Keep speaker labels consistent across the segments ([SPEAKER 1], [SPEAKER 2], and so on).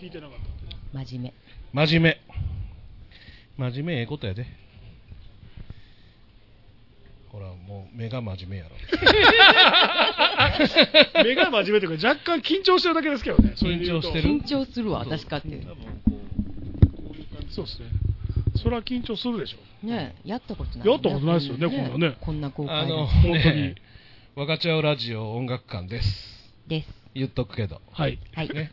[SPEAKER 1] 聞いてなかったんで
[SPEAKER 2] 真面
[SPEAKER 3] 真面目真面目ええことやでほらもう目が真面目やろ
[SPEAKER 1] 目が真面目というか若干緊張してるだけですけどねそれで言うと
[SPEAKER 3] 緊張し
[SPEAKER 2] 目
[SPEAKER 3] てる
[SPEAKER 2] 緊張するわ私かっ
[SPEAKER 1] 多
[SPEAKER 2] て
[SPEAKER 1] 分こうこういう感じそうですねそれは緊張するでしょ
[SPEAKER 2] ねやったことない
[SPEAKER 1] やったことないですよねこんなね
[SPEAKER 2] こんな公
[SPEAKER 3] あ
[SPEAKER 2] 開
[SPEAKER 3] の
[SPEAKER 2] の
[SPEAKER 1] 本当に
[SPEAKER 3] ね若ちゃおラジオ音楽館です
[SPEAKER 2] です
[SPEAKER 3] 言っとくけど
[SPEAKER 1] はい
[SPEAKER 2] はい
[SPEAKER 3] ね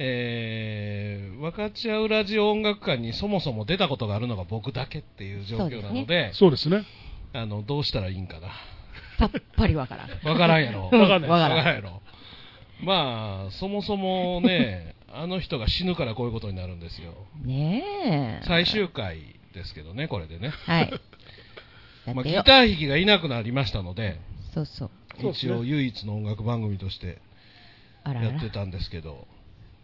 [SPEAKER 3] えー、若ちゃうラジオ音楽館にそもそも出たことがあるのが僕だけっていう状況なので
[SPEAKER 2] そうで
[SPEAKER 1] そうですね
[SPEAKER 3] あのどうしたらいいんかな
[SPEAKER 2] さっぱりわからん
[SPEAKER 3] わからんやろ
[SPEAKER 1] わかんない
[SPEAKER 2] わ
[SPEAKER 3] わ
[SPEAKER 2] からん
[SPEAKER 3] からんやろまあそもそもねあの人が死ぬからこういうことになるんですよ
[SPEAKER 2] ねえ
[SPEAKER 3] 最終回ですけどねこれでね、
[SPEAKER 2] はい
[SPEAKER 3] ま
[SPEAKER 2] だ
[SPEAKER 3] あ、
[SPEAKER 2] って
[SPEAKER 3] ギ
[SPEAKER 2] よ
[SPEAKER 3] ター弾きがいなくなりましたので
[SPEAKER 2] そうそう
[SPEAKER 1] そうです
[SPEAKER 3] 一
[SPEAKER 1] ね
[SPEAKER 3] 応唯一の音楽番組として
[SPEAKER 2] あらあ
[SPEAKER 3] や
[SPEAKER 2] ら
[SPEAKER 3] ってたんですけど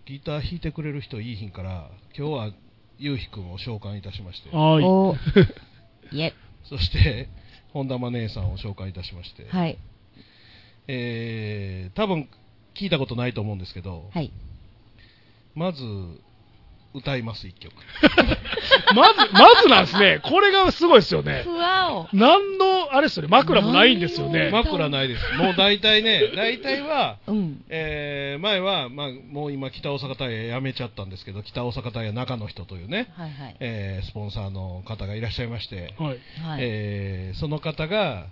[SPEAKER 3] ギター弾いてくれる人いいひんから今日はゆうひくんを召喚いたしまして
[SPEAKER 1] は
[SPEAKER 2] おいえ
[SPEAKER 3] そして本玉姉さんを紹介いたしまして、
[SPEAKER 2] はい
[SPEAKER 3] えー多分聞いたことないと思うんですけど、
[SPEAKER 2] はい
[SPEAKER 3] まず歌います1曲
[SPEAKER 1] い まずまずなんですねこれがすごいですよね
[SPEAKER 2] ふわお
[SPEAKER 1] 何のあれですよね枕もないんですよ
[SPEAKER 2] 何
[SPEAKER 1] ね
[SPEAKER 2] を
[SPEAKER 3] 枕ないですもう大体ね大体は、
[SPEAKER 2] うん
[SPEAKER 3] えー前は、まあ、もう今北大阪タイヤ辞めちゃったんですけど北大阪タイヤ中の人というね、
[SPEAKER 2] はいはい
[SPEAKER 3] えースポンサーの方がいらっしゃいまして、
[SPEAKER 1] はい
[SPEAKER 2] はい
[SPEAKER 3] えーその方が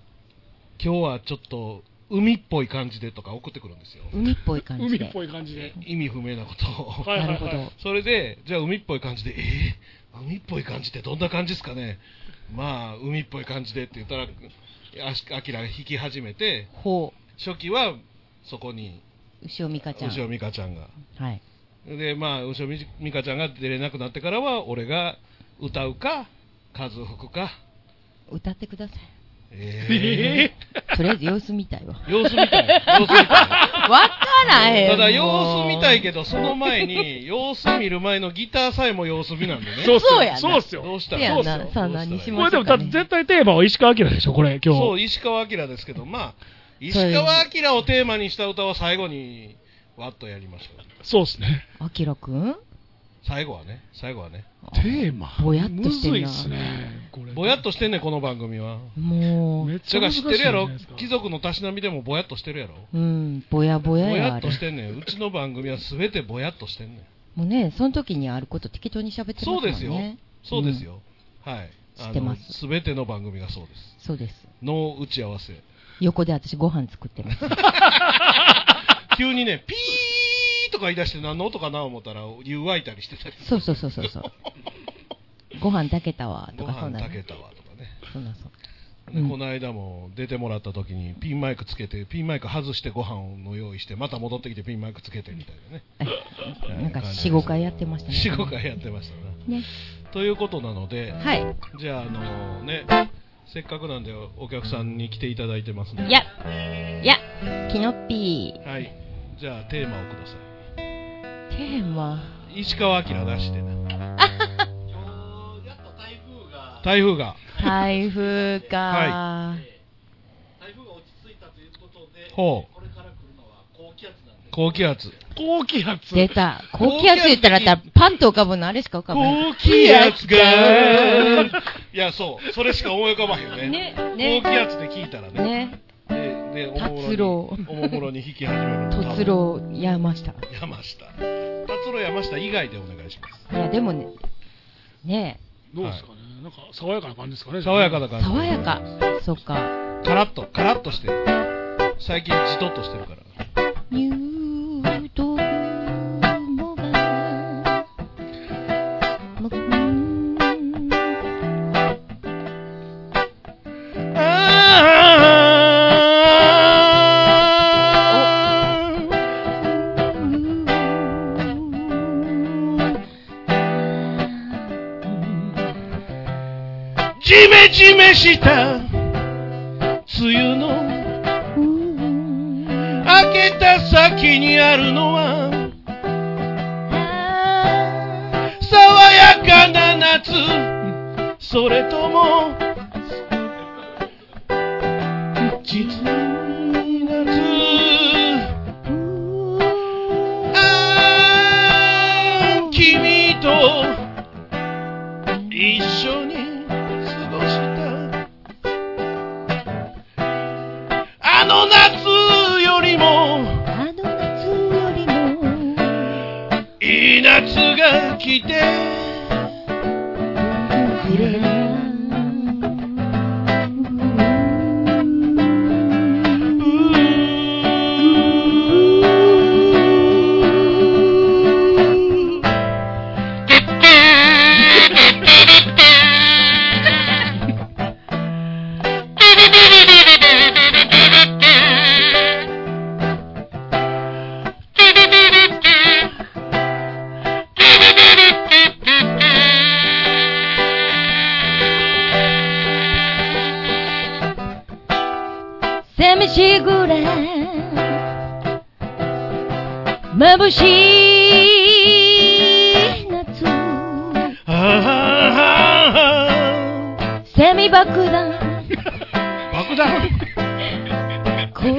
[SPEAKER 3] 今日はちょっと海っぽい感じでとか送ってくるんですよ
[SPEAKER 2] 海っぽい感じ
[SPEAKER 1] 海
[SPEAKER 2] で
[SPEAKER 1] っぽい感じで
[SPEAKER 3] 意味不明なことを、
[SPEAKER 1] はいはい
[SPEAKER 2] な
[SPEAKER 1] は
[SPEAKER 2] る
[SPEAKER 1] い
[SPEAKER 2] ほど
[SPEAKER 3] それで、じゃあ海っぽい感じで、えー、海っぽい感じってどんな感じですかね、まあ、海っぽい感じでって言ったら、あしアキラが弾き始めて、
[SPEAKER 2] ほ
[SPEAKER 3] 初期はそこに、
[SPEAKER 2] う後ろ美香ちゃん
[SPEAKER 3] 後ろ美香ちゃんが。
[SPEAKER 2] はい
[SPEAKER 3] で、まあ、後ろ美香ちゃんが出れなくなってからは、俺が歌うか、数を吹くか、
[SPEAKER 2] 歌ってくださ
[SPEAKER 3] え
[SPEAKER 1] え
[SPEAKER 2] いとりあえず様子見たいわ
[SPEAKER 3] ー、 様子見たい、様子見たい。
[SPEAKER 2] わからへん
[SPEAKER 3] ただ様子見たいけ
[SPEAKER 2] ど
[SPEAKER 3] ど、その前に、様子見る前のギターさえも様子見なんでね。
[SPEAKER 1] そうっす
[SPEAKER 2] そうや
[SPEAKER 1] よ
[SPEAKER 2] な
[SPEAKER 1] そうっすよ
[SPEAKER 3] どうした
[SPEAKER 2] せや
[SPEAKER 3] ら
[SPEAKER 2] な
[SPEAKER 3] どうした
[SPEAKER 2] さ
[SPEAKER 3] ら
[SPEAKER 2] あ
[SPEAKER 3] どうしたら
[SPEAKER 2] 何しま
[SPEAKER 1] これでもだって絶対テーマは石川明でしょこれ今
[SPEAKER 3] そう、
[SPEAKER 1] 日
[SPEAKER 3] 石川明ですけど、まあ、石川明をテーマにした歌は最後に、わっとやりましょう。
[SPEAKER 1] そうですね
[SPEAKER 2] あきらくん
[SPEAKER 3] 最後はね、最後はね。
[SPEAKER 1] テーマ
[SPEAKER 2] ぼやっとしてんな
[SPEAKER 1] むずいっすねこれ
[SPEAKER 3] ぼやっとしてんねんこの番組は。
[SPEAKER 2] も
[SPEAKER 1] め
[SPEAKER 2] う
[SPEAKER 1] っち
[SPEAKER 3] だ
[SPEAKER 1] ゃ
[SPEAKER 3] か
[SPEAKER 1] 難
[SPEAKER 3] ら知
[SPEAKER 1] し
[SPEAKER 3] っ
[SPEAKER 1] い
[SPEAKER 3] て
[SPEAKER 1] じ
[SPEAKER 3] るや
[SPEAKER 1] ゃな
[SPEAKER 3] ろ
[SPEAKER 1] いですか
[SPEAKER 3] 貴族のたしなみでもぼやっとしてるやろ
[SPEAKER 2] うんぼやぼ
[SPEAKER 3] ぼ
[SPEAKER 2] やや
[SPEAKER 3] や
[SPEAKER 2] あれ
[SPEAKER 3] っとしてんねん。うちの番組は全てぼやっとしてんねん。
[SPEAKER 2] もうねその時にあること適当に喋ってますも
[SPEAKER 3] そうんですよ
[SPEAKER 2] ね。
[SPEAKER 3] そうですよ。はい。
[SPEAKER 2] 知ってます
[SPEAKER 3] す。全ての番組がそうです。
[SPEAKER 2] そうです
[SPEAKER 3] の打ち合わせ。
[SPEAKER 2] 横で私ご飯作って ます
[SPEAKER 3] 急にね、ピーとか言い出して何の音かな思ったら、湯沸いたりしてたり。
[SPEAKER 2] そうそうそうそうそうご飯炊けたわと
[SPEAKER 3] ご
[SPEAKER 2] かそう
[SPEAKER 3] 飯
[SPEAKER 2] なの
[SPEAKER 3] 炊けたわとかね。
[SPEAKER 2] そうなそう
[SPEAKER 3] で
[SPEAKER 2] うん
[SPEAKER 3] この間も出てもらった時にピンマイクつけてピンマイク外してご飯の用意してまた戻ってきてピンマイクつけてみたいなね
[SPEAKER 2] あなんか
[SPEAKER 3] はい
[SPEAKER 2] 45回やってましたね
[SPEAKER 3] 45回やってましたね
[SPEAKER 2] ね
[SPEAKER 3] ということなので、
[SPEAKER 2] はい
[SPEAKER 3] じゃああのねせっかくなんでお客さんに来ていただいてますね
[SPEAKER 2] いやいやキノッピー
[SPEAKER 3] はいじゃあテーマをくださ
[SPEAKER 2] テーマ
[SPEAKER 3] い石川明出してな
[SPEAKER 4] 今日やっと台風が
[SPEAKER 3] 台風が
[SPEAKER 2] 台風か、
[SPEAKER 4] 台風が落ち着いたということで、
[SPEAKER 3] ほう
[SPEAKER 4] これから来るのは高気圧なんで、
[SPEAKER 3] 高気圧
[SPEAKER 1] 高気圧
[SPEAKER 2] 出た高気圧言ったらだパンと浮かぶのあれしか浮かばない
[SPEAKER 3] 高気圧がいやそうそれしか思い浮かばへんよね
[SPEAKER 2] ねね
[SPEAKER 3] 高気圧で聞いたらね
[SPEAKER 2] ね
[SPEAKER 3] で、で、おもむろ
[SPEAKER 2] 達郎
[SPEAKER 3] に、おもむろに引き始める。
[SPEAKER 2] 突。郎山下
[SPEAKER 3] 山下。達郎山下以外でお願いしま
[SPEAKER 2] い
[SPEAKER 3] す。
[SPEAKER 2] やでもねね
[SPEAKER 1] どうですかねなんか爽やかな感じですかね
[SPEAKER 3] 爽やかな
[SPEAKER 2] え
[SPEAKER 3] 感じ。
[SPEAKER 2] 爽やか。そっか
[SPEAKER 3] カラッと、カラッとしてる。最近じとっとしてるから。
[SPEAKER 2] ニュート雲がむ
[SPEAKER 3] ジメジメした梅雨の明けた先にあるのは爽やかな夏それとも実に夏あ一緒に過ごしたあの夏よりも
[SPEAKER 2] あの夏よりも
[SPEAKER 3] いい夏が来て
[SPEAKER 2] くれ寂しいぐらい眩しい夏
[SPEAKER 3] ああ
[SPEAKER 2] セミ爆弾
[SPEAKER 3] 爆弾
[SPEAKER 2] 怖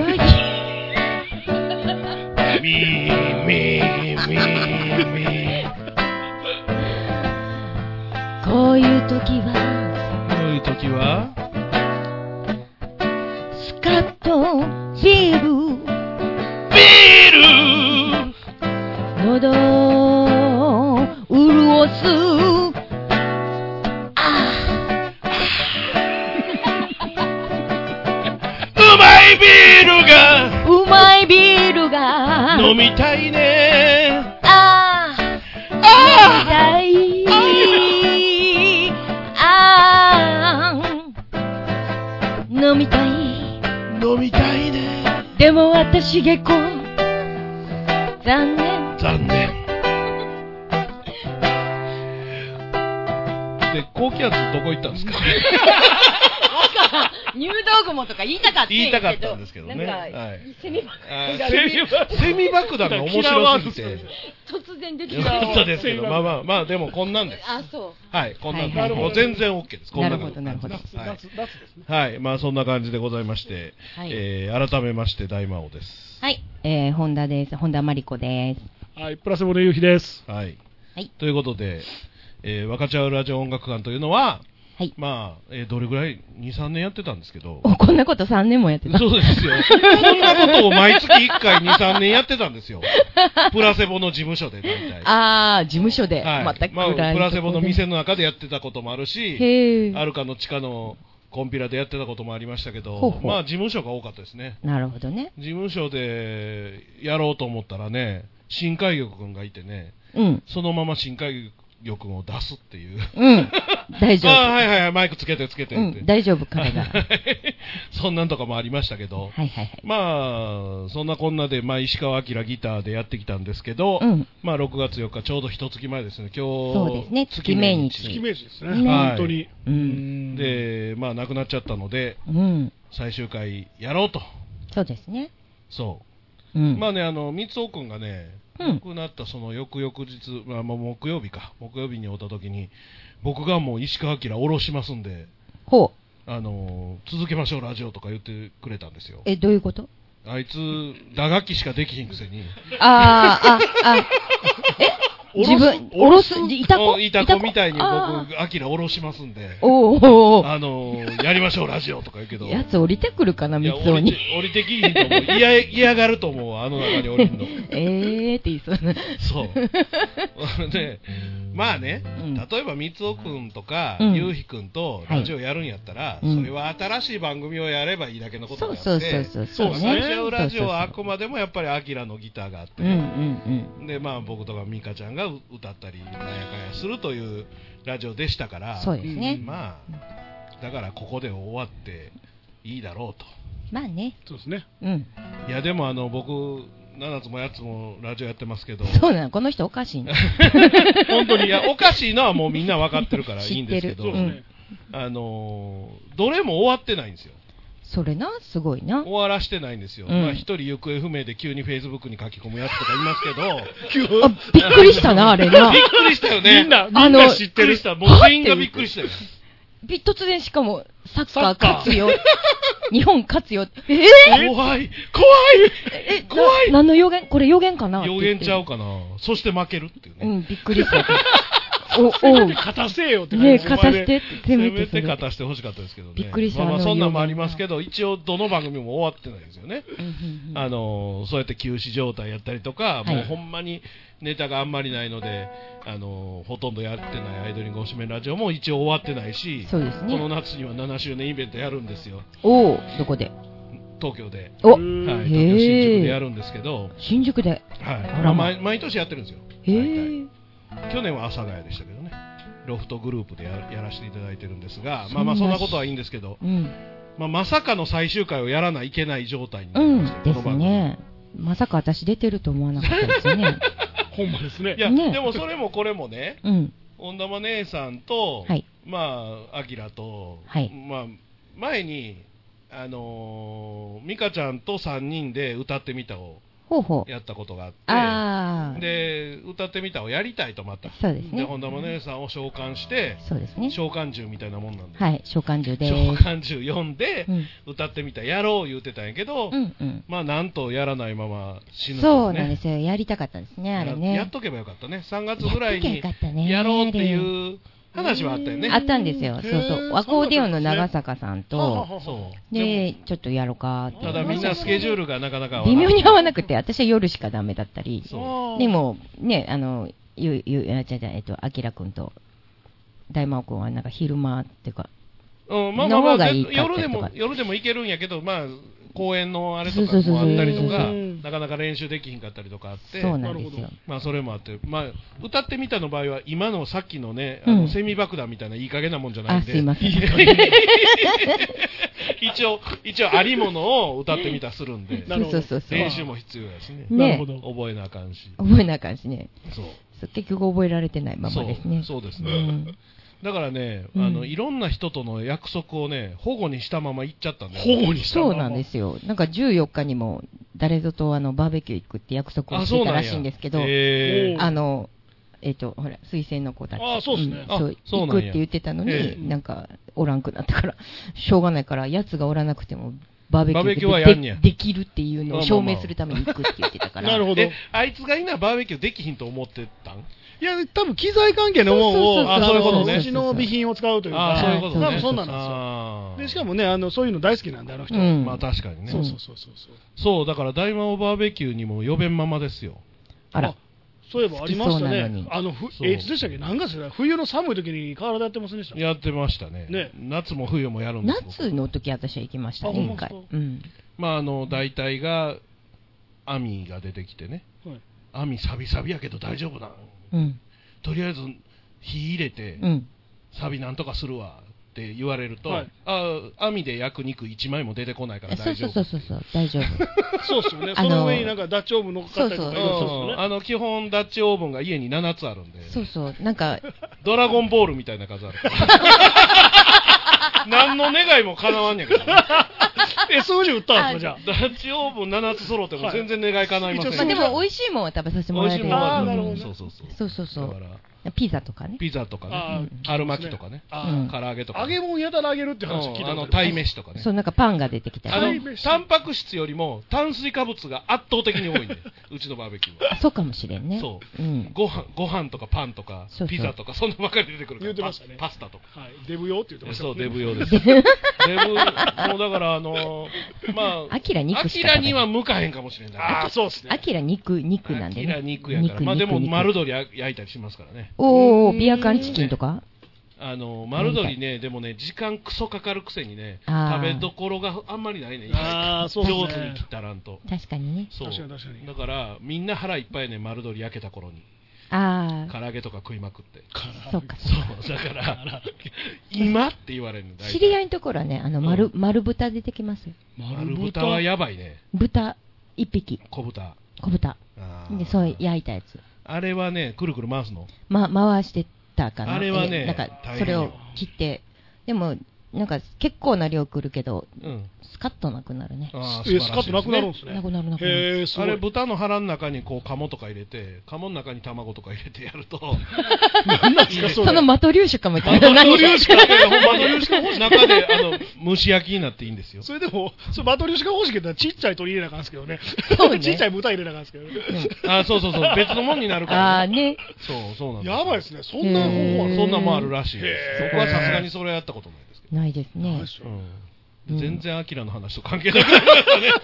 [SPEAKER 2] い
[SPEAKER 3] みみみみ
[SPEAKER 2] こういう時は
[SPEAKER 3] こういう時は
[SPEAKER 2] スカッとビー
[SPEAKER 3] ビール
[SPEAKER 2] ル喉を潤すあ
[SPEAKER 3] うまいビールが
[SPEAKER 2] あうまいビールが
[SPEAKER 3] 飲みたいね
[SPEAKER 2] ああ
[SPEAKER 3] あ
[SPEAKER 2] 痛いああ飲みたい
[SPEAKER 3] あ飲みたいね
[SPEAKER 2] でも私下校残念
[SPEAKER 3] 残念で高気圧どこ行ったんですか
[SPEAKER 2] 入道雲とか言いたかった
[SPEAKER 3] 言いたかったんですけどね
[SPEAKER 2] なんか、
[SPEAKER 3] はい
[SPEAKER 2] セミばっ
[SPEAKER 3] あ
[SPEAKER 2] か
[SPEAKER 3] ー
[SPEAKER 2] り
[SPEAKER 3] セミセミ爆弾が面白す
[SPEAKER 1] 嫌
[SPEAKER 3] ぎ
[SPEAKER 1] わ
[SPEAKER 3] て
[SPEAKER 2] 突然出て
[SPEAKER 3] よ
[SPEAKER 2] きた
[SPEAKER 3] かったですけ どまあまあまあでもこんなんです
[SPEAKER 2] あそう
[SPEAKER 3] はいこんなんです、
[SPEAKER 2] はいはいはい
[SPEAKER 3] もう全然 OK ですこん
[SPEAKER 2] な
[SPEAKER 3] な
[SPEAKER 2] る
[SPEAKER 3] ん
[SPEAKER 2] ほどなるほど
[SPEAKER 1] 夏、
[SPEAKER 3] はい
[SPEAKER 1] 夏、夏ですね。
[SPEAKER 3] はい、まあそんな感じでございまして、
[SPEAKER 2] はい
[SPEAKER 3] えー改めまして大魔王です。
[SPEAKER 2] はい、えー、本田です本田真理子です
[SPEAKER 1] はい、プラセボの夕日です。
[SPEAKER 3] はい。
[SPEAKER 2] はい
[SPEAKER 3] ということで、えー、若茶ラジオ音楽館というのは、
[SPEAKER 2] はい
[SPEAKER 3] まあ、えーどれぐらい ?2、3年やってたんですけど、
[SPEAKER 2] おこんなこと3年もやってた
[SPEAKER 3] そうですよ。こんなことを毎月1回2、3年やってた んですよ。プラセボの事務所で大体。
[SPEAKER 2] ああ事務所で、
[SPEAKER 3] はい
[SPEAKER 2] また
[SPEAKER 3] まあ、プ
[SPEAKER 2] 暗いとこで
[SPEAKER 3] ラセボの店の中でやってたこともあるし、
[SPEAKER 2] へえ
[SPEAKER 3] アルカの地下のコンピラでやってたこともありましたけど、
[SPEAKER 2] ほうほう
[SPEAKER 3] まあ事務所が多かったですね。
[SPEAKER 2] なるほどね
[SPEAKER 3] 事務所でやろうと思ったらね、新海玉君がいてね、
[SPEAKER 2] うん
[SPEAKER 3] そのまま新海玉君を出すっていう。
[SPEAKER 2] うん大丈
[SPEAKER 3] あ
[SPEAKER 2] 夫
[SPEAKER 3] あ、はいはいはい、マイクつけてつけてって。
[SPEAKER 2] うん、大丈夫、彼 が。は
[SPEAKER 3] はいそんなんとかもありましたけど、
[SPEAKER 2] いはいはい。
[SPEAKER 3] まあ、そんなこんなで、まあ、石川明ギターでやってきたんですけど、
[SPEAKER 2] うん
[SPEAKER 3] まあ、6月4日、ちょうど一月前ですね、今日、
[SPEAKER 2] そうですね月命日
[SPEAKER 1] 月明治ですね。
[SPEAKER 2] ね
[SPEAKER 1] 本当に。
[SPEAKER 2] う。
[SPEAKER 3] うんんで、まあ、亡くなっちゃったので、
[SPEAKER 2] うん。
[SPEAKER 3] 最終回やろうと。
[SPEAKER 2] そうですね。
[SPEAKER 3] そう。
[SPEAKER 2] うん。
[SPEAKER 3] まあね、あの、三尾くんがね、
[SPEAKER 2] うん
[SPEAKER 3] 亡くなったその翌々日、まあ、もう木曜日か、木曜日におった時に、僕がもう石川明降ろしますんで、
[SPEAKER 2] ほう。
[SPEAKER 3] あのー続けましょう、ラジオとか言ってくれたんですよ。
[SPEAKER 2] え、どういうこと
[SPEAKER 3] あいつ、打楽器しかできひんくせに、
[SPEAKER 2] ああ、あ、あ、え
[SPEAKER 3] おろす
[SPEAKER 2] 自分、おろす、いた
[SPEAKER 3] お
[SPEAKER 2] こ
[SPEAKER 3] いた子みたいに
[SPEAKER 2] あ
[SPEAKER 3] 僕、アキラ降ろしますんで、
[SPEAKER 2] ーおうおうお
[SPEAKER 3] あのーやりましょう、ラジオとか言うけど、
[SPEAKER 2] うやつ降りてくるかな、
[SPEAKER 3] い
[SPEAKER 2] 三
[SPEAKER 3] や
[SPEAKER 2] つ
[SPEAKER 3] 降
[SPEAKER 2] お
[SPEAKER 3] り
[SPEAKER 2] に
[SPEAKER 3] て。降りてきひんと思う。嫌、嫌がると思うわ、あの中に降りる の。
[SPEAKER 2] えーって言いそうな。
[SPEAKER 3] そう。 で、まあね、
[SPEAKER 2] ん
[SPEAKER 3] 例えば三尾くんとか、
[SPEAKER 2] うん
[SPEAKER 3] ゆうひくんと
[SPEAKER 2] はい
[SPEAKER 3] ラジオやるんやったら、
[SPEAKER 2] うん
[SPEAKER 3] それは新しい番組をやればいいだけのこと
[SPEAKER 2] そ
[SPEAKER 3] な
[SPEAKER 2] うん
[SPEAKER 3] で
[SPEAKER 2] そうそうそう。
[SPEAKER 1] そう
[SPEAKER 2] ね
[SPEAKER 1] です
[SPEAKER 3] 最初はラジオはあ
[SPEAKER 2] そうそう
[SPEAKER 3] くまでもやっぱりアキラのギターがあって、
[SPEAKER 2] そううんうん
[SPEAKER 3] で、まあ僕とかミカちゃんが歌ったり、なんやかんやするというラジオでしたから、
[SPEAKER 2] そうですね
[SPEAKER 3] んまあ、だからここで終わっていいだろうと。
[SPEAKER 2] うん。まあね。
[SPEAKER 1] そうですね。
[SPEAKER 2] うん。
[SPEAKER 3] いや、でもあの僕、7つも8つもラジオやってますけど、
[SPEAKER 2] そうなの、この人おかし いね。
[SPEAKER 3] 本当に、いや、おかしいのはもうみんな分かってるからいいんですけ ど、
[SPEAKER 2] 知っ
[SPEAKER 1] そう
[SPEAKER 2] て
[SPEAKER 1] で
[SPEAKER 2] るう
[SPEAKER 1] す
[SPEAKER 2] ん
[SPEAKER 1] ね。
[SPEAKER 3] あのーどれも終わってないんですよ。
[SPEAKER 2] それな、すごいな
[SPEAKER 3] 終。わらしてないんですよ。
[SPEAKER 2] うん
[SPEAKER 3] まあ、一人行方不明で急に Facebook に書き込むやつとかいますけど、
[SPEAKER 2] あ、びっくりした な、あれな
[SPEAKER 3] び。っくりしたよね。
[SPEAKER 1] みんな、
[SPEAKER 2] あ
[SPEAKER 1] みん
[SPEAKER 2] の
[SPEAKER 1] な知っ
[SPEAKER 3] びっく
[SPEAKER 1] て
[SPEAKER 3] り
[SPEAKER 1] る
[SPEAKER 3] し。た。もう全員がびっく りしたよ。
[SPEAKER 2] び突然しかも、サッカ
[SPEAKER 1] サ
[SPEAKER 2] ー
[SPEAKER 1] ッカー
[SPEAKER 2] 勝つ よ。日本勝つよ。えー、
[SPEAKER 3] 怖い、怖
[SPEAKER 2] え、な
[SPEAKER 3] 怖い
[SPEAKER 2] 何の予言これ予言かない
[SPEAKER 3] 予言ちゃうかな。そして負けるっていう
[SPEAKER 2] う
[SPEAKER 3] ね。
[SPEAKER 2] ん、びっくりした。
[SPEAKER 1] せ
[SPEAKER 5] お
[SPEAKER 1] め
[SPEAKER 5] お
[SPEAKER 1] て勝たせよって感じ
[SPEAKER 5] ね
[SPEAKER 1] で
[SPEAKER 5] え、勝たしてって、せ
[SPEAKER 3] せ
[SPEAKER 5] め
[SPEAKER 3] め
[SPEAKER 5] てそ
[SPEAKER 3] て
[SPEAKER 5] れ。
[SPEAKER 3] 勝たしてほしかったですけどね。
[SPEAKER 5] びっくりした
[SPEAKER 3] まあまあ
[SPEAKER 5] あの
[SPEAKER 3] そんなんもありますけど、一応どの番組も終わってないですよね。
[SPEAKER 5] うんうんうん
[SPEAKER 3] あのーそうやって休止状態やったりとか、
[SPEAKER 2] はい
[SPEAKER 3] もうほんまにネタがあんまりないので、あのーほとんどやってないアイドリングおしめラジオも一応終わってないし、
[SPEAKER 2] そうです
[SPEAKER 3] この
[SPEAKER 2] ね。
[SPEAKER 3] 夏には7周年イベントやるんですよ、
[SPEAKER 2] おお、どこで
[SPEAKER 3] 東京で、
[SPEAKER 2] お
[SPEAKER 1] うん
[SPEAKER 3] はい、東
[SPEAKER 2] へえ
[SPEAKER 3] 京新宿でやるんですけど、
[SPEAKER 2] 新宿で。
[SPEAKER 3] はい
[SPEAKER 2] あら
[SPEAKER 3] まあ
[SPEAKER 2] ま
[SPEAKER 3] 毎毎年やってるんですよ、
[SPEAKER 2] へ
[SPEAKER 3] 大
[SPEAKER 2] え。
[SPEAKER 3] 体去年は阿佐ヶ谷でしたけどね、ロフトグループでややらせていただいてるんですが、
[SPEAKER 2] そんな
[SPEAKER 3] まあまあそんなことはいいんですけど、
[SPEAKER 2] うん。
[SPEAKER 3] まあ、まさかの最終回をやらないといけない状態にな
[SPEAKER 2] う
[SPEAKER 3] り
[SPEAKER 2] ん
[SPEAKER 3] ました、。
[SPEAKER 2] で
[SPEAKER 3] こ
[SPEAKER 2] す
[SPEAKER 3] の番組
[SPEAKER 2] ね。まさか私出てると思わなかったです ね。
[SPEAKER 1] ほんまですね
[SPEAKER 3] いや、
[SPEAKER 2] ね
[SPEAKER 3] でもそれもこれもね、
[SPEAKER 2] うん。
[SPEAKER 3] 本玉姉さんと、
[SPEAKER 2] はい
[SPEAKER 3] まあ、アキラと、
[SPEAKER 2] はい
[SPEAKER 3] まあ、前に、あのー、美香ちゃんと3人で歌ってみたを
[SPEAKER 2] ほうほう。
[SPEAKER 3] やったことがあっ
[SPEAKER 2] ああ。
[SPEAKER 3] て、で、歌ってみたをやりたいとまた。
[SPEAKER 2] そうです
[SPEAKER 3] で、
[SPEAKER 2] ね。
[SPEAKER 3] 本玉姉さんを召喚して、
[SPEAKER 2] そうですね。
[SPEAKER 3] 召喚獣みたいなもんなんで、
[SPEAKER 2] はい、召喚獣で
[SPEAKER 3] 召
[SPEAKER 2] ーす。
[SPEAKER 3] 喚獣呼んで
[SPEAKER 2] う、 ん。
[SPEAKER 3] 歌ってみたやろう言うてたんやけど、
[SPEAKER 2] うんうん。
[SPEAKER 3] まあ、なんとやらないまま死ぬ
[SPEAKER 2] そうなんですすよ。やりたかったんですね、あれ
[SPEAKER 3] や。や
[SPEAKER 2] ね
[SPEAKER 3] っ。とけばよかったね。3月ぐらいに
[SPEAKER 2] やっときゃよかったね
[SPEAKER 3] やろうっていう話はあったよね。
[SPEAKER 2] あったんですよ。そう
[SPEAKER 1] へ
[SPEAKER 2] そ
[SPEAKER 1] ー
[SPEAKER 2] う。アコーディオンの長坂さん
[SPEAKER 1] はあは
[SPEAKER 2] と
[SPEAKER 1] あ、はあ
[SPEAKER 3] そう。で
[SPEAKER 2] で、ちょっとやろうかって
[SPEAKER 3] も、。ただみんなスケジュールがなかなか合わない
[SPEAKER 2] 微妙に合わなくて、私は夜しかダメだったり。
[SPEAKER 3] そ
[SPEAKER 2] でも、ね、あの、ゆ、ゆ、あ、違う違う、えっと、あきらくんと、大魔王くんは、なんか昼間っていうか、
[SPEAKER 3] う。うん、まあまあまあ
[SPEAKER 2] の方がいいか
[SPEAKER 3] 夜で
[SPEAKER 2] と
[SPEAKER 3] も
[SPEAKER 2] か、
[SPEAKER 3] 夜でも行けるんやけど、まあ、公演のあれとか
[SPEAKER 2] そうそうそう
[SPEAKER 3] もあったりとか
[SPEAKER 1] う、ん
[SPEAKER 3] なかなか練習できひんかったりとかあって、
[SPEAKER 2] そうなんです
[SPEAKER 1] な
[SPEAKER 2] よ
[SPEAKER 1] る。
[SPEAKER 3] まあそれもあって、まあ、歌ってみたの場合は、今のさっきのね、あ
[SPEAKER 2] う
[SPEAKER 3] の
[SPEAKER 2] ん
[SPEAKER 3] セミ爆弾みたいないい加減なもんじゃない
[SPEAKER 2] あ、
[SPEAKER 3] ん
[SPEAKER 2] す
[SPEAKER 3] で、
[SPEAKER 2] い ません。
[SPEAKER 3] 一応、一応ありものを歌ってみたするんで、
[SPEAKER 1] なる ほ
[SPEAKER 2] そ
[SPEAKER 1] ど
[SPEAKER 2] うそうそう。
[SPEAKER 3] 練習も必要やしね。
[SPEAKER 1] なるほ
[SPEAKER 2] ね、
[SPEAKER 1] ど。
[SPEAKER 3] 覚えなあかんし。
[SPEAKER 2] 覚えなあかんしね。
[SPEAKER 3] そう。
[SPEAKER 2] そう結局覚えられてないままですね。
[SPEAKER 3] そうそうです
[SPEAKER 2] う
[SPEAKER 3] ね。
[SPEAKER 2] ん
[SPEAKER 3] だからね、
[SPEAKER 2] うん
[SPEAKER 3] あの、いろんな人との約束をね、保護にしたまま行っちゃったんだよ。
[SPEAKER 1] 保護にした。
[SPEAKER 2] そうなんですすよ。なんか14日にも、誰ぞとあの、バーベキュー行くって約束を
[SPEAKER 3] あ、
[SPEAKER 2] し
[SPEAKER 3] そ
[SPEAKER 2] て
[SPEAKER 3] う
[SPEAKER 2] た
[SPEAKER 3] な
[SPEAKER 2] ら
[SPEAKER 3] んや。
[SPEAKER 2] しいんですけど、
[SPEAKER 3] えー
[SPEAKER 2] あの、えっ、と、ほら、推薦の子たち。
[SPEAKER 1] あそうっすね
[SPEAKER 2] んそう
[SPEAKER 3] あ、そ
[SPEAKER 2] 行
[SPEAKER 3] うなん
[SPEAKER 2] くっ
[SPEAKER 3] や
[SPEAKER 2] て言ってたのに、
[SPEAKER 3] え
[SPEAKER 1] え
[SPEAKER 2] なんか、おらんくなったから、 しょうがないから、やつがおらなくても、バーベキュー
[SPEAKER 3] バーベキューは
[SPEAKER 2] で
[SPEAKER 3] やんねや
[SPEAKER 2] でできるっていうのを
[SPEAKER 3] まあまあ
[SPEAKER 2] 証明するために行くって言ってた から。
[SPEAKER 1] なるほど。い
[SPEAKER 3] え、あいつがいなバーベキューできひんと思ってたん
[SPEAKER 1] や、多分機材関係のも
[SPEAKER 2] そ
[SPEAKER 1] ん
[SPEAKER 2] うそう
[SPEAKER 1] を、
[SPEAKER 2] そう
[SPEAKER 1] あ
[SPEAKER 3] そういうことね
[SPEAKER 1] のうちの備品を使うというか、
[SPEAKER 3] あーそういうことね。
[SPEAKER 1] 多分そうなんですよ。
[SPEAKER 3] あー
[SPEAKER 1] で、しかもね、あの、そういうの大好きなんで、あの人。
[SPEAKER 2] うん。
[SPEAKER 3] まあ確かにね。
[SPEAKER 1] そうそうそうそうそう。
[SPEAKER 3] そう、だから大魔王バーベキューにも呼べんままですよ。
[SPEAKER 2] あら、
[SPEAKER 1] そういえばありま
[SPEAKER 2] 好き
[SPEAKER 1] した
[SPEAKER 2] そうなのに
[SPEAKER 1] ね。あの、ふ
[SPEAKER 3] そう
[SPEAKER 1] えいつでしたっけ何月だ冬の寒い時に体やってませんでした
[SPEAKER 3] やってましたね。
[SPEAKER 1] ね
[SPEAKER 3] 夏も冬もやるんです僕
[SPEAKER 2] 夏の時私は行きました
[SPEAKER 1] あほ
[SPEAKER 2] ね、
[SPEAKER 1] んま
[SPEAKER 2] 一回
[SPEAKER 1] そう。
[SPEAKER 2] うん。
[SPEAKER 3] まああの、大体が、アミが出てきてね。
[SPEAKER 1] はい
[SPEAKER 3] アミサビサビやけど大丈夫なん
[SPEAKER 2] うん。
[SPEAKER 3] とりあえず火入れて、
[SPEAKER 2] うん。
[SPEAKER 3] サビなんとかするわって言われると、
[SPEAKER 1] はい
[SPEAKER 3] あ網で焼く肉1枚も出てこないから
[SPEAKER 2] そう
[SPEAKER 3] 大
[SPEAKER 2] そう
[SPEAKER 3] 丈夫
[SPEAKER 2] そうそうそう、大 丈夫。
[SPEAKER 1] そうっすよね。
[SPEAKER 2] あ
[SPEAKER 1] そ
[SPEAKER 2] の
[SPEAKER 1] の上になんかダチョウも乗っかったりと
[SPEAKER 2] そ
[SPEAKER 1] か
[SPEAKER 2] う
[SPEAKER 1] い
[SPEAKER 2] そう
[SPEAKER 1] ろいろそうっす
[SPEAKER 3] う
[SPEAKER 1] よ
[SPEAKER 3] ん
[SPEAKER 1] ね。
[SPEAKER 3] あの基本ダッチオーブンが家に7つあるんで
[SPEAKER 2] そうそう、なん か、
[SPEAKER 3] ドラゴンボールみたい な数あるから何の願いも叶わんやけどね、
[SPEAKER 1] え、そういうふうに売ったんですかじゃあ。
[SPEAKER 3] ダッチオーブン7つ揃っても全然願い叶いません
[SPEAKER 1] はい
[SPEAKER 2] まあで
[SPEAKER 3] よ、
[SPEAKER 2] も美味しいもんは食べさせても
[SPEAKER 3] 美
[SPEAKER 2] ら
[SPEAKER 3] 味
[SPEAKER 2] え
[SPEAKER 3] し
[SPEAKER 2] る
[SPEAKER 3] いもん
[SPEAKER 2] よ
[SPEAKER 1] あ
[SPEAKER 3] は
[SPEAKER 1] ーなるほどね
[SPEAKER 3] そうそうそう
[SPEAKER 2] そうそうそう
[SPEAKER 3] だから
[SPEAKER 2] ピザとかね。
[SPEAKER 3] ピザとかね
[SPEAKER 1] あー
[SPEAKER 3] 春巻きとかね
[SPEAKER 1] あ
[SPEAKER 2] う
[SPEAKER 1] ー
[SPEAKER 2] ん
[SPEAKER 3] 唐揚げとか
[SPEAKER 1] 揚
[SPEAKER 3] ね、
[SPEAKER 1] げ物やたら揚げるって話聞い
[SPEAKER 3] うん
[SPEAKER 1] たこと
[SPEAKER 3] あの
[SPEAKER 1] ある
[SPEAKER 3] 鯛飯とかね
[SPEAKER 2] そう、なんかパンが出てきた
[SPEAKER 3] あ
[SPEAKER 2] り。
[SPEAKER 1] 鯛
[SPEAKER 3] の、
[SPEAKER 1] 飯
[SPEAKER 3] タンパク質よりも炭水化物が圧倒的に多 いんで、うちのバーベキューは。
[SPEAKER 2] あそうかもしれんね。。
[SPEAKER 3] そう
[SPEAKER 2] ん。
[SPEAKER 3] ご飯、ご飯とかパンとか
[SPEAKER 2] そうそう、
[SPEAKER 3] ピザとか、そんなばっかり出てくるから。
[SPEAKER 1] 言うてましたね
[SPEAKER 3] パパスタとか。
[SPEAKER 1] はい、デブ用って言ってました
[SPEAKER 3] そ
[SPEAKER 1] も
[SPEAKER 3] う、
[SPEAKER 1] んね
[SPEAKER 3] デブ用です。デブ、もう だから、あのー、まあ、
[SPEAKER 2] アキラ肉
[SPEAKER 3] ア
[SPEAKER 2] し
[SPEAKER 3] キ
[SPEAKER 2] か食
[SPEAKER 3] ラ
[SPEAKER 2] べ
[SPEAKER 3] に
[SPEAKER 2] な。
[SPEAKER 3] はい向かへんかもしれない。
[SPEAKER 1] ああ、そうです
[SPEAKER 2] ア
[SPEAKER 1] ね。
[SPEAKER 2] キラ肉、肉なんでね。
[SPEAKER 3] アキラ肉やから。まあでも、
[SPEAKER 2] 肉
[SPEAKER 3] 丸鶏や焼いたりしますからね。
[SPEAKER 2] おー、ビア缶チキンとか
[SPEAKER 3] あのー、丸鶏ね、でもね、時間クソかかるくせにね、
[SPEAKER 2] あ
[SPEAKER 3] 食
[SPEAKER 2] ー
[SPEAKER 3] べどころがあんまりないね。
[SPEAKER 1] あーそうっすね
[SPEAKER 3] 上手に切ったらんと。
[SPEAKER 2] 確かにね。
[SPEAKER 3] そう。
[SPEAKER 1] 確かに確かに
[SPEAKER 3] だから、みんな腹いっぱいやね、丸鶏焼けた頃に。
[SPEAKER 2] あー、
[SPEAKER 3] 唐揚げとか食いまくって。
[SPEAKER 2] そうか。
[SPEAKER 3] そう、だから、今って言われるの、大体
[SPEAKER 2] 知り合いのところはね、あの、丸、
[SPEAKER 3] う
[SPEAKER 2] 丸豚出てきますよ。
[SPEAKER 3] 丸豚はやばいね。
[SPEAKER 2] 豚、一匹、
[SPEAKER 3] 小豚。
[SPEAKER 2] 小豚。
[SPEAKER 3] あー
[SPEAKER 2] で、そう、焼いたやつ。
[SPEAKER 3] あれはね、くるくる回すの。
[SPEAKER 2] ま、回してたかな。
[SPEAKER 3] あれはね
[SPEAKER 2] えなんか、
[SPEAKER 3] 大変よ
[SPEAKER 2] それを切って、でも、なんか結構な量来るけど、
[SPEAKER 3] うん。
[SPEAKER 2] スカッとなくなるね。
[SPEAKER 3] ああ
[SPEAKER 1] えスカッとなくなるんですね。
[SPEAKER 2] なくなるなくなる。
[SPEAKER 1] へえ、すご
[SPEAKER 3] あ
[SPEAKER 1] い
[SPEAKER 3] れ、豚の腹の中にこう、鴨とか入れて、鴨の中に卵とか入れて やると、
[SPEAKER 1] 何なんですか、そ
[SPEAKER 2] そ
[SPEAKER 1] れ。
[SPEAKER 2] のマトリューシュかも
[SPEAKER 1] マトリューシカ
[SPEAKER 3] いやほんまの有刺法中で、あの、蒸し焼きになっていいんです よ。
[SPEAKER 1] それでも、それマトリューシカ方式ってのはちっちゃい鳥入れなあかんですけどね。
[SPEAKER 2] そうね
[SPEAKER 1] ちっちゃい豚入れなあかんですけどね。
[SPEAKER 3] あ、そうそうそう、別のもんになるか
[SPEAKER 2] あ
[SPEAKER 3] ら
[SPEAKER 2] あ。ね。
[SPEAKER 3] そう、そうなんですよ
[SPEAKER 1] やばいですね。そんな方法あ
[SPEAKER 2] へ
[SPEAKER 1] る
[SPEAKER 2] ー
[SPEAKER 3] そんなもんあるらしい
[SPEAKER 1] へ
[SPEAKER 3] です。
[SPEAKER 1] ー
[SPEAKER 3] 僕はさすがにそれはやったことないですけ
[SPEAKER 2] ないです
[SPEAKER 1] ない
[SPEAKER 2] ね
[SPEAKER 1] で。す
[SPEAKER 3] ど。
[SPEAKER 1] よ
[SPEAKER 3] うん
[SPEAKER 2] うん
[SPEAKER 3] 全然アキラの話と関係なくな る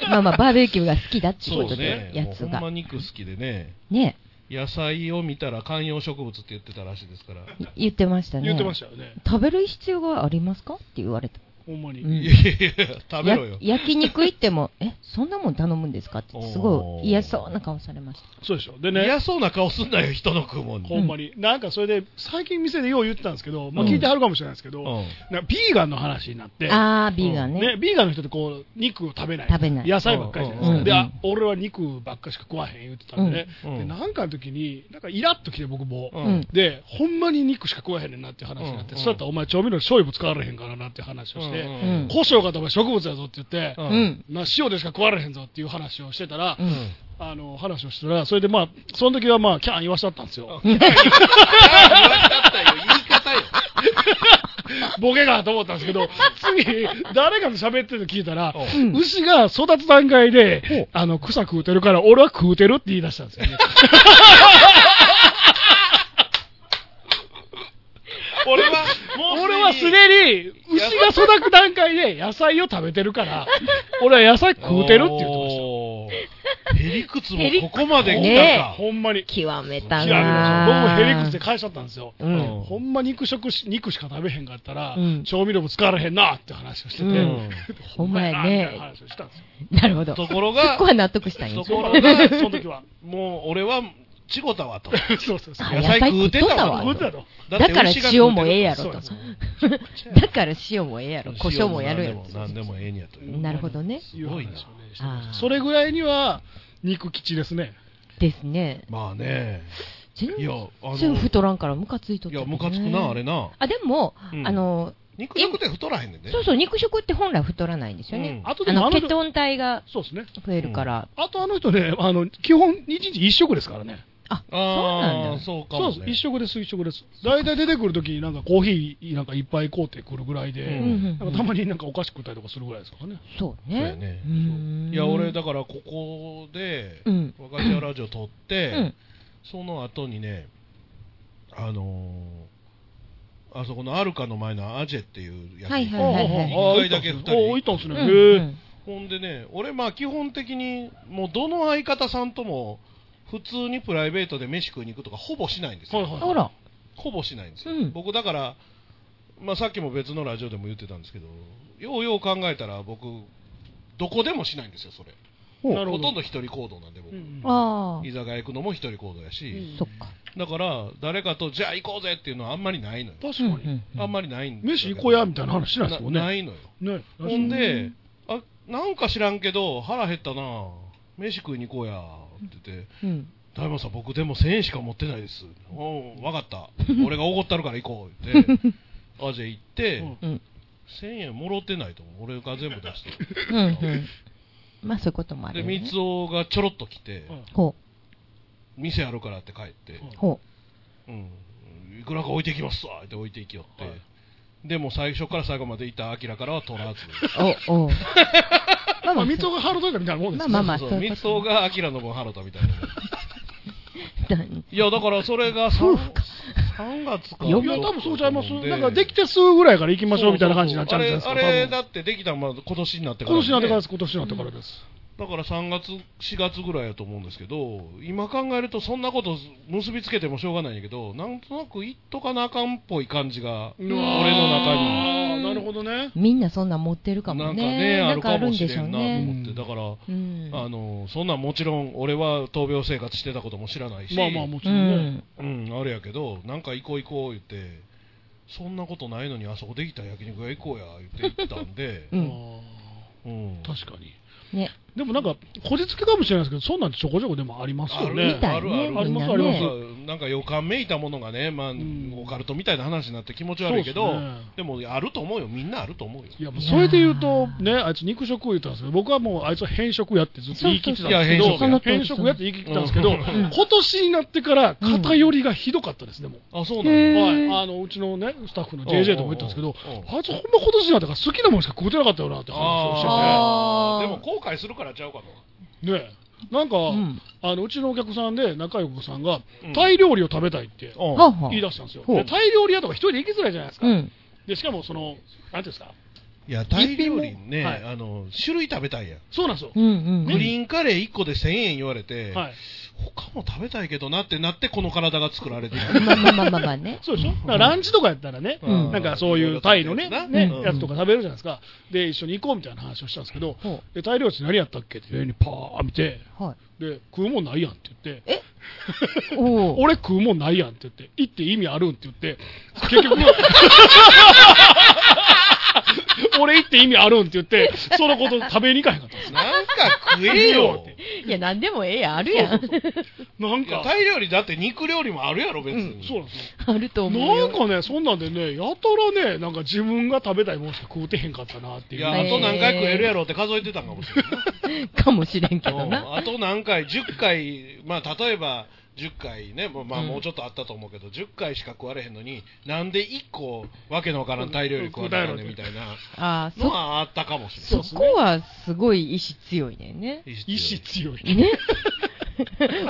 [SPEAKER 2] まあまあ、バーベキューが好きだっていう
[SPEAKER 3] そう
[SPEAKER 2] こと
[SPEAKER 3] ね
[SPEAKER 2] で、。
[SPEAKER 3] も
[SPEAKER 2] や
[SPEAKER 3] う
[SPEAKER 2] つ
[SPEAKER 3] ほんま
[SPEAKER 2] が。
[SPEAKER 3] 肉好きでね、
[SPEAKER 2] ね。
[SPEAKER 3] 野菜を見たら観葉植物って言ってたらしいですから。
[SPEAKER 2] い言ってましたね。
[SPEAKER 1] 言ってましたよね。
[SPEAKER 2] 食べる必要がありますかって言われた。
[SPEAKER 1] ほんまに。
[SPEAKER 2] うん
[SPEAKER 3] いやいやいや、食べろよ。
[SPEAKER 2] や焼肉行っても、 え、そんなもん頼むんですかって、すご
[SPEAKER 3] おー
[SPEAKER 2] い嫌そうな顔されました。
[SPEAKER 1] そうでしょ。でね、
[SPEAKER 3] 嫌そうな顔すんなよ、人の食うもんに。
[SPEAKER 1] ほんまに。なんかそれで、最近店でよう言ってたんですけど、まあ
[SPEAKER 3] うん
[SPEAKER 1] 聞いてはるかもしれないですけど、
[SPEAKER 3] うん
[SPEAKER 1] なんかビーガンの話になって、
[SPEAKER 2] ああ、ビーガン
[SPEAKER 1] ね、
[SPEAKER 2] ね。
[SPEAKER 1] ビーガンの人ってこう、肉を食べない。
[SPEAKER 2] 食べない
[SPEAKER 1] 野菜ばっかりじゃないです
[SPEAKER 2] う
[SPEAKER 1] か。
[SPEAKER 2] ん
[SPEAKER 1] で、
[SPEAKER 2] うん
[SPEAKER 1] あ俺は肉ばっかしか食わへん言ってたんでね。
[SPEAKER 3] うん
[SPEAKER 1] で、なんかの時に、なんかイラッときて僕も、
[SPEAKER 3] うん
[SPEAKER 2] うん。
[SPEAKER 1] で、ほんまに肉しか食わへんねんなっていう話になって、
[SPEAKER 3] うん
[SPEAKER 1] そうやったらお前調味料醤油も使われへんからなっていう話をして、
[SPEAKER 3] うん
[SPEAKER 2] うん
[SPEAKER 1] 胡椒がお前植物やぞって言って、
[SPEAKER 3] う
[SPEAKER 2] うんん。
[SPEAKER 1] な塩でしか食われへんぞっていう話をしてたら、
[SPEAKER 2] うん。
[SPEAKER 1] あの話をしてたら、それでまあ、その時はまあ、キャン言わしちゃったんですよ。
[SPEAKER 3] 言い方よ。
[SPEAKER 1] ボケがと思ったんですけ ど、次、誰かと喋ってるの聞いたら、
[SPEAKER 3] う
[SPEAKER 2] うん
[SPEAKER 1] 牛が育つ段階で、あの、草食うてるから、俺は食うてるって言い出したんですよね。
[SPEAKER 3] 俺は、もう
[SPEAKER 1] 俺はすでに、牛が育つ段階で野菜を食べてるから、俺は野菜食うてるって言ってまし
[SPEAKER 3] ました。へりくつもここまで来
[SPEAKER 1] た。
[SPEAKER 3] たか。
[SPEAKER 1] ほんまに。
[SPEAKER 2] 極め
[SPEAKER 1] 極
[SPEAKER 2] た
[SPEAKER 1] めま
[SPEAKER 2] な
[SPEAKER 1] した僕も
[SPEAKER 2] あ
[SPEAKER 1] ヘリクスで返しちゃったんですよ。
[SPEAKER 2] うん。
[SPEAKER 1] ほんま肉食し、肉しか食べへんかったら、
[SPEAKER 2] うん
[SPEAKER 1] 調味料も使われへんなって話をしてて、
[SPEAKER 2] うん
[SPEAKER 3] うん
[SPEAKER 2] ほんまや
[SPEAKER 1] みたいな
[SPEAKER 2] ね。
[SPEAKER 1] 話をしたんですよ。
[SPEAKER 2] なるほど。
[SPEAKER 3] と
[SPEAKER 2] そ
[SPEAKER 3] ころが
[SPEAKER 2] こ、は納得したんや
[SPEAKER 3] と。
[SPEAKER 1] そ
[SPEAKER 3] ころ
[SPEAKER 1] う
[SPEAKER 3] が
[SPEAKER 1] その 時は。
[SPEAKER 3] もう俺は、ちごたわと。
[SPEAKER 1] そうそうそう。
[SPEAKER 2] あ
[SPEAKER 3] 野菜食うてた
[SPEAKER 2] あ
[SPEAKER 3] わ
[SPEAKER 1] 食うてたと。
[SPEAKER 2] だから塩もええやろ
[SPEAKER 1] そう
[SPEAKER 2] と
[SPEAKER 1] です。
[SPEAKER 2] だから塩もええやろ、胡椒もやるや
[SPEAKER 3] ろ。
[SPEAKER 2] ろ。
[SPEAKER 3] 何でもええんやとい う。
[SPEAKER 2] なるほどね。
[SPEAKER 3] すごいな
[SPEAKER 1] う話をねして
[SPEAKER 2] あー
[SPEAKER 1] それぐらいには、肉吉ですね。
[SPEAKER 2] ですね。
[SPEAKER 3] まあね。
[SPEAKER 2] 全
[SPEAKER 3] いや、あ
[SPEAKER 2] 然
[SPEAKER 3] の、
[SPEAKER 2] 太らんからムカついとっ
[SPEAKER 3] い
[SPEAKER 2] たけ
[SPEAKER 3] や、
[SPEAKER 2] どね
[SPEAKER 3] ムカつくな、あれな。
[SPEAKER 2] あ、でも、
[SPEAKER 3] うん
[SPEAKER 2] あの、
[SPEAKER 3] 肉食って太らへんねんね。
[SPEAKER 2] そうそう、肉食って本来太らないんですよね。
[SPEAKER 1] あと
[SPEAKER 2] あ
[SPEAKER 1] でも
[SPEAKER 2] の、
[SPEAKER 1] あの
[SPEAKER 2] 血糖体が
[SPEAKER 1] そうですね。
[SPEAKER 2] 増えるから。
[SPEAKER 1] あとあの人ね、あの、基本、1日1食ですからね。
[SPEAKER 2] あ、そうな
[SPEAKER 3] あ
[SPEAKER 2] ん
[SPEAKER 3] あ、
[SPEAKER 2] だ。
[SPEAKER 3] そうか
[SPEAKER 1] そ
[SPEAKER 3] も
[SPEAKER 1] う
[SPEAKER 3] ね。
[SPEAKER 1] です。1食です、1食です。大体出てくる時になんかコーヒーなんかいっぱい買うてくるぐらいで、
[SPEAKER 3] うん
[SPEAKER 2] うん
[SPEAKER 1] なんかたまになんかお菓子食ったりとかするぐらいですからね。
[SPEAKER 2] そう
[SPEAKER 3] そうや
[SPEAKER 2] ね。
[SPEAKER 3] ね
[SPEAKER 2] うーん
[SPEAKER 3] いや、俺、だからここで
[SPEAKER 2] う、ん。
[SPEAKER 3] 若手ラジオ撮って、
[SPEAKER 2] うん。
[SPEAKER 3] その後にね、あのーあそこのアルカの前のアジェっていう焼
[SPEAKER 2] はい
[SPEAKER 3] き肉、
[SPEAKER 2] はいはい
[SPEAKER 1] ああ
[SPEAKER 3] 一回だけ二人
[SPEAKER 1] ああいたんですね。
[SPEAKER 2] う
[SPEAKER 1] へ
[SPEAKER 2] んう
[SPEAKER 1] え。
[SPEAKER 2] ん
[SPEAKER 3] ほんでね、俺、まあ基本的に、もうどの相方さんとも、普通にプライベートで飯食いに行くとか、ほぼしないんですよ、
[SPEAKER 1] はいはい
[SPEAKER 2] あら。
[SPEAKER 3] ほぼしないんですよ、
[SPEAKER 2] うん
[SPEAKER 3] 僕だから、まあ、さっきも別のラジオでも言ってたんですけど、ようよう考えたら、僕、どこでもしないんですよ、それ、
[SPEAKER 1] ほう
[SPEAKER 3] ほとんど一人行動なんで、僕、
[SPEAKER 1] うん
[SPEAKER 2] あ
[SPEAKER 3] 居
[SPEAKER 2] あ。
[SPEAKER 3] 酒屋行くのも一人行動やし。
[SPEAKER 1] うん
[SPEAKER 2] そっか。
[SPEAKER 3] だから、誰かと、じゃあ行こうぜっていうのはあんまりないのよ。
[SPEAKER 1] 確か
[SPEAKER 2] うんう
[SPEAKER 1] に。
[SPEAKER 2] んうん
[SPEAKER 3] あんまりないんだけど
[SPEAKER 1] 飯行こうやみたいな話しないですもん
[SPEAKER 3] な
[SPEAKER 1] ね。
[SPEAKER 3] いのよ。
[SPEAKER 1] ね。
[SPEAKER 3] ほんで、あ、なんか知らんけど、腹減ったな飯食いに行こうや。って言って、
[SPEAKER 2] うん。
[SPEAKER 3] 大門さん、僕でも1000円しか持ってないです。おうわかった。俺がおごったるから行こう。って、 あ、じゃあ行って、
[SPEAKER 1] うん
[SPEAKER 2] うん。
[SPEAKER 3] 1000円もろってないと思う。俺が全部出してる。
[SPEAKER 2] うんうん。まあ、そういうこともある
[SPEAKER 3] で、
[SPEAKER 2] よね
[SPEAKER 3] 三。尾がちょろっと来て、
[SPEAKER 1] うん
[SPEAKER 2] ほ
[SPEAKER 3] 店あるからって帰って、
[SPEAKER 2] う。ほ
[SPEAKER 3] うん、いくらか置いてきますわって置いていきよって、
[SPEAKER 1] はい
[SPEAKER 3] でも最初から最後までいたアキラからは取らず、
[SPEAKER 2] う。 お、おう。まあ
[SPEAKER 1] ま
[SPEAKER 2] ま
[SPEAKER 1] あ、
[SPEAKER 2] あ、
[SPEAKER 1] 三つがハードだみたいなもんですよ
[SPEAKER 2] ま あまあ
[SPEAKER 3] そ
[SPEAKER 2] そうう
[SPEAKER 3] そ
[SPEAKER 2] いううこと
[SPEAKER 3] 三尾がアキラの分払ったみたいな。
[SPEAKER 2] そう
[SPEAKER 3] いや、だからそれ が
[SPEAKER 2] 夫
[SPEAKER 3] 3,
[SPEAKER 2] 婦か
[SPEAKER 3] 月か。
[SPEAKER 1] いや、多分そうちゃいます。なんかでき
[SPEAKER 3] て
[SPEAKER 1] てすぐぐらいから行きましょうみたいな感じになっちゃうんじゃないですか。
[SPEAKER 3] あれあれ
[SPEAKER 1] 多分
[SPEAKER 3] だってできたのは今年になってか
[SPEAKER 1] 今
[SPEAKER 3] ら、
[SPEAKER 1] 年になってからです、今年になってからです。
[SPEAKER 3] だから3月、4月ぐらいやと思うんですけど、今考えるとそんなこと結びつけてもしょうがないんやけど、なんとなく言っとかなあかんっぽい感じが、俺
[SPEAKER 1] うわー
[SPEAKER 3] の中に。
[SPEAKER 1] あーなるほどね。
[SPEAKER 2] みんなそんなん持ってるかもね。
[SPEAKER 3] な
[SPEAKER 2] なんん
[SPEAKER 3] か
[SPEAKER 2] かあ
[SPEAKER 3] ね、あるか
[SPEAKER 2] る
[SPEAKER 3] も
[SPEAKER 2] ん
[SPEAKER 3] し
[SPEAKER 2] で
[SPEAKER 3] れ
[SPEAKER 2] しょうん
[SPEAKER 3] なと
[SPEAKER 2] ね。
[SPEAKER 3] 思って、だから、
[SPEAKER 2] うん。
[SPEAKER 3] あの、そんなんもちろん、俺は闘病生活してたことも知らないし、
[SPEAKER 1] まあまあ、もち
[SPEAKER 2] う
[SPEAKER 1] ろんね。
[SPEAKER 2] ん。
[SPEAKER 3] うん、あれやけど、なんか行こう行こう言って、そんなことないのに、あそこできた焼肉屋行こうや、言って行ったんで
[SPEAKER 2] う、ん。
[SPEAKER 1] あ
[SPEAKER 3] うん
[SPEAKER 1] ー確かに。
[SPEAKER 2] ね。
[SPEAKER 1] でもなんか、こじつけかもしれないですけど、そんなんちょこちょこでもあります
[SPEAKER 3] あ
[SPEAKER 1] よ
[SPEAKER 3] る
[SPEAKER 1] ね
[SPEAKER 2] み。たいね
[SPEAKER 3] あるある
[SPEAKER 1] みんなね
[SPEAKER 3] ありますありますなんか予感めいたものがね、まあ、
[SPEAKER 1] ん
[SPEAKER 3] オカルトみたいな話になって気持ち悪いけど、
[SPEAKER 1] そうっすね
[SPEAKER 3] でもあると思うよ、みんなあると思うよ。
[SPEAKER 1] いやもうそれで言うと、ね、あいつ肉食言ったんですけど、僕はもうあいつは偏食やってずっと言い切ってたんですけど、
[SPEAKER 3] そうそうそういや
[SPEAKER 1] 偏
[SPEAKER 2] 偏
[SPEAKER 1] 食
[SPEAKER 2] 食
[SPEAKER 1] や
[SPEAKER 2] や
[SPEAKER 1] って言い切ってたんですけど、
[SPEAKER 3] うん
[SPEAKER 1] 今年になってから偏りがひどかったですね、もう。
[SPEAKER 3] あ、そうな
[SPEAKER 1] は
[SPEAKER 3] の
[SPEAKER 1] い、あのうちのね、スタッフの JJ とも言ったんですけど、
[SPEAKER 3] うんうんうん
[SPEAKER 1] あいつほんま今年になってから好きなものしか食うてなかったよなって話をして
[SPEAKER 3] あー
[SPEAKER 2] あー
[SPEAKER 3] でも後悔するからちゃうかな。
[SPEAKER 1] て、ねえ、なんか、う
[SPEAKER 2] うん
[SPEAKER 1] あのうちのお客さんで仲良い子さんが、
[SPEAKER 3] うん
[SPEAKER 1] タイ料理を食べたいって
[SPEAKER 3] うん
[SPEAKER 2] はは
[SPEAKER 1] 言い出したんですよ。
[SPEAKER 2] ほう
[SPEAKER 1] でタイ料理屋とか一人で行きづらいじゃないですか。
[SPEAKER 2] うん。
[SPEAKER 1] でしかもその、なんていうんですか、
[SPEAKER 3] いや、タイ料理
[SPEAKER 1] 一品
[SPEAKER 3] ね、
[SPEAKER 1] もはい
[SPEAKER 3] あの、種類食べたいやん。
[SPEAKER 1] そうなんですよ。
[SPEAKER 2] うんうん。
[SPEAKER 3] グリーンカレー1個で1000円言われて、
[SPEAKER 1] はい、
[SPEAKER 3] 他も食べたいけどなってなって、この体が作られてる。
[SPEAKER 2] まあまあまあまあまあ ね。
[SPEAKER 1] そうでしょだからランチとかやったらね、
[SPEAKER 2] うん
[SPEAKER 1] なんか そういうタイのね、ね
[SPEAKER 2] うん
[SPEAKER 1] やつとか食べるじゃないですか。で、一緒に行こうみたいな話をしたんですけど、
[SPEAKER 2] ほ
[SPEAKER 1] でタイ料理って何やったっけって上にパー見て、
[SPEAKER 2] う。はい。
[SPEAKER 1] で、食うもんないやんって言って、
[SPEAKER 2] えおお。
[SPEAKER 1] 俺食うもんないやんって言って、行って意味あるんって言って、結 局、俺行って意味あるんって言って、そのこと食べに行かへんかったんですね。
[SPEAKER 3] なんか食えよ
[SPEAKER 1] って。
[SPEAKER 2] いや、なんでもええやん、あるやん。
[SPEAKER 1] なん
[SPEAKER 3] いや
[SPEAKER 1] か、
[SPEAKER 3] タイ料理だって肉料理もあるやろ、別に。
[SPEAKER 1] そうなんですよ。
[SPEAKER 2] あると思う
[SPEAKER 1] な
[SPEAKER 2] よ。
[SPEAKER 1] んかね、そんなんでね、やたらね、なんか自分が食べたいものしか食うてへんかったなってい。
[SPEAKER 3] いうや、
[SPEAKER 2] へー
[SPEAKER 3] あと何回食えるやろって数えてたんかもしれない。
[SPEAKER 2] かもしれんけど
[SPEAKER 3] うん
[SPEAKER 2] な。
[SPEAKER 3] あと何回、10回、まあ、例えば10回ね、もうまあ、
[SPEAKER 2] うん
[SPEAKER 3] もうちょっとあったと思うけど、10回しか食われへんのに、なんで1個、わけのわからん大量に食われへんねんみたいな
[SPEAKER 2] あ
[SPEAKER 3] のはあったかもしれ
[SPEAKER 2] そ、
[SPEAKER 3] ない。
[SPEAKER 2] そこはすごい意志強いねんね。
[SPEAKER 1] 意志強い。
[SPEAKER 2] ね。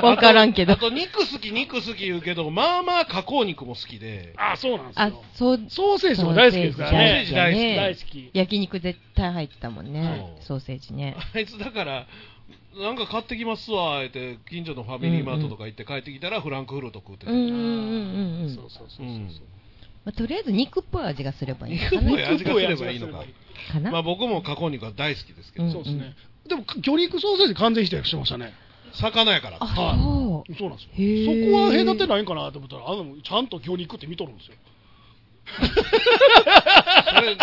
[SPEAKER 2] わからんけど
[SPEAKER 3] あ。と、肉好き、肉好き言うけど、まあまあ加工肉も好きで、
[SPEAKER 1] あ、そうなんです
[SPEAKER 2] あ
[SPEAKER 1] よ。、
[SPEAKER 2] そう、
[SPEAKER 1] ソーセージも大好きですからね。
[SPEAKER 3] ソーセージ大好き
[SPEAKER 1] 大好き。
[SPEAKER 2] 焼肉絶対入ってたもんね。
[SPEAKER 3] そう
[SPEAKER 2] ソーセージね。
[SPEAKER 3] あいつだから、なんか買ってきますわ、って、近所のファミリーマートとか行って帰ってきたら、フランクフルト食うて
[SPEAKER 2] う
[SPEAKER 3] て
[SPEAKER 2] んうんうんうん
[SPEAKER 1] そうそうそうそう。
[SPEAKER 2] まあ。とりあえず肉っぽい味がすればいい
[SPEAKER 3] 肉
[SPEAKER 2] か
[SPEAKER 3] っぽ
[SPEAKER 2] な。
[SPEAKER 3] い味がすればいいのか。
[SPEAKER 2] かな
[SPEAKER 3] まあ僕も加工肉は大好きですけど、
[SPEAKER 2] うん
[SPEAKER 1] そうですね。でも、魚肉ソーセージ完全否定してましたね。
[SPEAKER 3] 魚やから。
[SPEAKER 2] あ、
[SPEAKER 1] はい
[SPEAKER 2] そう。
[SPEAKER 1] そうなんですよ。
[SPEAKER 2] へー
[SPEAKER 1] そこは隔てないんかなと思ったら、あのちゃんと魚肉って見とるんですよ。
[SPEAKER 3] それ
[SPEAKER 2] うん。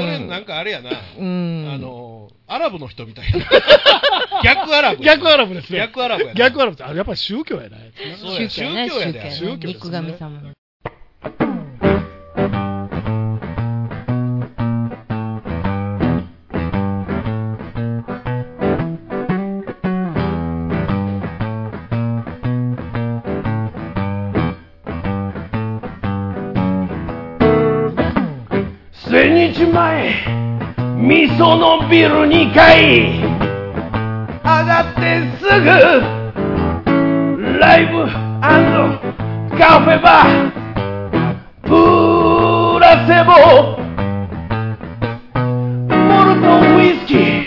[SPEAKER 3] それなんかあれやな、
[SPEAKER 2] うん。
[SPEAKER 3] あ、のーアラブの人みたい な逆アラブ
[SPEAKER 1] 逆アラブですね。
[SPEAKER 3] 逆アラブやな
[SPEAKER 1] 逆アラブって、あれやっぱり宗教やない。
[SPEAKER 3] そうや
[SPEAKER 2] 宗教やね、
[SPEAKER 3] 宗教
[SPEAKER 2] 宗
[SPEAKER 3] やで
[SPEAKER 2] 教やね。
[SPEAKER 1] 宗教ですね
[SPEAKER 2] 肉神様の。
[SPEAKER 5] 千日前味噌のビル2階上がってすぐライブカフェバープラセボモルトウイスキー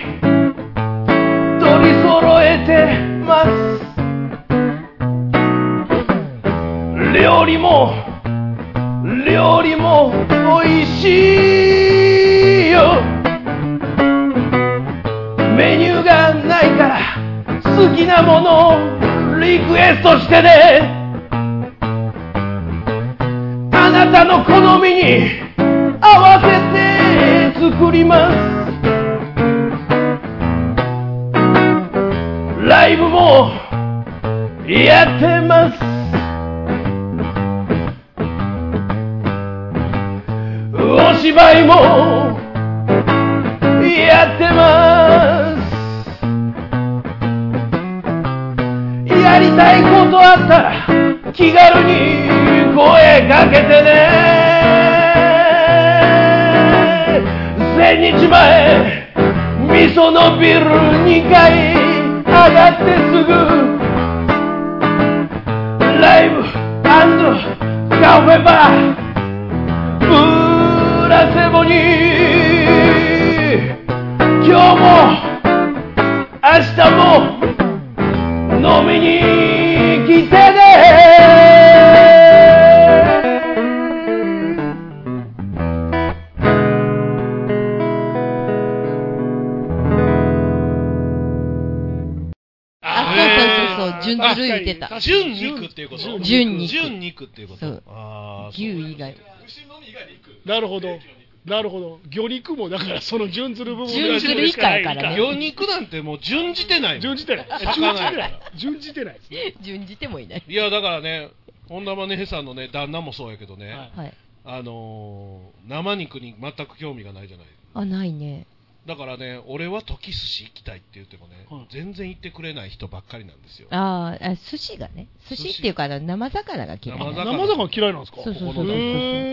[SPEAKER 5] 取り揃えてます料理も料理も美味しいよメニューがないから好きなものをリクエストしてねあなたの好みに合わせて作りますライブもやってますお芝居もやってますやりたいことあったら気軽に声かけてね千日前味噌のビル2階上がってすぐライブカフェバープラセボに今日も明日も飲みに来てね
[SPEAKER 2] あ、そうそうそうそう、順ずる言ってた。
[SPEAKER 3] 純肉っていうこと
[SPEAKER 2] 純肉
[SPEAKER 3] 純肉っていうこ
[SPEAKER 2] そ
[SPEAKER 3] と
[SPEAKER 2] う
[SPEAKER 3] あー
[SPEAKER 2] 牛以外。
[SPEAKER 1] なるほど。なるほど。魚肉も、だからその準ずる部分
[SPEAKER 2] 準ずる以下やからね
[SPEAKER 3] 魚肉なんてもう順じてないも ん
[SPEAKER 1] 準じてない。準じてない。準じてないですね。
[SPEAKER 2] 順じてもいない。
[SPEAKER 3] いやだからね本田マネさんのね旦那もそうやけどね、
[SPEAKER 1] はい
[SPEAKER 2] はい。
[SPEAKER 3] あのー生肉に全く興味がないじゃない
[SPEAKER 2] あ、ないね。
[SPEAKER 3] だからね俺は時寿司行きたいって言ってもね、
[SPEAKER 1] はい
[SPEAKER 3] 全然行ってくれない人ばっかりなんですよ
[SPEAKER 2] あーあ、寿司がね。寿司っていうか、あの生魚が嫌い
[SPEAKER 3] 生
[SPEAKER 2] な。
[SPEAKER 3] 魚
[SPEAKER 1] 生魚嫌いなんですか
[SPEAKER 2] そうそうそう
[SPEAKER 3] ここ
[SPEAKER 2] そう。
[SPEAKER 3] の
[SPEAKER 1] へ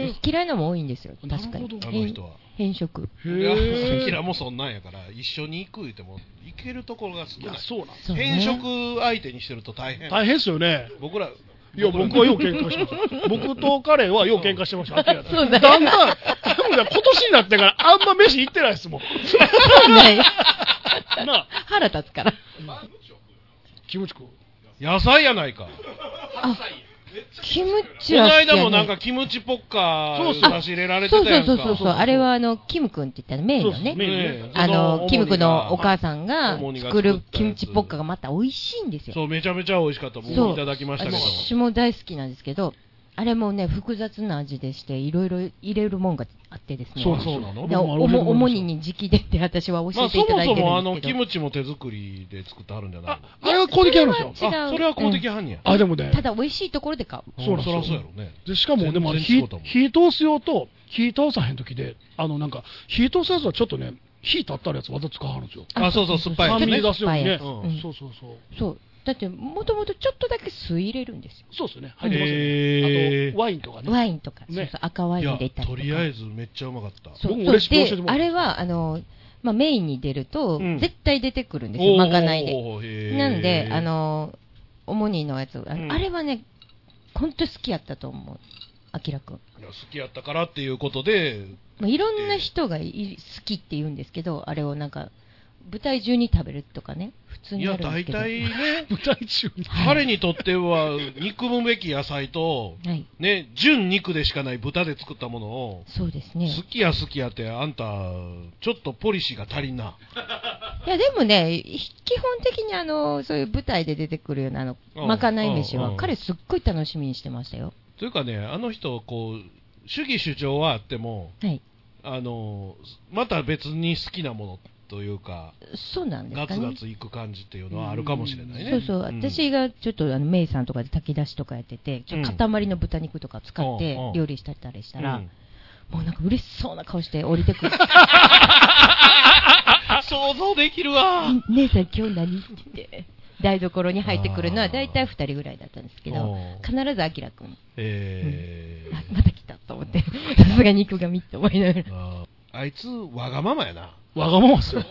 [SPEAKER 1] ー
[SPEAKER 2] 嫌いなのも多いんですよ。確か
[SPEAKER 1] なるほ
[SPEAKER 2] に
[SPEAKER 1] ど。
[SPEAKER 3] あの
[SPEAKER 2] 変
[SPEAKER 3] 人は
[SPEAKER 2] 変色。
[SPEAKER 3] いや
[SPEAKER 1] へー
[SPEAKER 3] キラもそんなんやから一緒に行く言っても行けるところが少
[SPEAKER 1] い
[SPEAKER 3] な
[SPEAKER 1] や
[SPEAKER 3] い
[SPEAKER 1] そうなんです
[SPEAKER 2] そうね
[SPEAKER 3] 変色相手にしてると大変
[SPEAKER 1] 大変ですよね
[SPEAKER 3] 僕ら
[SPEAKER 1] いや、僕はよう喧嘩しま した。僕と彼はよう喧嘩してました。明らかに
[SPEAKER 2] そうだ
[SPEAKER 1] だんだん、多分ね、今年になってからあんま飯行ってない ですもん。
[SPEAKER 2] ない。
[SPEAKER 1] なあ、
[SPEAKER 2] 腹立つから。
[SPEAKER 1] キムチ君。
[SPEAKER 3] 野菜やないか
[SPEAKER 2] キム
[SPEAKER 3] こ
[SPEAKER 2] チは
[SPEAKER 3] の
[SPEAKER 2] 好きやね
[SPEAKER 3] 間もなんかキムチポッカ
[SPEAKER 1] そうそ
[SPEAKER 3] ー
[SPEAKER 1] う
[SPEAKER 3] 差し入れられ
[SPEAKER 2] そ
[SPEAKER 3] て
[SPEAKER 2] う
[SPEAKER 3] た
[SPEAKER 2] そう
[SPEAKER 3] や
[SPEAKER 2] んそ
[SPEAKER 3] か
[SPEAKER 2] うそうそう。あれはあの、キムくんって言ったメイ
[SPEAKER 1] そう
[SPEAKER 2] の
[SPEAKER 1] です
[SPEAKER 2] ね。
[SPEAKER 1] メイン
[SPEAKER 3] ね
[SPEAKER 1] ね。
[SPEAKER 2] あ
[SPEAKER 3] そ
[SPEAKER 2] の、キムクのお母
[SPEAKER 3] ん
[SPEAKER 2] さんが
[SPEAKER 3] 主にが
[SPEAKER 2] 作
[SPEAKER 3] 作
[SPEAKER 2] る
[SPEAKER 3] ったやつ
[SPEAKER 2] キムチポッカがまた美味しいんですよ。
[SPEAKER 3] そうめちゃめちゃ美味しかった僕
[SPEAKER 2] そ
[SPEAKER 3] も
[SPEAKER 2] う
[SPEAKER 3] いただきましたけど
[SPEAKER 2] 私も大好きなんですけど、あれもね、複雑な味でして、いろいろ入れるもんがあってですね。
[SPEAKER 1] そうそうなの
[SPEAKER 2] でお
[SPEAKER 1] 僕もあれ
[SPEAKER 2] も主にに直伝で私は
[SPEAKER 3] ま
[SPEAKER 2] 教
[SPEAKER 3] あ
[SPEAKER 2] え
[SPEAKER 3] そ
[SPEAKER 2] ていた
[SPEAKER 3] も
[SPEAKER 2] だいてるんです
[SPEAKER 3] そ
[SPEAKER 2] けど。
[SPEAKER 3] もあのキムチも手作りで作ってあるんじゃない
[SPEAKER 1] あ、あれは公的あるんです
[SPEAKER 2] そ
[SPEAKER 1] よ。
[SPEAKER 2] れは違う
[SPEAKER 3] のそれは公的犯人や、
[SPEAKER 1] あ、でもね
[SPEAKER 2] た、だ美味しいところで買う。
[SPEAKER 1] そうなんです
[SPEAKER 3] そ
[SPEAKER 1] よ
[SPEAKER 3] らそうやろね
[SPEAKER 1] でしかも、でもあれ
[SPEAKER 3] 全
[SPEAKER 1] 火
[SPEAKER 3] 然違うと思う
[SPEAKER 1] 火通す用と火通さへん時で、あの、なんか、火通すやつはちょっとね、火立ったるやつわざと使わはるんですよ。
[SPEAKER 3] あそうそう酸っぱいや
[SPEAKER 1] 酸
[SPEAKER 3] つ
[SPEAKER 1] 味
[SPEAKER 3] ね
[SPEAKER 1] 出すようにね。
[SPEAKER 2] 酸っ
[SPEAKER 1] う
[SPEAKER 2] ぱいやつうん
[SPEAKER 1] んそうそうそう。
[SPEAKER 2] そう。だって、もともとちょっとだけ酢入れるんですよ。
[SPEAKER 1] そうですよね。入ってますよ
[SPEAKER 3] へ
[SPEAKER 1] ね。
[SPEAKER 3] ー
[SPEAKER 1] あと、ワインとかね。
[SPEAKER 2] ワインとか、
[SPEAKER 1] ね
[SPEAKER 2] そうそう赤ワイ
[SPEAKER 3] い
[SPEAKER 2] ン
[SPEAKER 3] や
[SPEAKER 2] 入れたりと
[SPEAKER 3] と
[SPEAKER 2] か。
[SPEAKER 3] りあえずめっちゃうまかった
[SPEAKER 2] そう
[SPEAKER 1] 僕も
[SPEAKER 2] そう
[SPEAKER 1] レシピ教えて
[SPEAKER 2] で
[SPEAKER 1] もらう
[SPEAKER 2] あれはあの、まあ、メインに出ると、
[SPEAKER 3] うん
[SPEAKER 2] 絶対出てくるんですよ、まかないで。
[SPEAKER 3] で
[SPEAKER 2] なんで、あの、オモニーのやつ、あ
[SPEAKER 3] うん
[SPEAKER 2] あれはね、本当好きやったと思う、あきらくん。
[SPEAKER 3] いや好きやったからっていうことで、
[SPEAKER 2] まあ、いろんな人がい好きって言うんですけど、あれをなんか、舞台中に食べるとかね、普通
[SPEAKER 3] い
[SPEAKER 2] に
[SPEAKER 3] や、
[SPEAKER 2] あるんです
[SPEAKER 3] 大
[SPEAKER 2] けど。
[SPEAKER 3] 体ね、
[SPEAKER 1] 舞台中に。
[SPEAKER 3] 彼にとっては、憎むべき野菜と、
[SPEAKER 2] はい、
[SPEAKER 3] ね、純肉でしかない豚で作ったものを、
[SPEAKER 2] そうですね。
[SPEAKER 3] 好きや好きやって、あんた、ちょっとポリシーが足りんな。
[SPEAKER 2] いや、でもね、ひ基本的にあの、そういう舞台で出てくるような、あの、
[SPEAKER 3] うん
[SPEAKER 2] まかない飯
[SPEAKER 3] うん
[SPEAKER 2] は、彼すっごい楽しみにしてましたよ。
[SPEAKER 3] というかね、あの人、こう、主義主張はあっても、
[SPEAKER 2] はい。
[SPEAKER 3] あの、また別に好きなものというか、
[SPEAKER 2] そうなんです
[SPEAKER 3] ガ
[SPEAKER 2] か
[SPEAKER 3] ツ
[SPEAKER 2] ね。
[SPEAKER 3] ガツいく感じっていうのはあるかもしれないね。
[SPEAKER 2] そうそう、
[SPEAKER 3] ん
[SPEAKER 2] 私がちょっとあのメイさんとかで炊き出しとかやってて、ちょっと塊の豚肉とか使っ
[SPEAKER 3] う
[SPEAKER 2] て
[SPEAKER 3] んうん
[SPEAKER 2] 料理したりしたら、
[SPEAKER 3] うん
[SPEAKER 2] もうなんか嬉しそうな顔して降りてく る、
[SPEAKER 3] あ想像できるわ。
[SPEAKER 2] 姉さん、今日何って言って、台所に入ってくるのは大体2人ぐらいだったんですけ
[SPEAKER 3] お
[SPEAKER 2] ど
[SPEAKER 3] う、
[SPEAKER 2] 必ずあきらくん、
[SPEAKER 3] えー
[SPEAKER 2] あまた来たと思って、 さすが肉がみって思いながら。
[SPEAKER 3] あーあいつ、わがままやな。
[SPEAKER 1] わがままっすよ。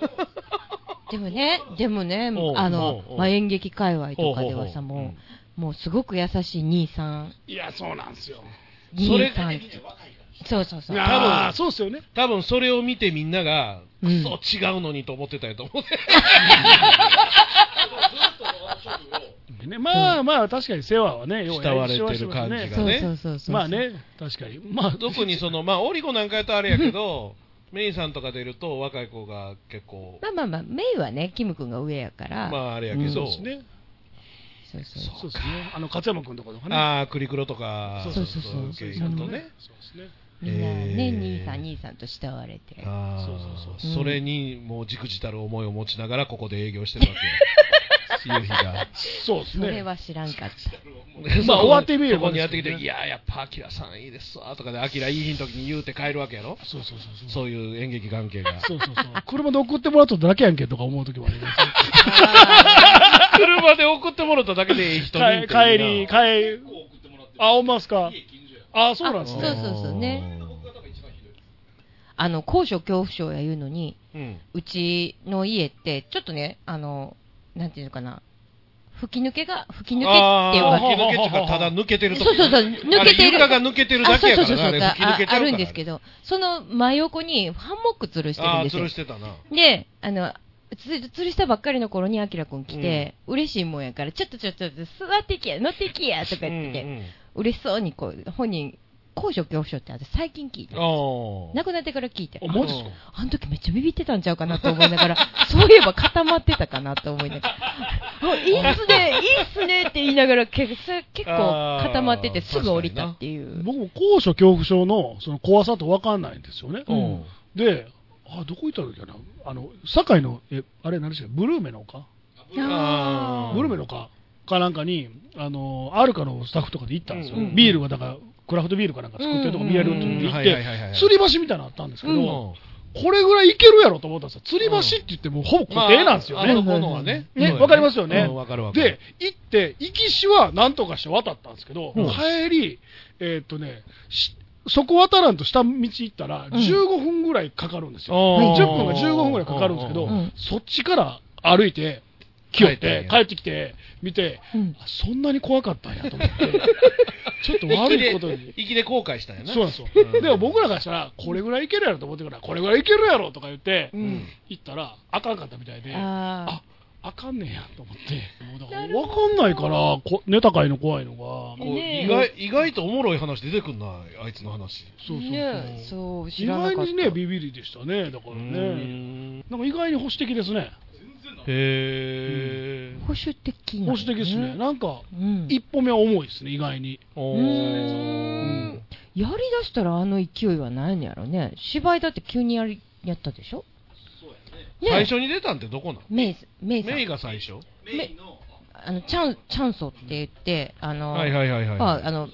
[SPEAKER 2] でもね、でもね
[SPEAKER 3] おう、
[SPEAKER 2] あ
[SPEAKER 3] おう
[SPEAKER 2] の
[SPEAKER 3] おう、
[SPEAKER 2] まあ、演劇界隈とかでは
[SPEAKER 3] おうおうお
[SPEAKER 2] さ、
[SPEAKER 3] う
[SPEAKER 2] もう、もうすごく優しい兄さん、
[SPEAKER 1] いや、そうなんですよ。
[SPEAKER 3] それ
[SPEAKER 2] 兄さん、そうそうそう。
[SPEAKER 1] ああ、そうですよね。
[SPEAKER 3] 多分それを見てみんなが、
[SPEAKER 2] う
[SPEAKER 3] ク
[SPEAKER 2] ん
[SPEAKER 3] ソ違うのにと思ってたやと思うね。
[SPEAKER 1] ね、まあまあ、確かに世話はね、要は
[SPEAKER 3] 慕われてる感じが
[SPEAKER 1] 一緒は
[SPEAKER 2] そう
[SPEAKER 1] してますね
[SPEAKER 3] ね
[SPEAKER 2] そうそうそう。
[SPEAKER 1] まあ。ね、確かに。まあ、
[SPEAKER 3] 特にその、まあ、オリコなんかやったらあれやけど、メイさんとか出ると若い子が結構、
[SPEAKER 2] まあまあまあ、メイはね、キム君が上やから。
[SPEAKER 3] まああれやけど、
[SPEAKER 1] そうですね。
[SPEAKER 2] そうそう。
[SPEAKER 1] そうですね。あの、勝山君とかとかね。
[SPEAKER 3] ああ、クリクロとか、
[SPEAKER 2] そうそうそう
[SPEAKER 3] 受け入れるとね。
[SPEAKER 1] そうですね。
[SPEAKER 2] みんな
[SPEAKER 3] へ
[SPEAKER 2] ね、
[SPEAKER 3] ー
[SPEAKER 2] 兄さん、兄さんと慕われて。
[SPEAKER 3] あ
[SPEAKER 1] そう
[SPEAKER 3] あ
[SPEAKER 1] そう
[SPEAKER 2] そう
[SPEAKER 3] それにもうじくじたる思いを持ちながらここで営業してるわけよ夕日が
[SPEAKER 1] そうです
[SPEAKER 2] それ
[SPEAKER 1] ね。
[SPEAKER 2] は知らんかった。
[SPEAKER 1] まあ終わってみれば
[SPEAKER 3] ここにやってきて
[SPEAKER 1] で
[SPEAKER 3] 「
[SPEAKER 1] す
[SPEAKER 3] い
[SPEAKER 1] けど
[SPEAKER 3] ややっぱアキラさんいいですわ」とかで「アキラいい日の時に言うて帰るわけやろ
[SPEAKER 1] そうそうそうそう。
[SPEAKER 3] そういう演劇関係が
[SPEAKER 1] そうそうそう。車で送ってもらっただけやんけとか思うときもあります
[SPEAKER 3] 車で送ってもらっただけでいい人
[SPEAKER 1] 帰
[SPEAKER 3] に
[SPEAKER 1] 帰り、帰り。あ、おますか。あ、そうなんです
[SPEAKER 2] あ
[SPEAKER 1] ね。
[SPEAKER 2] そうそうそうねあの、高所恐怖症や言うのに、
[SPEAKER 3] うん
[SPEAKER 2] うちの家って、ちょっとね、あの、なんていうのかな、吹き抜けが、吹き抜けっていう
[SPEAKER 3] あ
[SPEAKER 2] か
[SPEAKER 3] あ、吹き抜けっていうかただ抜けてるとこ
[SPEAKER 2] そうそうそう、抜けている。
[SPEAKER 3] あれ床が抜けてるだけやから
[SPEAKER 2] あそうそうそうそう
[SPEAKER 3] なあれ吹き抜けちゃうから
[SPEAKER 2] ああるんですけど、その真横にハンモック吊るしてる
[SPEAKER 3] あ
[SPEAKER 2] ん
[SPEAKER 3] あ
[SPEAKER 2] です
[SPEAKER 3] 吊
[SPEAKER 2] よ
[SPEAKER 3] るし。てたな
[SPEAKER 2] で、あの、つ吊るしたばっかりの頃に、あきらくん来て、嬉しいもんやから、ちょっとちょっと、ちょっと座っていきや、乗っていきや、とか言って、
[SPEAKER 3] うんうん
[SPEAKER 2] 嬉しそうに、こう、本人、高所恐怖症って、私最近聞いた。
[SPEAKER 3] あ
[SPEAKER 2] 亡くなってから聞いて
[SPEAKER 1] あ、。マジですか。
[SPEAKER 2] あの時めっちゃビビってたんちゃうかなと思いながら、 そういえば固まってたかなと思いながら、もういいっすね、いいっすねって言いながら、結結構固まってて、
[SPEAKER 3] あー
[SPEAKER 2] すぐ降りたっていう。
[SPEAKER 1] 僕も高所恐怖症のその怖さとわかんないんですよね。
[SPEAKER 3] あうん
[SPEAKER 1] で、あ、どこ行った時かな。あの、堺の、え、あれ何でしたっけブルーメの丘
[SPEAKER 3] あー
[SPEAKER 1] ブルーメの丘かなんかに、あのーアルカのスタッフとかで行ったんですよ、
[SPEAKER 3] うん
[SPEAKER 1] ビールがだから、クラフトビールかなんか作ってるとこ見えるって言って行っ
[SPEAKER 3] うんうんうんはいはいはいは
[SPEAKER 1] て、
[SPEAKER 3] い
[SPEAKER 1] 吊り橋みたいなのあったんですけど、
[SPEAKER 2] うん
[SPEAKER 1] これぐらいいけるやろと思ったんですよ、吊り橋って言って、もうほぼ固定なんですよね。
[SPEAKER 3] まああそこのはね。
[SPEAKER 1] ね
[SPEAKER 3] そうよ
[SPEAKER 1] わかりますよね
[SPEAKER 3] うんわかるわか
[SPEAKER 1] で
[SPEAKER 3] る。、
[SPEAKER 1] 行って、行きしはなんとかして渡ったんですけど、
[SPEAKER 3] うん
[SPEAKER 1] 帰り、えーっとね、しそこ渡らんと下道行ったら、
[SPEAKER 2] うん
[SPEAKER 1] 15分ぐらいかかるんですよ。
[SPEAKER 3] あー
[SPEAKER 1] 10分が15分ぐらいかかるんですけど、
[SPEAKER 3] う
[SPEAKER 2] うん
[SPEAKER 1] そっちから歩いて、来よっ
[SPEAKER 3] 帰ったん
[SPEAKER 1] て
[SPEAKER 3] や、
[SPEAKER 1] 帰ってきて、見て、
[SPEAKER 2] うん
[SPEAKER 1] あそんなに怖かったんやと思 って、ちょっと悪いことに。
[SPEAKER 3] 息で後悔したんやな。
[SPEAKER 1] そうなんですよ。
[SPEAKER 3] うん
[SPEAKER 1] でも僕らからしたら、これぐらいいけるやろと思ってから、これぐらいいけるやろとか言って
[SPEAKER 2] う、ん。
[SPEAKER 1] 行ったら、あかんかったみたいで、
[SPEAKER 2] あ
[SPEAKER 1] ああかんねんやと思って、もうだから分かんないから、こ寝たかいの怖いのが、
[SPEAKER 3] こう
[SPEAKER 2] ねえ
[SPEAKER 3] 意外意外とおもろい話出てくんな、あいつの話。
[SPEAKER 1] そ
[SPEAKER 2] あ。
[SPEAKER 1] うそうそう
[SPEAKER 2] ねそう、知
[SPEAKER 1] 意
[SPEAKER 2] らなかっ
[SPEAKER 1] 外
[SPEAKER 2] た。
[SPEAKER 1] にね、ビビりでしたね、だからね、
[SPEAKER 3] ね
[SPEAKER 1] なんか意外に保守的ですね、
[SPEAKER 3] へ
[SPEAKER 2] 保守的なの
[SPEAKER 1] 保
[SPEAKER 2] ね
[SPEAKER 1] 守的ですね、。なんか、
[SPEAKER 2] うん。
[SPEAKER 1] 一歩目は重いですね、意外に。
[SPEAKER 3] ー。お
[SPEAKER 2] うーんやりだしたらあの勢いはないんやろね。芝居だって急にやりやったでしょね
[SPEAKER 3] 最初に出たんってどこな
[SPEAKER 2] メイスメイ
[SPEAKER 3] の
[SPEAKER 2] さん
[SPEAKER 3] メイが最初
[SPEAKER 4] メインの
[SPEAKER 2] あのチャンチャンソって言ってあの、
[SPEAKER 3] はいはいはいはい。
[SPEAKER 2] まああの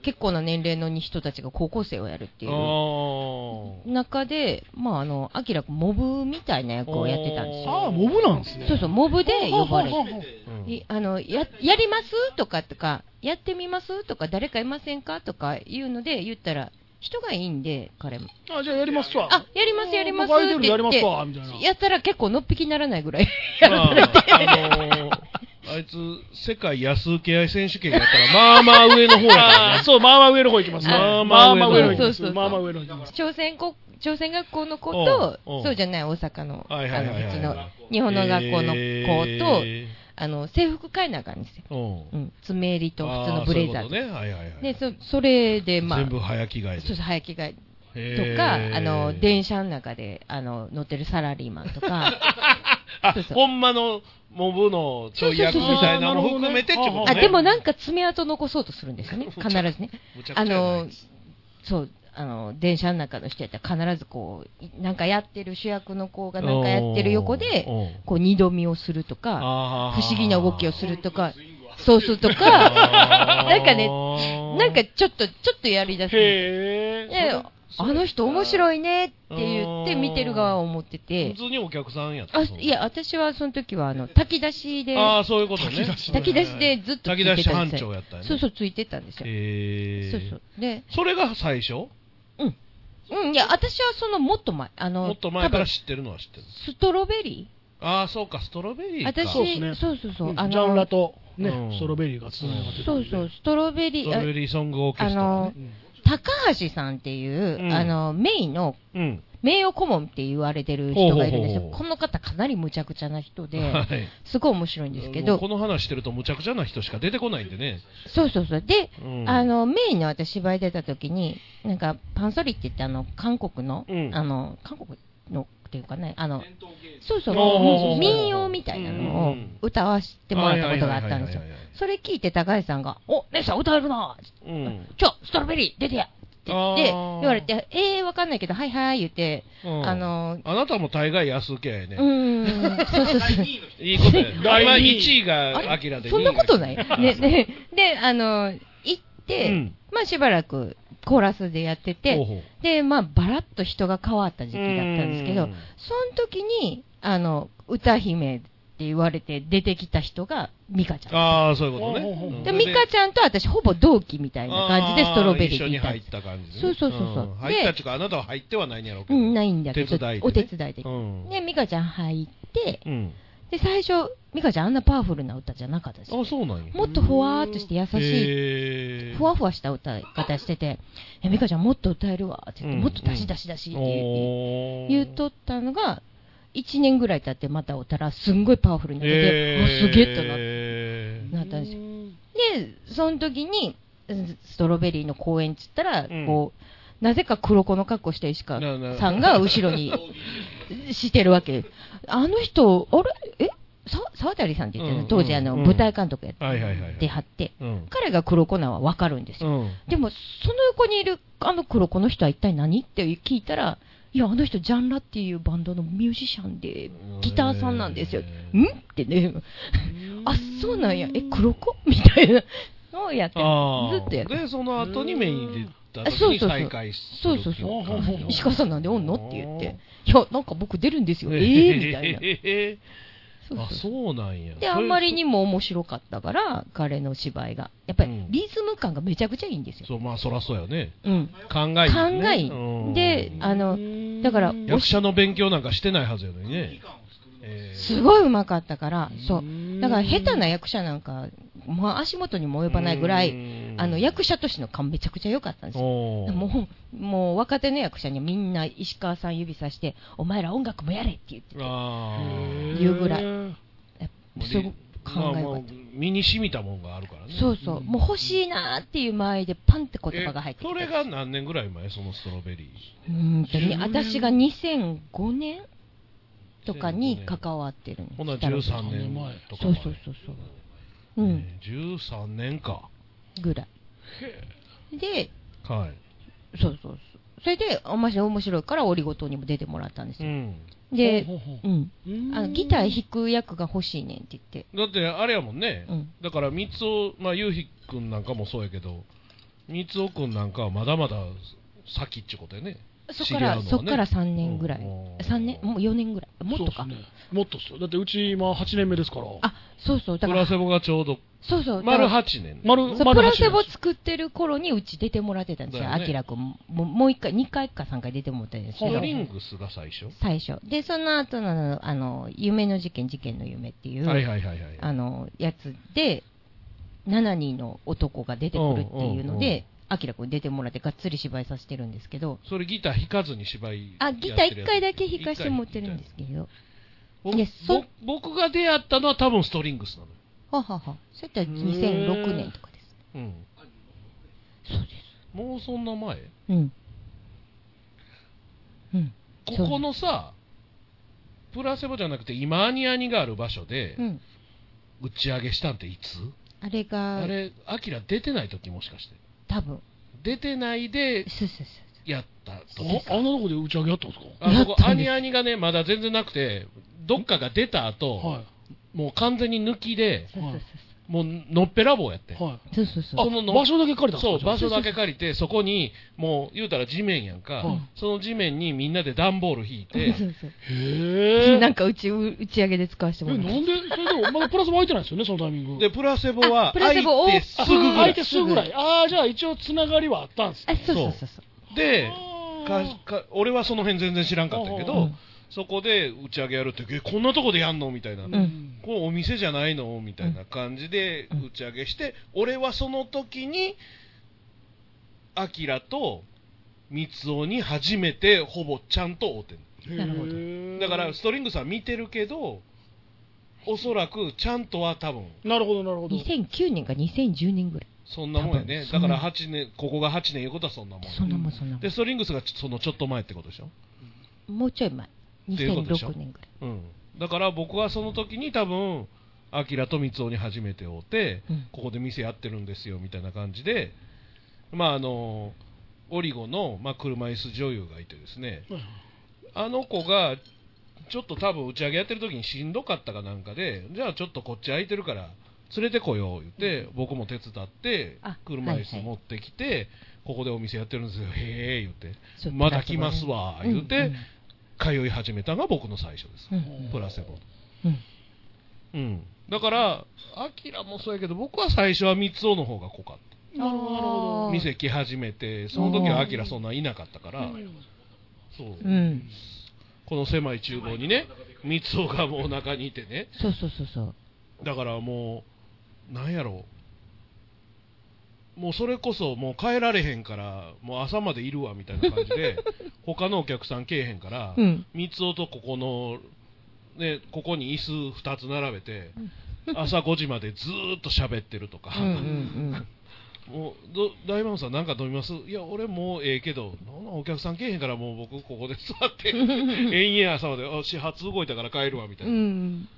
[SPEAKER 2] 結構な年齢の人たちが高校生をやるっていう
[SPEAKER 3] あー
[SPEAKER 2] 中で、まああのアキラモブみたいな役をやってたんですよ。
[SPEAKER 1] ああ、モブなんですね。
[SPEAKER 2] そうそうモブで呼ばれて
[SPEAKER 1] ほうほうほうほう
[SPEAKER 3] うん
[SPEAKER 2] いあのややりますとかとか、やってみますとか、誰かいませんかとかいうので言ったら、人がいいんで、彼も、
[SPEAKER 1] あじゃあやりますわ。
[SPEAKER 2] あやります、やります
[SPEAKER 1] 僕アイド
[SPEAKER 2] っ
[SPEAKER 1] ル
[SPEAKER 2] て
[SPEAKER 1] やり
[SPEAKER 2] 言っ
[SPEAKER 1] ます
[SPEAKER 2] て、
[SPEAKER 1] わ、みたいな。
[SPEAKER 2] やったら結構のっぴきにならないぐらい や
[SPEAKER 3] ま
[SPEAKER 2] ら
[SPEAKER 3] あ、あのーあいつ、世界安請け合い選手権やったら、まあまあ上の方やから
[SPEAKER 1] あ
[SPEAKER 3] ね
[SPEAKER 1] ー。そう、まあまあ上の方行きます。
[SPEAKER 3] あー
[SPEAKER 1] まあまあ上の方行きま
[SPEAKER 2] そうそうそ
[SPEAKER 1] す。
[SPEAKER 2] う
[SPEAKER 1] まあまあ上の方行きます。
[SPEAKER 2] 朝鮮こ朝鮮学校の子と
[SPEAKER 3] おうおう
[SPEAKER 2] そうじゃない大阪のあ
[SPEAKER 3] はいはいはいはい
[SPEAKER 2] のうちの日本の学校の子と、あの制服買えなあかんですよ、
[SPEAKER 3] と
[SPEAKER 2] うん、爪襟と普通のブレザー
[SPEAKER 3] そういうことね。はいはいはい。
[SPEAKER 2] でそそれでまあ
[SPEAKER 3] 全部早着替えで。
[SPEAKER 2] そうそう早着替えと
[SPEAKER 3] へー
[SPEAKER 2] か、あの電車の中であの乗ってるサラリーマン とか
[SPEAKER 3] あ
[SPEAKER 2] そうそう
[SPEAKER 3] ほんまのモブのちょい役みたいなのも含めてってこと
[SPEAKER 1] そ
[SPEAKER 2] あ
[SPEAKER 1] う
[SPEAKER 3] ね。
[SPEAKER 2] でもなんか爪痕残そうとするんですよね必ずね
[SPEAKER 3] むちゃくちゃ
[SPEAKER 2] あ
[SPEAKER 3] やなあ
[SPEAKER 2] の
[SPEAKER 3] いつ
[SPEAKER 2] そうあの電車の中の人やったら必ずこういなんかやってる主役の子がなんかやってる横で
[SPEAKER 3] おうおう
[SPEAKER 2] こう二度見をすると
[SPEAKER 3] 不
[SPEAKER 2] か不
[SPEAKER 3] 思
[SPEAKER 2] 思議な動きをすると かそうするとか なんかねなんかちょっとちょっとやりだすんです
[SPEAKER 1] へえ。
[SPEAKER 2] であの人面白いねって言って見てる側は思って
[SPEAKER 3] 普
[SPEAKER 2] て
[SPEAKER 3] 通にお客さんやった
[SPEAKER 2] あいや私はその時はあの炊き出しで
[SPEAKER 3] ああ、そういうことね。
[SPEAKER 2] 炊き出しでずっとつ
[SPEAKER 3] 炊
[SPEAKER 2] いて
[SPEAKER 3] き出した
[SPEAKER 2] ん
[SPEAKER 3] 班
[SPEAKER 2] ですよ
[SPEAKER 3] 長やったよね。
[SPEAKER 2] そうそうついてたんですよ
[SPEAKER 3] へー
[SPEAKER 2] そうそうで
[SPEAKER 3] それが最初
[SPEAKER 2] うんいや私はそのもっと前あの
[SPEAKER 3] もっと前か
[SPEAKER 2] 多
[SPEAKER 3] ら
[SPEAKER 2] 分
[SPEAKER 3] 知ってるのは知ってる。
[SPEAKER 2] ストロベリ
[SPEAKER 3] ああ、そうか、ストロベリ
[SPEAKER 2] ー
[SPEAKER 3] ーか。
[SPEAKER 2] 私
[SPEAKER 1] そ
[SPEAKER 2] そうう
[SPEAKER 1] ですね
[SPEAKER 2] そうそう
[SPEAKER 1] うん
[SPEAKER 2] あ
[SPEAKER 1] ジャンラ
[SPEAKER 2] の
[SPEAKER 1] と、ね
[SPEAKER 3] うん、
[SPEAKER 1] ストロベリーがつながってた
[SPEAKER 2] そ
[SPEAKER 1] ん
[SPEAKER 2] う
[SPEAKER 1] で
[SPEAKER 2] そうストロベリ
[SPEAKER 3] ス
[SPEAKER 2] ー
[SPEAKER 3] ト
[SPEAKER 2] あ
[SPEAKER 3] ロベリーソングオーケ
[SPEAKER 2] あ
[SPEAKER 3] ストラ
[SPEAKER 2] の
[SPEAKER 3] ね。
[SPEAKER 2] 高橋さんっていう、
[SPEAKER 3] うん
[SPEAKER 2] あのメインの
[SPEAKER 3] うん。
[SPEAKER 2] 名誉顧問って言われてる人がいるんですよ、
[SPEAKER 3] ほうほうほうほう
[SPEAKER 2] この方、かなりむちゃくちゃな人
[SPEAKER 3] は
[SPEAKER 2] で、
[SPEAKER 3] い
[SPEAKER 2] すごい面白いんですけ
[SPEAKER 3] もう
[SPEAKER 2] ど
[SPEAKER 3] こ、の話してるとむちゃくちゃな人しか出てこないんでね。
[SPEAKER 2] そうそうそう、で、
[SPEAKER 3] うん
[SPEAKER 2] あ、のメインの私、芝居出た時に、なんかパンソリって言って、あの韓国の、
[SPEAKER 3] うん
[SPEAKER 2] あの韓国のっていうかね、あの
[SPEAKER 4] 伝統芸
[SPEAKER 2] そうそう
[SPEAKER 3] ほうほうほうほう
[SPEAKER 2] 民謡みたいなの
[SPEAKER 3] う
[SPEAKER 2] を
[SPEAKER 3] んうん
[SPEAKER 2] 歌わせてもらったことがあったんですよ
[SPEAKER 3] はいはいはいはいはいはい。
[SPEAKER 2] それ聞いて高橋さんが、お姉さん歌えるな
[SPEAKER 3] うん。
[SPEAKER 2] ちょ、ストロベリー出てやって言って、
[SPEAKER 3] あ
[SPEAKER 2] 言
[SPEAKER 3] ー
[SPEAKER 2] われて、えー、わかんないけど、はいはい言って、
[SPEAKER 3] うん
[SPEAKER 2] あの、
[SPEAKER 3] あなたも大概安請けやね。
[SPEAKER 2] う ーん、そうそうそう。
[SPEAKER 3] いいこ とや。
[SPEAKER 1] 第
[SPEAKER 3] 第
[SPEAKER 1] 二位
[SPEAKER 3] 1位
[SPEAKER 2] あ
[SPEAKER 3] が
[SPEAKER 2] れ
[SPEAKER 3] アキラで。
[SPEAKER 2] そんなことない。
[SPEAKER 3] 二
[SPEAKER 2] ね
[SPEAKER 3] 位が、
[SPEAKER 2] ね、で、あの、行って、
[SPEAKER 3] うん
[SPEAKER 2] まあしばらくコーラスでやって
[SPEAKER 3] ほう
[SPEAKER 2] て、
[SPEAKER 3] ほう
[SPEAKER 2] で、まあバラッと人が変わった時期だったんですけ
[SPEAKER 3] う
[SPEAKER 2] ど、
[SPEAKER 3] ん
[SPEAKER 2] その時に、あの、歌姫って言われて出てきた人がミカちゃん。
[SPEAKER 3] ああ、そういうこと
[SPEAKER 1] ほうほうほ
[SPEAKER 3] ね
[SPEAKER 1] う。
[SPEAKER 2] で、ミカちゃんと私ほぼ同期みたいな感じでストロベリー
[SPEAKER 3] あ
[SPEAKER 2] 行
[SPEAKER 3] 一緒に
[SPEAKER 2] ったん
[SPEAKER 3] 入
[SPEAKER 2] で
[SPEAKER 3] っ
[SPEAKER 2] す。
[SPEAKER 3] た感じね
[SPEAKER 2] そうそうそうそうん
[SPEAKER 3] 入ったっていうか、あなたは入ってはないんやろうけ
[SPEAKER 2] う
[SPEAKER 3] ど。
[SPEAKER 2] ん、ないんだけど、
[SPEAKER 3] 手伝いでね
[SPEAKER 2] お手伝いで
[SPEAKER 3] う。ん。
[SPEAKER 2] で、ミカちゃん入って、
[SPEAKER 3] うん。
[SPEAKER 2] で、最初、ミカちゃんあんなパワフルな歌じゃなかったです。
[SPEAKER 3] あ、そうなんや。
[SPEAKER 2] もっとふわーっとして優しい
[SPEAKER 3] い
[SPEAKER 2] ふわふわした歌い方してて、え、美香ちゃんもっと歌えるわって言って、
[SPEAKER 3] うん
[SPEAKER 2] もっと出し出し出しって言う
[SPEAKER 3] おー
[SPEAKER 2] 言うとったのが、1年ぐらい経ってまたおったら、すんごいパワフルになってて、
[SPEAKER 3] え
[SPEAKER 2] あ、
[SPEAKER 3] ー
[SPEAKER 2] すげえとなって
[SPEAKER 3] え
[SPEAKER 2] なったんですよ。で、その時に、うんストロベリーの公演っつったら、
[SPEAKER 3] うん
[SPEAKER 2] こう、なぜか黒子の格好した石川
[SPEAKER 3] なな
[SPEAKER 2] さんが後ろに してるわけ。あの人、あれえさ沢田理さんって言ってた
[SPEAKER 3] うん
[SPEAKER 2] の当時あの、
[SPEAKER 3] うん
[SPEAKER 2] 舞台監督やっ
[SPEAKER 3] はいはいはいはい
[SPEAKER 2] てはって、
[SPEAKER 3] うん。
[SPEAKER 2] 彼が黒子なんはわかるんですよ。
[SPEAKER 3] うん。
[SPEAKER 2] でも、その横にいるあの黒子の人は一体何って聞いたら、いや、あの人、ジャンラっていうバンドのミュージシャンで、ギターさんなんですよ。
[SPEAKER 3] へー
[SPEAKER 2] んってね、あ、そうなんや。え、黒子みたいなのをやって
[SPEAKER 3] あー
[SPEAKER 2] ずっとやって
[SPEAKER 3] で、その後にメインで出た
[SPEAKER 2] あそうそ
[SPEAKER 3] 時
[SPEAKER 2] う
[SPEAKER 3] に
[SPEAKER 2] そう
[SPEAKER 3] 再開す
[SPEAKER 2] そう
[SPEAKER 3] る
[SPEAKER 2] そう
[SPEAKER 3] ほほ
[SPEAKER 2] そ
[SPEAKER 3] ほ
[SPEAKER 2] う。石川さんなんでおんのって言って。いや、なんか僕出るんですよ。
[SPEAKER 3] え
[SPEAKER 2] え
[SPEAKER 3] え
[SPEAKER 2] えみたい な。
[SPEAKER 3] え
[SPEAKER 2] そう
[SPEAKER 3] あ、
[SPEAKER 2] そう
[SPEAKER 3] そうなんや。
[SPEAKER 2] で、あんまりにも面白かったから、彼の芝居が。やっぱりリズム感がめちゃくちゃいいんですよ。
[SPEAKER 3] そう、まあ、そらそうやね。
[SPEAKER 2] うん。考
[SPEAKER 3] 考えですね
[SPEAKER 2] え
[SPEAKER 3] うん。
[SPEAKER 2] で、あの、だから、お
[SPEAKER 3] 役者の勉強なんかしてないはずやのにね。えー
[SPEAKER 2] すごいうまかったから、そう。だから下手な役者なんか、まあ足元にも及ばないぐら
[SPEAKER 3] う
[SPEAKER 2] い、
[SPEAKER 3] ん
[SPEAKER 2] あの、役者としての勘めちゃくちゃ良かったんですよ。
[SPEAKER 3] おー
[SPEAKER 2] もう、もう若手の役者にはみんな石川さん指さして、お前ら音楽もやれって言ってて、
[SPEAKER 3] あー
[SPEAKER 2] 言うぐらい
[SPEAKER 1] い。
[SPEAKER 2] やっぱすごく考えよかっ
[SPEAKER 3] まあまあ身に染みたもんがあるからね。
[SPEAKER 2] た。そうそう、もう欲しいなーっていう前でパンって言葉が入ってき
[SPEAKER 3] え
[SPEAKER 2] た
[SPEAKER 3] それが何年ぐらい前そのストロベリ
[SPEAKER 2] うーんとね、私が2005年
[SPEAKER 3] ー
[SPEAKER 2] とかに関わってる
[SPEAKER 3] ほな13年前とか
[SPEAKER 2] そうそう
[SPEAKER 3] う
[SPEAKER 2] そうそう。うん、
[SPEAKER 3] 13年か
[SPEAKER 2] ぐらい。で、
[SPEAKER 3] は
[SPEAKER 2] そうそうそう。それで、おまし面白いから、オリゴ糖にも出てもらったんです
[SPEAKER 3] い、う
[SPEAKER 2] よ。
[SPEAKER 3] ん、
[SPEAKER 2] で、
[SPEAKER 1] ほうほう
[SPEAKER 2] う
[SPEAKER 1] ほ
[SPEAKER 2] ん。
[SPEAKER 1] ううん
[SPEAKER 2] あの、ギター弾く役が欲しいねんって言って。
[SPEAKER 3] だってあれやもんね、
[SPEAKER 2] うん
[SPEAKER 3] だから三尾まあゆうひくんなんかもそうやけど三尾くんなんかはまだまだ先っちゅうことやね
[SPEAKER 2] そっから、
[SPEAKER 3] 知り合うのはね
[SPEAKER 2] そっから3年ぐらい
[SPEAKER 3] うん。
[SPEAKER 2] 3年もう4年ぐらい。もっと
[SPEAKER 1] そ
[SPEAKER 2] か。
[SPEAKER 1] うですねもっとっすよ。だってうち今8年目ですから。
[SPEAKER 2] あ、そうそう。
[SPEAKER 3] プ
[SPEAKER 2] だか
[SPEAKER 3] ラ
[SPEAKER 2] ら、
[SPEAKER 3] セボがちょうど
[SPEAKER 2] そうそう。だか
[SPEAKER 3] 丸
[SPEAKER 2] ら
[SPEAKER 3] 8年
[SPEAKER 1] 丸、
[SPEAKER 2] そうプ
[SPEAKER 1] 丸
[SPEAKER 2] ラ
[SPEAKER 1] 八
[SPEAKER 2] セ
[SPEAKER 1] 年
[SPEAKER 2] ボ作ってる頃にうち出てもらってたんですよ、
[SPEAKER 3] だよね
[SPEAKER 2] あきらくんも。もうもう一回、2回か3回出てもらったんですけ
[SPEAKER 3] ス
[SPEAKER 2] ど
[SPEAKER 3] プ、リングスが最初
[SPEAKER 2] 最初。で、その後の、あの、夢の事件、事件の夢っていう、
[SPEAKER 3] はいはいはいはい
[SPEAKER 2] あの、やつで、7人の男が出てくるっていうの
[SPEAKER 3] うんうんうん
[SPEAKER 2] で、あきらくん出てもらってがっつり芝居させてるんですけど、
[SPEAKER 3] それギター弾かずに芝居
[SPEAKER 2] あ、ギター1回だけ弾
[SPEAKER 3] 引
[SPEAKER 2] かしてもらってるんですけど、
[SPEAKER 3] ぼ
[SPEAKER 2] いやそ
[SPEAKER 3] ぼ僕が出会ったのは多分ストリングスなのよ
[SPEAKER 2] ははは。そういったら2006年とかです。
[SPEAKER 3] うん
[SPEAKER 2] そうです。
[SPEAKER 3] もうそんな前
[SPEAKER 2] うん。うん。
[SPEAKER 3] ここのさプラセボじゃなくて今アニアニがある場所で
[SPEAKER 2] うん。
[SPEAKER 3] 打ち上げしたんっていつ、
[SPEAKER 2] あれが
[SPEAKER 3] あ、れアキラ出てない時もしかして
[SPEAKER 2] 多分。
[SPEAKER 3] 出てないで
[SPEAKER 2] そうそうそう。
[SPEAKER 3] やった時
[SPEAKER 1] ああんなとこで打ち上げやったんですか
[SPEAKER 3] あそこ
[SPEAKER 2] やったんです
[SPEAKER 3] アニアニがねまだ全然なくてどっかが出た後、
[SPEAKER 1] は
[SPEAKER 3] もう完全に抜きで
[SPEAKER 2] そうそう
[SPEAKER 3] もうのっぺらぼうやって、
[SPEAKER 1] い。はい。
[SPEAKER 2] そう。そうそうそう。
[SPEAKER 3] このの
[SPEAKER 1] 場所だけ借りたんです
[SPEAKER 3] そう、
[SPEAKER 1] か
[SPEAKER 3] 場所だ
[SPEAKER 1] け。
[SPEAKER 3] け借りて、そこに、もう、言うたら地面やんか、
[SPEAKER 1] はい
[SPEAKER 3] その地面にみんなで段ボール引いて、
[SPEAKER 2] そうそう。
[SPEAKER 1] へ え。
[SPEAKER 2] なんかうち、う打ち上げで使わせて
[SPEAKER 1] え、
[SPEAKER 2] も
[SPEAKER 1] な
[SPEAKER 2] ら
[SPEAKER 1] ん
[SPEAKER 2] っ
[SPEAKER 1] で、
[SPEAKER 2] た。
[SPEAKER 1] それでも、まだプラスも空いてないですよね、そのタイミング。
[SPEAKER 3] で、プラセボは
[SPEAKER 2] あ、プラセボを
[SPEAKER 3] 開いてす
[SPEAKER 1] あ、
[SPEAKER 3] ぐぐら
[SPEAKER 1] 空
[SPEAKER 3] い
[SPEAKER 1] いて。すぐぐらい。ああ、じゃあ一応つながりはあったんですね。
[SPEAKER 2] あ、そうそうそうそう。
[SPEAKER 3] で、
[SPEAKER 1] あ
[SPEAKER 3] か
[SPEAKER 1] ー
[SPEAKER 3] か俺はその辺全然知らんかったけ
[SPEAKER 1] う
[SPEAKER 3] ど
[SPEAKER 2] ん、
[SPEAKER 3] そこで打ち上げやるって、え、こんなとこでやんのみたいな。
[SPEAKER 2] うん。
[SPEAKER 3] これお店じゃないのみたいな感じで
[SPEAKER 2] うん
[SPEAKER 3] 打ち上げして、俺はその時に、アキラと三尾に初めてほぼちゃんと会うてん
[SPEAKER 2] なるほど
[SPEAKER 1] ど
[SPEAKER 3] だから、ストリングスは見てるけど、おそらくちゃんとは多分
[SPEAKER 1] なるほど、なるほど。
[SPEAKER 2] 2009年か2010年ぐらい。
[SPEAKER 3] そんなもんやね、
[SPEAKER 2] 多
[SPEAKER 3] だ
[SPEAKER 2] 分
[SPEAKER 3] から8年、ここが8年いうことはそんなもんや
[SPEAKER 2] そんなもんそんなも
[SPEAKER 3] で、ストリングスがちそのちょっと前ってことでしょ、
[SPEAKER 2] ん。もうちょい前。
[SPEAKER 3] ていうことでしょ
[SPEAKER 2] 2006年ぐらい。
[SPEAKER 3] うん、だから僕はその時に多分アキラと三尾に初めて会うて、
[SPEAKER 2] うん
[SPEAKER 3] ここで店やってるんですよみたいな感じで、まああのオリゴの、まあ、車椅子女優がいてですね、
[SPEAKER 1] はい
[SPEAKER 3] あの子がちょっと多分打ち上げやってる時にしんどかったかなんかで、じゃあちょっとこっち空いてるから連れてこよう言って、僕も手伝って
[SPEAKER 2] あ、
[SPEAKER 3] 車椅
[SPEAKER 2] はい
[SPEAKER 3] 子
[SPEAKER 2] はい
[SPEAKER 3] 持ってきて、ここでお店やってるんですよ、へえ言って、
[SPEAKER 2] そう
[SPEAKER 3] まだ来ますわ言うて、
[SPEAKER 2] うん
[SPEAKER 3] 通い始めたのが僕の最初です、
[SPEAKER 2] うん
[SPEAKER 3] プラセボ。
[SPEAKER 2] うん。
[SPEAKER 3] うん、だから、アキラもそうやけど、僕は最初は三尾の方が濃かっ
[SPEAKER 1] なるほど、なる
[SPEAKER 2] あ
[SPEAKER 1] ほど
[SPEAKER 3] た、
[SPEAKER 2] ー
[SPEAKER 3] 店来始めて、その時はアキラそんないなかったから、そう
[SPEAKER 2] うん。
[SPEAKER 3] この狭い厨房にね、三尾がもうお腹にいてね、
[SPEAKER 2] そうそうそうそう。
[SPEAKER 3] だからもう、なんやろう、もうそれこそ、もう帰られへんから、もう朝までいるわみたいな感じ で、他のお客さん来えへんから、
[SPEAKER 2] うん
[SPEAKER 3] 三尾とここの、ね、ここに椅子2つ並べて、朝5時までずーっと喋ってるとか。
[SPEAKER 2] うんうん
[SPEAKER 3] もうど大魔王さん、なんか飲みますいや、俺もうええけど、なんなんお客さん来えへんから、もう僕、ここで座って、延々朝まで、あ始発動いたから帰るわみた
[SPEAKER 2] う
[SPEAKER 3] い
[SPEAKER 2] ん。う。
[SPEAKER 3] なん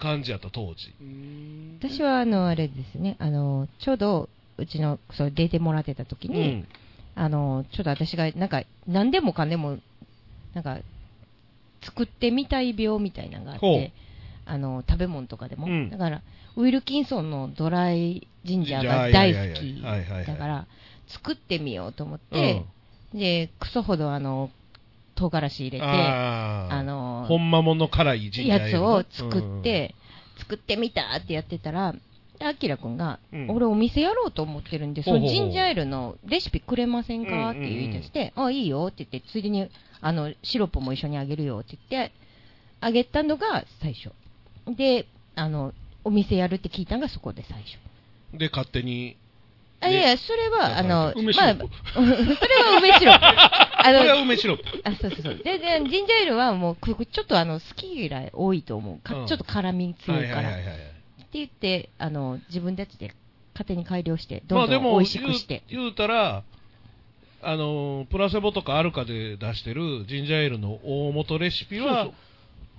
[SPEAKER 3] 感じやった、当時。
[SPEAKER 1] うーん
[SPEAKER 2] 私はあのあれですねあのちょうどうちのそう出てもらってた時
[SPEAKER 3] う
[SPEAKER 2] に、
[SPEAKER 3] ん、
[SPEAKER 2] あのちょっと私がなんか何でもかんでもなんか作ってみたい病みたいなのがあっ
[SPEAKER 3] ほう
[SPEAKER 2] てあの食べ物とかでも、
[SPEAKER 3] うん
[SPEAKER 2] だからウィルキンソンのドライジンジャーが
[SPEAKER 3] ジン
[SPEAKER 2] 大
[SPEAKER 3] ジャーはい
[SPEAKER 2] 好
[SPEAKER 3] はいはい
[SPEAKER 2] き
[SPEAKER 3] はいはいはい
[SPEAKER 2] だから作ってみようと思っ
[SPEAKER 3] うん
[SPEAKER 2] て、でクソほどあの唐辛子入れてあ
[SPEAKER 3] あー
[SPEAKER 2] の
[SPEAKER 3] ほんまもの辛いジンジャーエー
[SPEAKER 2] や
[SPEAKER 3] ル
[SPEAKER 2] つを作っ、て、作ってみたってやってたら、でアキラくんが、
[SPEAKER 3] うん
[SPEAKER 2] 俺お店やろうと思ってるんで、そ
[SPEAKER 3] ほう
[SPEAKER 2] の
[SPEAKER 3] ほうほう
[SPEAKER 2] ジンジャーエールのレシピくれませんかって言い出して、あ、いいよって言って、ついでに、あの、シロップも一緒にあげるよって言って、あげたのが最初。で、あの、お店やるって聞いたのがそこで最初。
[SPEAKER 3] うんで勝手に
[SPEAKER 2] あいや、それは、あの、
[SPEAKER 1] 梅シ
[SPEAKER 2] ま
[SPEAKER 1] ロ
[SPEAKER 2] あ、
[SPEAKER 1] ップ
[SPEAKER 2] それは梅シロップ。あ
[SPEAKER 3] これは
[SPEAKER 2] の、
[SPEAKER 3] 梅シロップ
[SPEAKER 2] あ、そうそうそう。で、で、ジンジャーエールはもう、ここちょっとあの、好き嫌い多いと思う。
[SPEAKER 3] うん
[SPEAKER 2] かちょっと辛み強
[SPEAKER 3] はいい
[SPEAKER 2] から。
[SPEAKER 3] はいはいはい
[SPEAKER 2] って言って、あの、自分たちで勝手に改良して、
[SPEAKER 3] ま
[SPEAKER 2] ど
[SPEAKER 3] あ
[SPEAKER 2] ん
[SPEAKER 3] で
[SPEAKER 2] どん
[SPEAKER 3] も
[SPEAKER 2] 美味し
[SPEAKER 3] 言
[SPEAKER 2] く
[SPEAKER 3] う
[SPEAKER 2] して。
[SPEAKER 3] 言うたらあのープラセボとかアルカで出してるジンジャーエールの大元レシピは
[SPEAKER 2] そう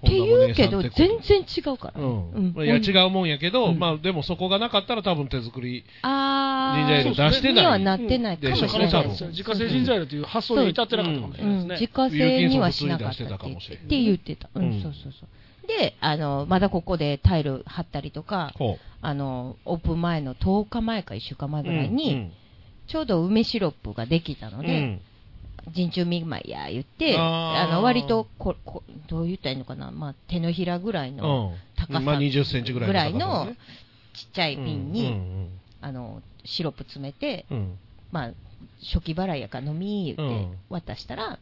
[SPEAKER 2] って言うけど、
[SPEAKER 3] 本田
[SPEAKER 2] 全
[SPEAKER 3] 萌音さんって
[SPEAKER 2] 然違うから。
[SPEAKER 3] うん
[SPEAKER 2] うん
[SPEAKER 3] まあ、いや違うもんやけど、
[SPEAKER 2] うん
[SPEAKER 3] まあでもそこがなかったら多分手作り
[SPEAKER 2] あー。
[SPEAKER 3] ジンジャーエール出してない
[SPEAKER 2] にはなってないか
[SPEAKER 3] で
[SPEAKER 2] もし
[SPEAKER 3] しょう
[SPEAKER 2] れ
[SPEAKER 3] ね
[SPEAKER 2] ないで
[SPEAKER 3] 多
[SPEAKER 2] す。
[SPEAKER 3] 分
[SPEAKER 1] 自家製ジンジャーエールという発想に至ってなかったかもしれ
[SPEAKER 2] う
[SPEAKER 1] ないです
[SPEAKER 2] ん、
[SPEAKER 1] ね。
[SPEAKER 2] 自家製にはしなかったって言ってって言ってた。う
[SPEAKER 3] うん
[SPEAKER 2] ん、そうそうそう。で、あの、まだここでタイル貼ったりとか、
[SPEAKER 3] ほ
[SPEAKER 2] あの、オープン前の10日前か1週間前
[SPEAKER 3] う
[SPEAKER 2] ぐらいに、
[SPEAKER 3] うん
[SPEAKER 2] ちょうど梅シロップができたの
[SPEAKER 3] う
[SPEAKER 2] で、
[SPEAKER 3] ん
[SPEAKER 2] 陣中見舞いや言って、
[SPEAKER 3] あ
[SPEAKER 2] あ
[SPEAKER 3] ー
[SPEAKER 2] の割とここどう言ったらいいのかな、まあ、手のひらぐらいの高さ
[SPEAKER 3] まあ、20センチぐらい
[SPEAKER 2] ぐらい
[SPEAKER 3] 高さ
[SPEAKER 2] の
[SPEAKER 3] ですね
[SPEAKER 2] ちっちゃい瓶
[SPEAKER 3] う
[SPEAKER 2] に、
[SPEAKER 3] ん
[SPEAKER 2] あのシロップ詰めて、
[SPEAKER 3] うんうん
[SPEAKER 2] まあ、初期払いやから飲み言って
[SPEAKER 3] うん
[SPEAKER 2] 渡したら、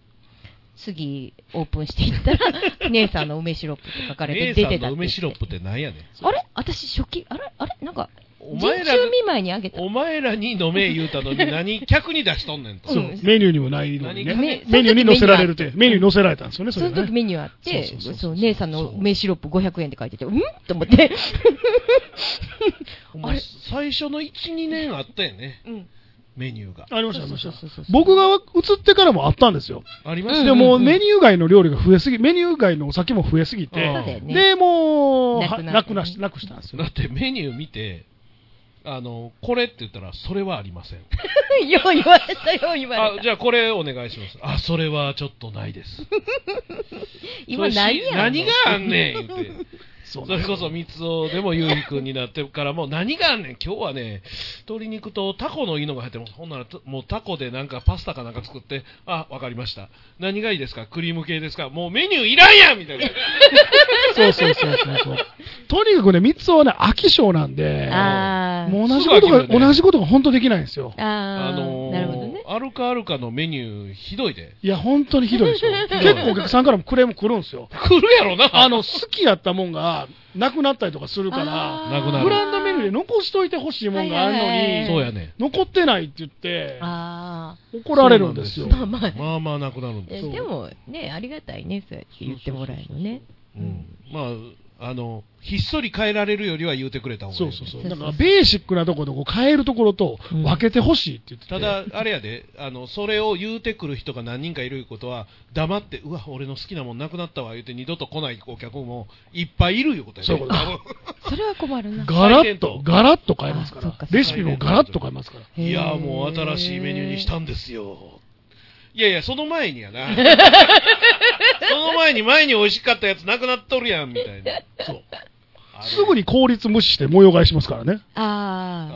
[SPEAKER 2] 次オープンしていった ら、姉さんの梅シロップって書かれて
[SPEAKER 3] 姉
[SPEAKER 2] 出
[SPEAKER 3] さ
[SPEAKER 2] て
[SPEAKER 3] ん
[SPEAKER 2] たっ
[SPEAKER 3] の
[SPEAKER 2] て
[SPEAKER 3] 梅
[SPEAKER 2] 言っ
[SPEAKER 3] シロ
[SPEAKER 2] て
[SPEAKER 3] ッ。プってなんやねん
[SPEAKER 2] あれ私初期、あれあれなんか、
[SPEAKER 3] お
[SPEAKER 2] 陣
[SPEAKER 3] 前ら
[SPEAKER 2] 中見舞いにあげた。
[SPEAKER 3] お前らに飲め言うたのに何客に出しとんねんと、
[SPEAKER 2] うん
[SPEAKER 1] メニューにもないのにね。
[SPEAKER 3] 何
[SPEAKER 2] ね
[SPEAKER 1] メニューに載せられるっ
[SPEAKER 2] その時メニューあっ、
[SPEAKER 1] てメニューに載せられたんですよね、そ
[SPEAKER 2] そ
[SPEAKER 1] れ
[SPEAKER 2] の
[SPEAKER 1] が
[SPEAKER 2] 時
[SPEAKER 1] ね。
[SPEAKER 2] メニューあって
[SPEAKER 1] そうそうそう、そう
[SPEAKER 2] そう姉さんの
[SPEAKER 3] そう
[SPEAKER 2] 梅シロップ500円って書いてて、うんと思って。
[SPEAKER 3] お
[SPEAKER 2] あ
[SPEAKER 3] 前
[SPEAKER 2] れ
[SPEAKER 3] 最初の12年あったよね
[SPEAKER 2] うん
[SPEAKER 3] メニューが
[SPEAKER 1] ありました、ありまし
[SPEAKER 2] そう
[SPEAKER 1] た
[SPEAKER 2] そうそうそう。
[SPEAKER 1] 僕が移ってからもあったんですよ。
[SPEAKER 3] ありました
[SPEAKER 1] で
[SPEAKER 3] よね、
[SPEAKER 1] も、
[SPEAKER 2] うん
[SPEAKER 1] メニュー外の料理が増えすぎ、メニュー外のお酒も増えすぎ
[SPEAKER 3] そう
[SPEAKER 1] て、
[SPEAKER 2] だよね
[SPEAKER 1] で、もう、
[SPEAKER 2] な
[SPEAKER 1] は
[SPEAKER 2] くな
[SPEAKER 1] な
[SPEAKER 2] って
[SPEAKER 1] く
[SPEAKER 2] ね
[SPEAKER 1] なしなくしたんです よ
[SPEAKER 3] だ。ってメニュー見てあのこれって言ったらそれはありません
[SPEAKER 2] よう言われたよう言わ
[SPEAKER 3] あ
[SPEAKER 2] れた。
[SPEAKER 3] じゃあこれお願いしますあそれはちょっとないです
[SPEAKER 2] 今何や
[SPEAKER 3] それし
[SPEAKER 2] ん
[SPEAKER 3] 何があんねん言うて
[SPEAKER 1] そ
[SPEAKER 3] それこそ三つでもゆうひくんになってからもう何があんねん今日はね鶏肉とタコのいいのが入ってますほんならともうタコでなんかパスタかなんか作ってあわかりました何がいいですかクリーム系ですかもうメニューいらんやんみたいな
[SPEAKER 1] そうそうそうそうそう。とにかくね、三つはね、飽き性なんで、
[SPEAKER 2] あー
[SPEAKER 1] もう同じこと
[SPEAKER 3] すぐ飽
[SPEAKER 1] が、
[SPEAKER 3] きるよね
[SPEAKER 1] 同じことが本当できないんですよ。
[SPEAKER 2] あー、
[SPEAKER 3] ー
[SPEAKER 2] なるほどね。
[SPEAKER 3] アルカアルカのメニューひどいで
[SPEAKER 1] いや、本当にひどいですよ。結構お客さんからもクレーム来る んですよ。
[SPEAKER 3] 来るやろな
[SPEAKER 1] あの、好きやったもんが、なくなったりとかするから、
[SPEAKER 2] あー
[SPEAKER 3] なくなる
[SPEAKER 1] グランドメニューで残しといてほしいもんがある
[SPEAKER 2] はいはい
[SPEAKER 1] の
[SPEAKER 2] はい
[SPEAKER 1] に、
[SPEAKER 3] そうやね
[SPEAKER 1] 残ってないって言って、
[SPEAKER 2] あ
[SPEAKER 1] 怒られるんですよ。
[SPEAKER 2] そう なんですよまあまあ
[SPEAKER 3] まあまあなくなるん
[SPEAKER 2] ー
[SPEAKER 3] で
[SPEAKER 2] え
[SPEAKER 3] す
[SPEAKER 2] でもね、ありがたいね、そうやって言ってもらえるのね。
[SPEAKER 3] うんまああのひっそり変えられるよりは言うてくれた方がいい
[SPEAKER 1] そ
[SPEAKER 3] よ
[SPEAKER 1] う
[SPEAKER 3] ね
[SPEAKER 1] そうそう。
[SPEAKER 2] そう
[SPEAKER 1] だ
[SPEAKER 2] そう
[SPEAKER 1] から、ベーシックなところとこう変えるところと
[SPEAKER 2] うん
[SPEAKER 1] 分けてほしいって言ってて
[SPEAKER 3] た、だ、あれやで、あの、それを言うてくる人が何人かいるいうことは、黙って、うわ、俺の好きなもんなくなったわ、言うて二度と来ないお客もいっぱいいるいうことやで
[SPEAKER 1] そういうこと
[SPEAKER 3] 多分
[SPEAKER 2] それは困るな。
[SPEAKER 1] ガラッと、ガラッと変えますか
[SPEAKER 2] あそっ
[SPEAKER 1] ら
[SPEAKER 2] かそっ。か
[SPEAKER 1] レシピもガラッと変えますから。
[SPEAKER 2] へー
[SPEAKER 3] いや、もう新しいメニューにしたんですよ。いやいや、その前にやな。その前に前に美味しかったやつなくなっとるやん、みたいな。
[SPEAKER 1] そう。
[SPEAKER 3] あれ
[SPEAKER 1] すぐに効率無視して模様替えしますからね。
[SPEAKER 2] あ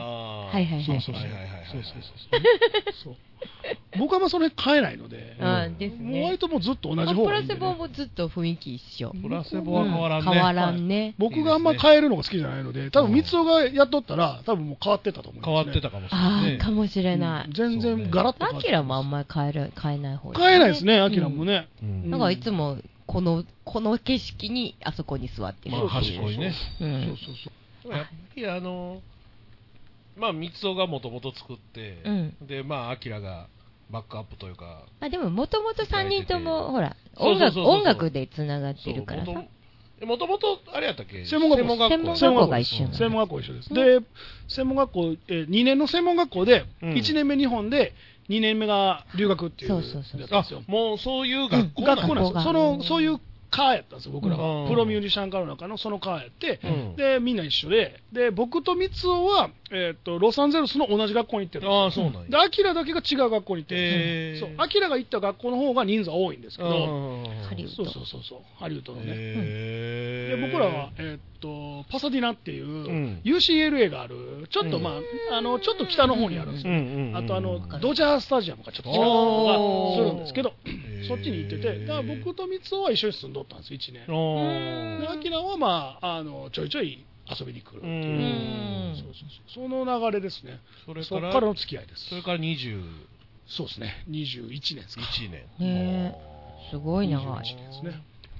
[SPEAKER 3] あー
[SPEAKER 2] はいはいはい
[SPEAKER 1] そうそうそう。
[SPEAKER 3] はいはいはいはい
[SPEAKER 1] そうそうそうそう僕はまあそれ変えないので
[SPEAKER 2] あ、、あーです
[SPEAKER 1] もう
[SPEAKER 2] ね
[SPEAKER 1] 割。ともうずっと同
[SPEAKER 2] ま
[SPEAKER 1] じ
[SPEAKER 2] あ
[SPEAKER 1] 方
[SPEAKER 2] プ
[SPEAKER 1] がい
[SPEAKER 2] ラ
[SPEAKER 1] いんで
[SPEAKER 2] セ
[SPEAKER 1] ね、
[SPEAKER 2] ボもずっと雰囲気一緒。
[SPEAKER 3] プラセボは変わらんね。
[SPEAKER 2] 変わらんね。
[SPEAKER 1] 僕があんま変えるのが好きじゃないので、多分
[SPEAKER 3] うん
[SPEAKER 1] 三つがやっとったら、多分もう変わってたと思います、ね。
[SPEAKER 3] 変わってたかもしれ
[SPEAKER 2] あ
[SPEAKER 3] な
[SPEAKER 2] あ
[SPEAKER 3] い、
[SPEAKER 2] ー、かもしれない。
[SPEAKER 1] 全然ガラッと変わ
[SPEAKER 2] ア
[SPEAKER 1] って
[SPEAKER 2] キラもあんまり変える変えない方
[SPEAKER 1] 変えないですね、アキラ
[SPEAKER 2] うん
[SPEAKER 1] もね。
[SPEAKER 3] うん
[SPEAKER 2] なんかいつもこの、この景色にあそこに座ってる。
[SPEAKER 3] まあ、端っこにね。
[SPEAKER 2] う。
[SPEAKER 1] そうんそうそう。
[SPEAKER 3] やっぱりあの、まあ、三つがもともと作って、
[SPEAKER 2] うん
[SPEAKER 3] で、まあ、アキラがバックアップというか、
[SPEAKER 2] まあでも、もともと3人とも、ほら、
[SPEAKER 3] そう
[SPEAKER 2] 音
[SPEAKER 3] そうそ
[SPEAKER 2] 楽、
[SPEAKER 3] うそう
[SPEAKER 2] 音楽でつながってるからさ。
[SPEAKER 3] もともと、あれやったっけ
[SPEAKER 1] 専門学校
[SPEAKER 2] 専門学
[SPEAKER 1] 専門
[SPEAKER 2] 校
[SPEAKER 1] 学校
[SPEAKER 2] が
[SPEAKER 1] で
[SPEAKER 2] 一
[SPEAKER 1] す
[SPEAKER 2] 緒なの
[SPEAKER 1] 専門学校一緒です。
[SPEAKER 2] うん
[SPEAKER 1] で、専門学校、えー、2年の専門学校で、
[SPEAKER 3] うん
[SPEAKER 1] 1年目日本で、2年目が留学っていう。
[SPEAKER 2] そうそうそう
[SPEAKER 1] やったん
[SPEAKER 3] あ
[SPEAKER 1] ですよ、
[SPEAKER 3] もうそういう学校なん
[SPEAKER 1] 学校なんです
[SPEAKER 2] 学校が
[SPEAKER 1] よ。その、そういうカーやったんですよ、僕らは、
[SPEAKER 3] うん
[SPEAKER 1] プロミュージシャンからの中のそのカーやって、
[SPEAKER 3] うん
[SPEAKER 1] でみんな一緒で、で僕と三尾は、えー、とロサンゼルスの同じ学校に行ってるんですよ
[SPEAKER 3] ああ、そうなん
[SPEAKER 1] で、
[SPEAKER 3] や。
[SPEAKER 1] アキラだけが違う学校に行って
[SPEAKER 3] へ
[SPEAKER 1] る
[SPEAKER 3] ー
[SPEAKER 1] そう、アキラが行った学校の方が人数は多いんですけ
[SPEAKER 3] う
[SPEAKER 1] ど、
[SPEAKER 3] ん
[SPEAKER 2] ハリウッ
[SPEAKER 1] そう
[SPEAKER 2] ド。
[SPEAKER 1] そうそうそう、ハリウッドのね。で
[SPEAKER 3] へー
[SPEAKER 1] 僕らは、えーっとパサディナっていう、
[SPEAKER 3] ん
[SPEAKER 1] UCLA がある、ちょっと、
[SPEAKER 3] うん
[SPEAKER 1] まああのちょっと北の方にあるんです
[SPEAKER 3] う
[SPEAKER 1] よ、
[SPEAKER 3] んうんうん
[SPEAKER 1] あとあのドジャースタジアムがちょっと違う
[SPEAKER 3] おー
[SPEAKER 1] まあするんですけど、
[SPEAKER 3] ー
[SPEAKER 1] そっちに行ってて、だから僕と三尾は一緒に住んどったんですよ、1年。
[SPEAKER 3] お
[SPEAKER 2] うん
[SPEAKER 1] で、アキラは、まあ、あのちょいちょい遊びに来るっていう、
[SPEAKER 2] ん
[SPEAKER 1] そうそうそうその流れですね、
[SPEAKER 3] それ
[SPEAKER 1] そ
[SPEAKER 3] か
[SPEAKER 1] こ
[SPEAKER 3] ら
[SPEAKER 1] からの付き合いです。
[SPEAKER 3] それから21
[SPEAKER 1] そうですね、21年ですか。
[SPEAKER 3] 年
[SPEAKER 2] ねすごい長い。まあ
[SPEAKER 1] 21年ですね。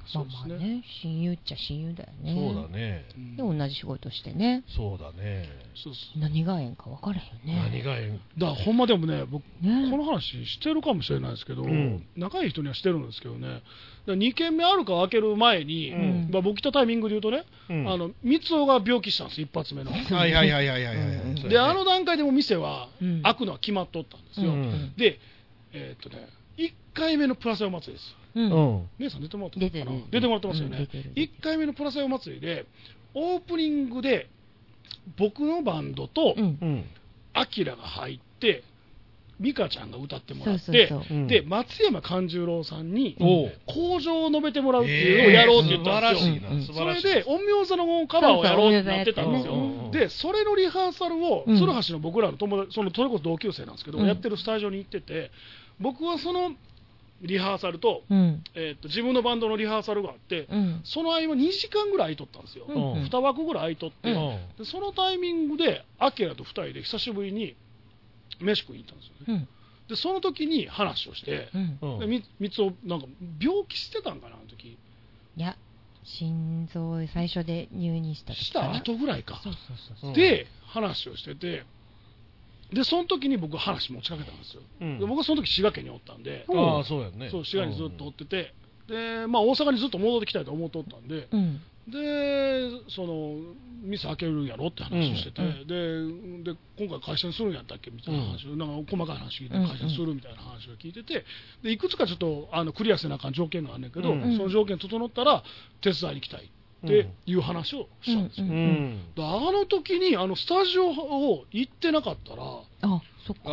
[SPEAKER 1] そうです
[SPEAKER 2] まあ
[SPEAKER 1] ね。
[SPEAKER 2] ね、親友っちゃ親友だよね。
[SPEAKER 3] そうだね
[SPEAKER 1] うん
[SPEAKER 2] で、同じ仕事してね。
[SPEAKER 3] そうだね
[SPEAKER 1] そうそう
[SPEAKER 2] 何がええんか分からへんよ
[SPEAKER 3] 何
[SPEAKER 2] ね。
[SPEAKER 3] がええん
[SPEAKER 1] だからほんまでもね、僕、こ
[SPEAKER 2] ね
[SPEAKER 1] の話してるかもしれないですけど、
[SPEAKER 3] うん
[SPEAKER 1] 仲いい人にはしてるんですけどね、だから2軒目あるか開ける前に、
[SPEAKER 3] うん
[SPEAKER 1] まあ、僕来たタイミングで言うとね、
[SPEAKER 3] うん
[SPEAKER 1] あの三尾が病気したんです、一発 目の。
[SPEAKER 3] はいはいはいはいはいは
[SPEAKER 2] うん
[SPEAKER 3] い
[SPEAKER 1] で、あの段階でもう店は
[SPEAKER 2] うん
[SPEAKER 1] 開くのは決まっとったんですよ。
[SPEAKER 3] うん
[SPEAKER 1] で、えーっとね、1回目のプラセオ祭りですよ。
[SPEAKER 2] うん
[SPEAKER 3] う。ん
[SPEAKER 1] 姉さん出てもらった
[SPEAKER 2] 出てる
[SPEAKER 1] あの出てもらってますよ
[SPEAKER 2] うん
[SPEAKER 1] ね
[SPEAKER 2] 出てる、
[SPEAKER 1] 一1回目のプラセオ祭りでオープニングで僕のバンドと
[SPEAKER 2] うん
[SPEAKER 3] う。ん
[SPEAKER 1] アキラが入って美香ちゃんが歌っても
[SPEAKER 2] そ
[SPEAKER 1] ら
[SPEAKER 2] う
[SPEAKER 1] って
[SPEAKER 2] そうそう。
[SPEAKER 3] うん
[SPEAKER 1] で松山勘十郎さんに
[SPEAKER 3] おう
[SPEAKER 1] 工場を述べてもらうっていうのをやろうって言ったんですよ、
[SPEAKER 2] えー
[SPEAKER 3] 素晴
[SPEAKER 1] そ
[SPEAKER 3] らし
[SPEAKER 1] れ
[SPEAKER 3] いな素晴ら
[SPEAKER 1] で
[SPEAKER 3] しい
[SPEAKER 1] 陰陽座のカバーをやろうってなってたんです
[SPEAKER 2] そうそう
[SPEAKER 1] よ
[SPEAKER 2] 陰陽座やったね
[SPEAKER 1] でそれのリハーサルを
[SPEAKER 2] うん
[SPEAKER 1] 鶴橋の僕らの友達そのそれこそ同級生なんですけど、
[SPEAKER 2] うん
[SPEAKER 1] やってるスタジオに行ってて僕はそのリハーサルと,、
[SPEAKER 2] うん。
[SPEAKER 1] えーっと自分のバンドのリハーサルがあって、
[SPEAKER 2] うん。
[SPEAKER 1] その合間2時間ぐらい空いとったんですよ、
[SPEAKER 2] う
[SPEAKER 1] 二
[SPEAKER 2] ん
[SPEAKER 1] 2枠ぐらい空いとって、
[SPEAKER 3] うん
[SPEAKER 1] でそのタイミングで、アキラと2人で久しぶりに飯食いに行ったんですよね、
[SPEAKER 2] うん。
[SPEAKER 1] でその時に話をして
[SPEAKER 2] う、ん。
[SPEAKER 3] うん
[SPEAKER 1] でみ三つお、なんか病気してたんかな、あの時
[SPEAKER 2] いや、心臓最初で入院した時
[SPEAKER 1] し
[SPEAKER 2] かな
[SPEAKER 1] た後ぐらいか、
[SPEAKER 2] そうそうそうそう。
[SPEAKER 3] うん
[SPEAKER 1] で、話をしてて、でその時に僕、話持ちかけたんですよ、
[SPEAKER 3] うん
[SPEAKER 1] で僕はその時滋賀県におったんで、
[SPEAKER 3] ああそうやんね
[SPEAKER 1] そう滋賀にずっとおってて、でまあ、大阪にずっと戻ってきたいと思っとったんで、
[SPEAKER 2] うん。
[SPEAKER 1] でその店開けるんやろって話をしてて、
[SPEAKER 2] うん
[SPEAKER 1] でで今回会社にするんやったっけみたいな話を、なんか細かい話聞いて
[SPEAKER 2] うん
[SPEAKER 1] 会社にするみたいな話を聞いててでいくつかちょっとあのクリアせなあかん条件があんねんけど、
[SPEAKER 3] うん
[SPEAKER 1] その条件整ったら手伝いに来たいっていう話をしたんですよ、
[SPEAKER 2] うん
[SPEAKER 3] う
[SPEAKER 2] うん
[SPEAKER 1] であの時にあのスタジオを行ってなかったら
[SPEAKER 2] あ、そっか。
[SPEAKER 3] 僕
[SPEAKER 1] 僕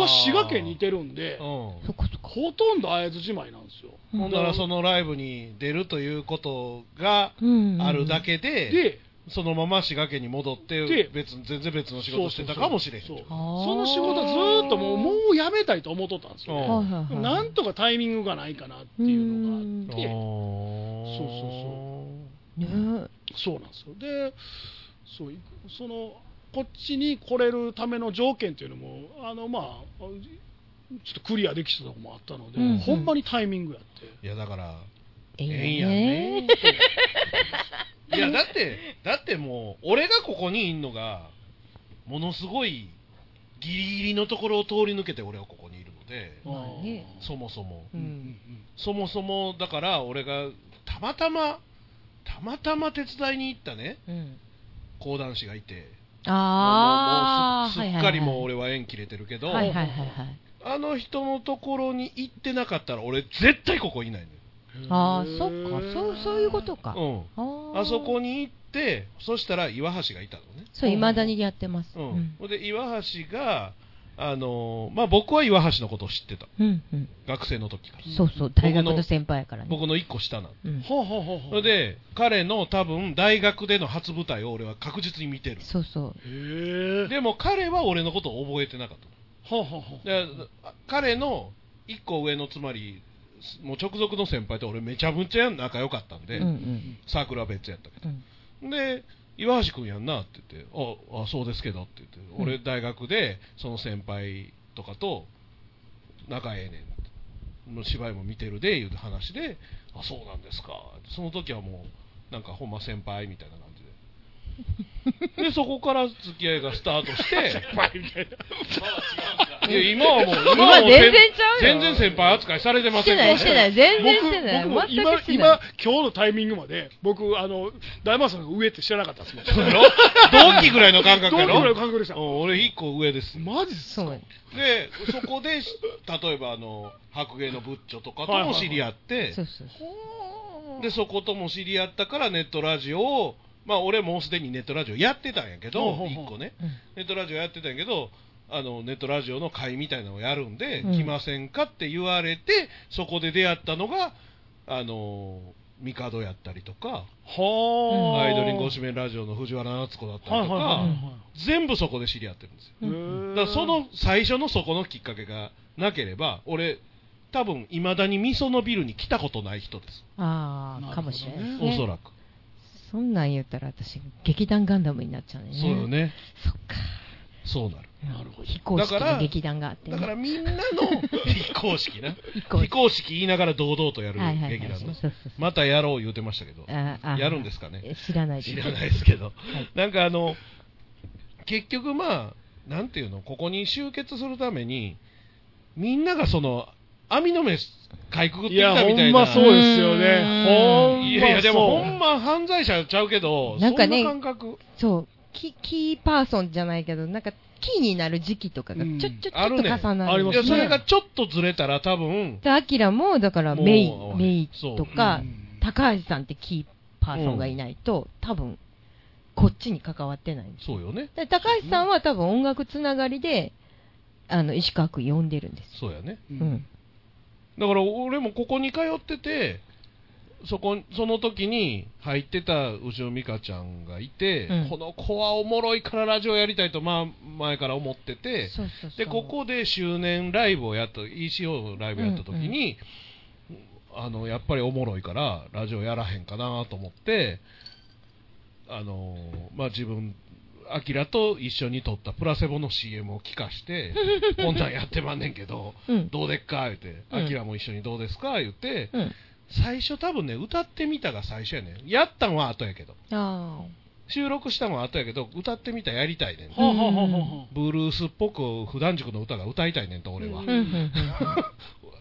[SPEAKER 1] は滋賀県にいてるんで
[SPEAKER 3] うん
[SPEAKER 2] そっかそっか。
[SPEAKER 1] ほとんど会津じまいなんですよ
[SPEAKER 3] ほんならそのライブに出るということが
[SPEAKER 2] うん。
[SPEAKER 3] あるだけで、
[SPEAKER 1] で
[SPEAKER 3] そのまま滋賀県に戻って
[SPEAKER 1] で
[SPEAKER 3] 別に全然別の仕事をしてたかもしれへん
[SPEAKER 1] そうそう
[SPEAKER 3] と
[SPEAKER 1] そう
[SPEAKER 2] あー
[SPEAKER 1] その仕事はずーっともうもうやめたいと思っとったんですよ、ね
[SPEAKER 3] うん
[SPEAKER 2] はいはいはい。
[SPEAKER 1] なんとかタイミングがないかなっていうのがあって、そうそう
[SPEAKER 2] ねえ
[SPEAKER 1] そうなんですよ。で、そういそのこっちに来れるための条件っていうのも、あのまあ、ちょっとクリアできてたとこもあったので、
[SPEAKER 2] うんうん
[SPEAKER 1] ほんまにタイミングやって。
[SPEAKER 3] いやだから
[SPEAKER 2] え
[SPEAKER 3] ええん
[SPEAKER 2] え
[SPEAKER 3] や
[SPEAKER 2] や
[SPEAKER 3] ね
[SPEAKER 2] ね。
[SPEAKER 3] いやだってだってもう俺がここにいんのがものすごいギリギリのところを通り抜けて俺はここにいるので
[SPEAKER 2] まあね
[SPEAKER 1] あー
[SPEAKER 3] そもそも、
[SPEAKER 2] う
[SPEAKER 1] うん
[SPEAKER 2] ん。
[SPEAKER 3] そもそもだから俺がたまたまたまたま手伝いに行ったね
[SPEAKER 2] うん。
[SPEAKER 3] 講談師がいてもうもう
[SPEAKER 2] ああ、
[SPEAKER 3] すすっかりもう俺は縁切れてるけど、
[SPEAKER 2] はいはいはいはい。
[SPEAKER 3] あの人のところに行ってなかったら、俺、絶対ここいない
[SPEAKER 2] ああ、そっか、そう、そういうことか。
[SPEAKER 3] のよ、うん、
[SPEAKER 2] あ
[SPEAKER 3] あそこ
[SPEAKER 2] に。
[SPEAKER 3] に行って、そしたら岩橋がいたのね、
[SPEAKER 2] そう、未だにやってます。
[SPEAKER 3] うんほんで岩橋が、あのーまあ、僕は岩橋のことを知ってた、
[SPEAKER 2] うんうん。
[SPEAKER 3] 学生の時から、
[SPEAKER 2] そうそう、大学の先輩やからね。
[SPEAKER 3] 僕の一個下なの。
[SPEAKER 2] うん。
[SPEAKER 1] ほうほうほう
[SPEAKER 3] そ
[SPEAKER 1] ほ
[SPEAKER 3] れ
[SPEAKER 1] う。
[SPEAKER 3] で彼の多分大学での初舞台を俺は確実に見てる
[SPEAKER 2] そうそう。
[SPEAKER 1] へえ。
[SPEAKER 3] でも彼は俺のことを覚えてなかった
[SPEAKER 1] ほうほうほう。
[SPEAKER 3] で彼の一個上のつまりもう直属の先輩と俺めちゃめちゃ仲良かったんで、
[SPEAKER 2] うんうん
[SPEAKER 3] サークルは別やったけ
[SPEAKER 2] うん。
[SPEAKER 3] どで岩橋君やんなって言ってああそうですけどって言って
[SPEAKER 2] ん
[SPEAKER 3] 俺大学でその先輩とかと仲ええねんってもう芝居も見てるでいう話であそうなんですかその時はもうなんかほんま先輩みたいな感じででそこから付き合いがスタートして いや今はもう今はもう
[SPEAKER 2] 今全然ちゃうよ
[SPEAKER 3] 全然先輩扱いされてま
[SPEAKER 2] し
[SPEAKER 3] せ
[SPEAKER 2] て
[SPEAKER 3] ん
[SPEAKER 2] ない、してない。全然してない。
[SPEAKER 1] 僕僕も
[SPEAKER 2] 全く
[SPEAKER 1] 今
[SPEAKER 2] してな
[SPEAKER 1] 今
[SPEAKER 2] い。
[SPEAKER 1] 今日のタイミングまで僕あの大魔さんが上って知らなかったですもん。
[SPEAKER 3] そうやろ同期ぐらいの感覚やろ
[SPEAKER 1] 同期ぐらいの感覚でした
[SPEAKER 3] うん俺一個上です
[SPEAKER 1] マジっす
[SPEAKER 2] そ
[SPEAKER 1] か。
[SPEAKER 2] う。
[SPEAKER 3] でそこで例えばあの白芸のブッチョとかとも知り合って
[SPEAKER 2] そうそうそう。
[SPEAKER 3] でそことも知り合ったからネットラジオを、まあ、俺もうすでにネットラジオやってたんやけど、
[SPEAKER 1] ほうほうほう
[SPEAKER 3] 1個ね
[SPEAKER 2] うん、
[SPEAKER 3] ネットラジオやってたんやけど、あのネットラジオの会みたいなのをやるんで、
[SPEAKER 2] うん
[SPEAKER 3] 来ませんかって言われて、そこで出会ったのが、あの帝やったりとか、
[SPEAKER 1] はあ。
[SPEAKER 3] アイドリングおしめラジオの藤原夏子だった
[SPEAKER 1] はい
[SPEAKER 3] り
[SPEAKER 1] はい
[SPEAKER 3] とか、
[SPEAKER 1] はいはい。
[SPEAKER 3] 全部そこで知り合ってるんですよ。
[SPEAKER 1] うん
[SPEAKER 3] だからその最初のそこのきっかけがなければ、俺、多分いまだにみそのビルに来たことない人です、
[SPEAKER 2] あ
[SPEAKER 1] なるほど
[SPEAKER 2] あ、かも
[SPEAKER 1] ね
[SPEAKER 2] しれない、
[SPEAKER 3] おそら
[SPEAKER 2] く。
[SPEAKER 3] く。
[SPEAKER 2] そんなん言ったら私、劇団ガンダムになっちゃうね。
[SPEAKER 3] そうよ。ね、
[SPEAKER 2] そっか。
[SPEAKER 3] そうなる。
[SPEAKER 1] なるほど
[SPEAKER 2] 非公式の劇団があってね。
[SPEAKER 3] だからみ んなの非公式な、
[SPEAKER 2] 非公
[SPEAKER 3] 非
[SPEAKER 2] 式。
[SPEAKER 3] 公式言いながら堂々とやる
[SPEAKER 2] はいはい
[SPEAKER 3] 劇
[SPEAKER 2] はい。
[SPEAKER 3] 団
[SPEAKER 2] そう
[SPEAKER 3] の、
[SPEAKER 2] そうそう。
[SPEAKER 3] またやろう言うてましたけど、
[SPEAKER 2] ああ
[SPEAKER 3] やるんですかね、
[SPEAKER 2] 知らないです。
[SPEAKER 3] 知らないですけど、なんかあの、結局、まあ、なんていうの、ここに集結するために、みんながその、網の目かいくぐって
[SPEAKER 1] い
[SPEAKER 3] きた
[SPEAKER 1] や、ほ
[SPEAKER 3] みた
[SPEAKER 1] ん
[SPEAKER 3] い
[SPEAKER 1] ま
[SPEAKER 3] な。
[SPEAKER 1] そうですよ
[SPEAKER 2] うん
[SPEAKER 1] ね。ほんまそう。
[SPEAKER 3] いやいや、でもほんま犯罪者ちゃうけど、
[SPEAKER 2] なんかね
[SPEAKER 3] そんな感覚
[SPEAKER 2] そう。キキーパーソンじゃないけど、なんか、キーになる時期とかがちょ、ちょ、ちょっ
[SPEAKER 3] あ
[SPEAKER 2] と重
[SPEAKER 3] るね
[SPEAKER 2] なる。
[SPEAKER 1] ありま
[SPEAKER 3] い
[SPEAKER 1] すね
[SPEAKER 3] や、それがちょっとずれたら多分、
[SPEAKER 2] で、アキラも、だから、メイ
[SPEAKER 3] も、う
[SPEAKER 2] メイとか
[SPEAKER 1] う、ん
[SPEAKER 2] 高橋さんってキーパーソンがいないと、多分、こっちに関わってないんです
[SPEAKER 3] そうよね。
[SPEAKER 2] で高橋さんは多分音楽つながりで、あの、石川君呼んでるんです。
[SPEAKER 3] そうやね。
[SPEAKER 1] う
[SPEAKER 2] うんん。
[SPEAKER 3] だから俺もここに通ってて、そこその時に入ってた牛尾美香ちゃんがいて、
[SPEAKER 2] うん
[SPEAKER 3] この子はおもろいからラジオやりたいと、まあ、前から思ってて、
[SPEAKER 2] そうそうそう。
[SPEAKER 3] でここで周年ライブをやった ECO のライブやった時に、あのやっぱりおもろいからラジオやらへんかなと思ってあのーまあ自分アキラと一緒に撮ったプラセボの CM を聞かして こんなんやってまんねんけど
[SPEAKER 2] うん、
[SPEAKER 3] どうでっか言うて
[SPEAKER 2] うん
[SPEAKER 3] アキラも一緒にどうですか言うて
[SPEAKER 2] うん。
[SPEAKER 3] 最初多分ね歌ってみたが最初やねんやったんは後やけど
[SPEAKER 2] あ
[SPEAKER 3] 収録したんは後やけど歌ってみたやりたいねん
[SPEAKER 1] はあはあはあは
[SPEAKER 3] ブルースっぽく普段塾の歌が歌いたいねんと俺は
[SPEAKER 1] う
[SPEAKER 2] あ。うん、うん、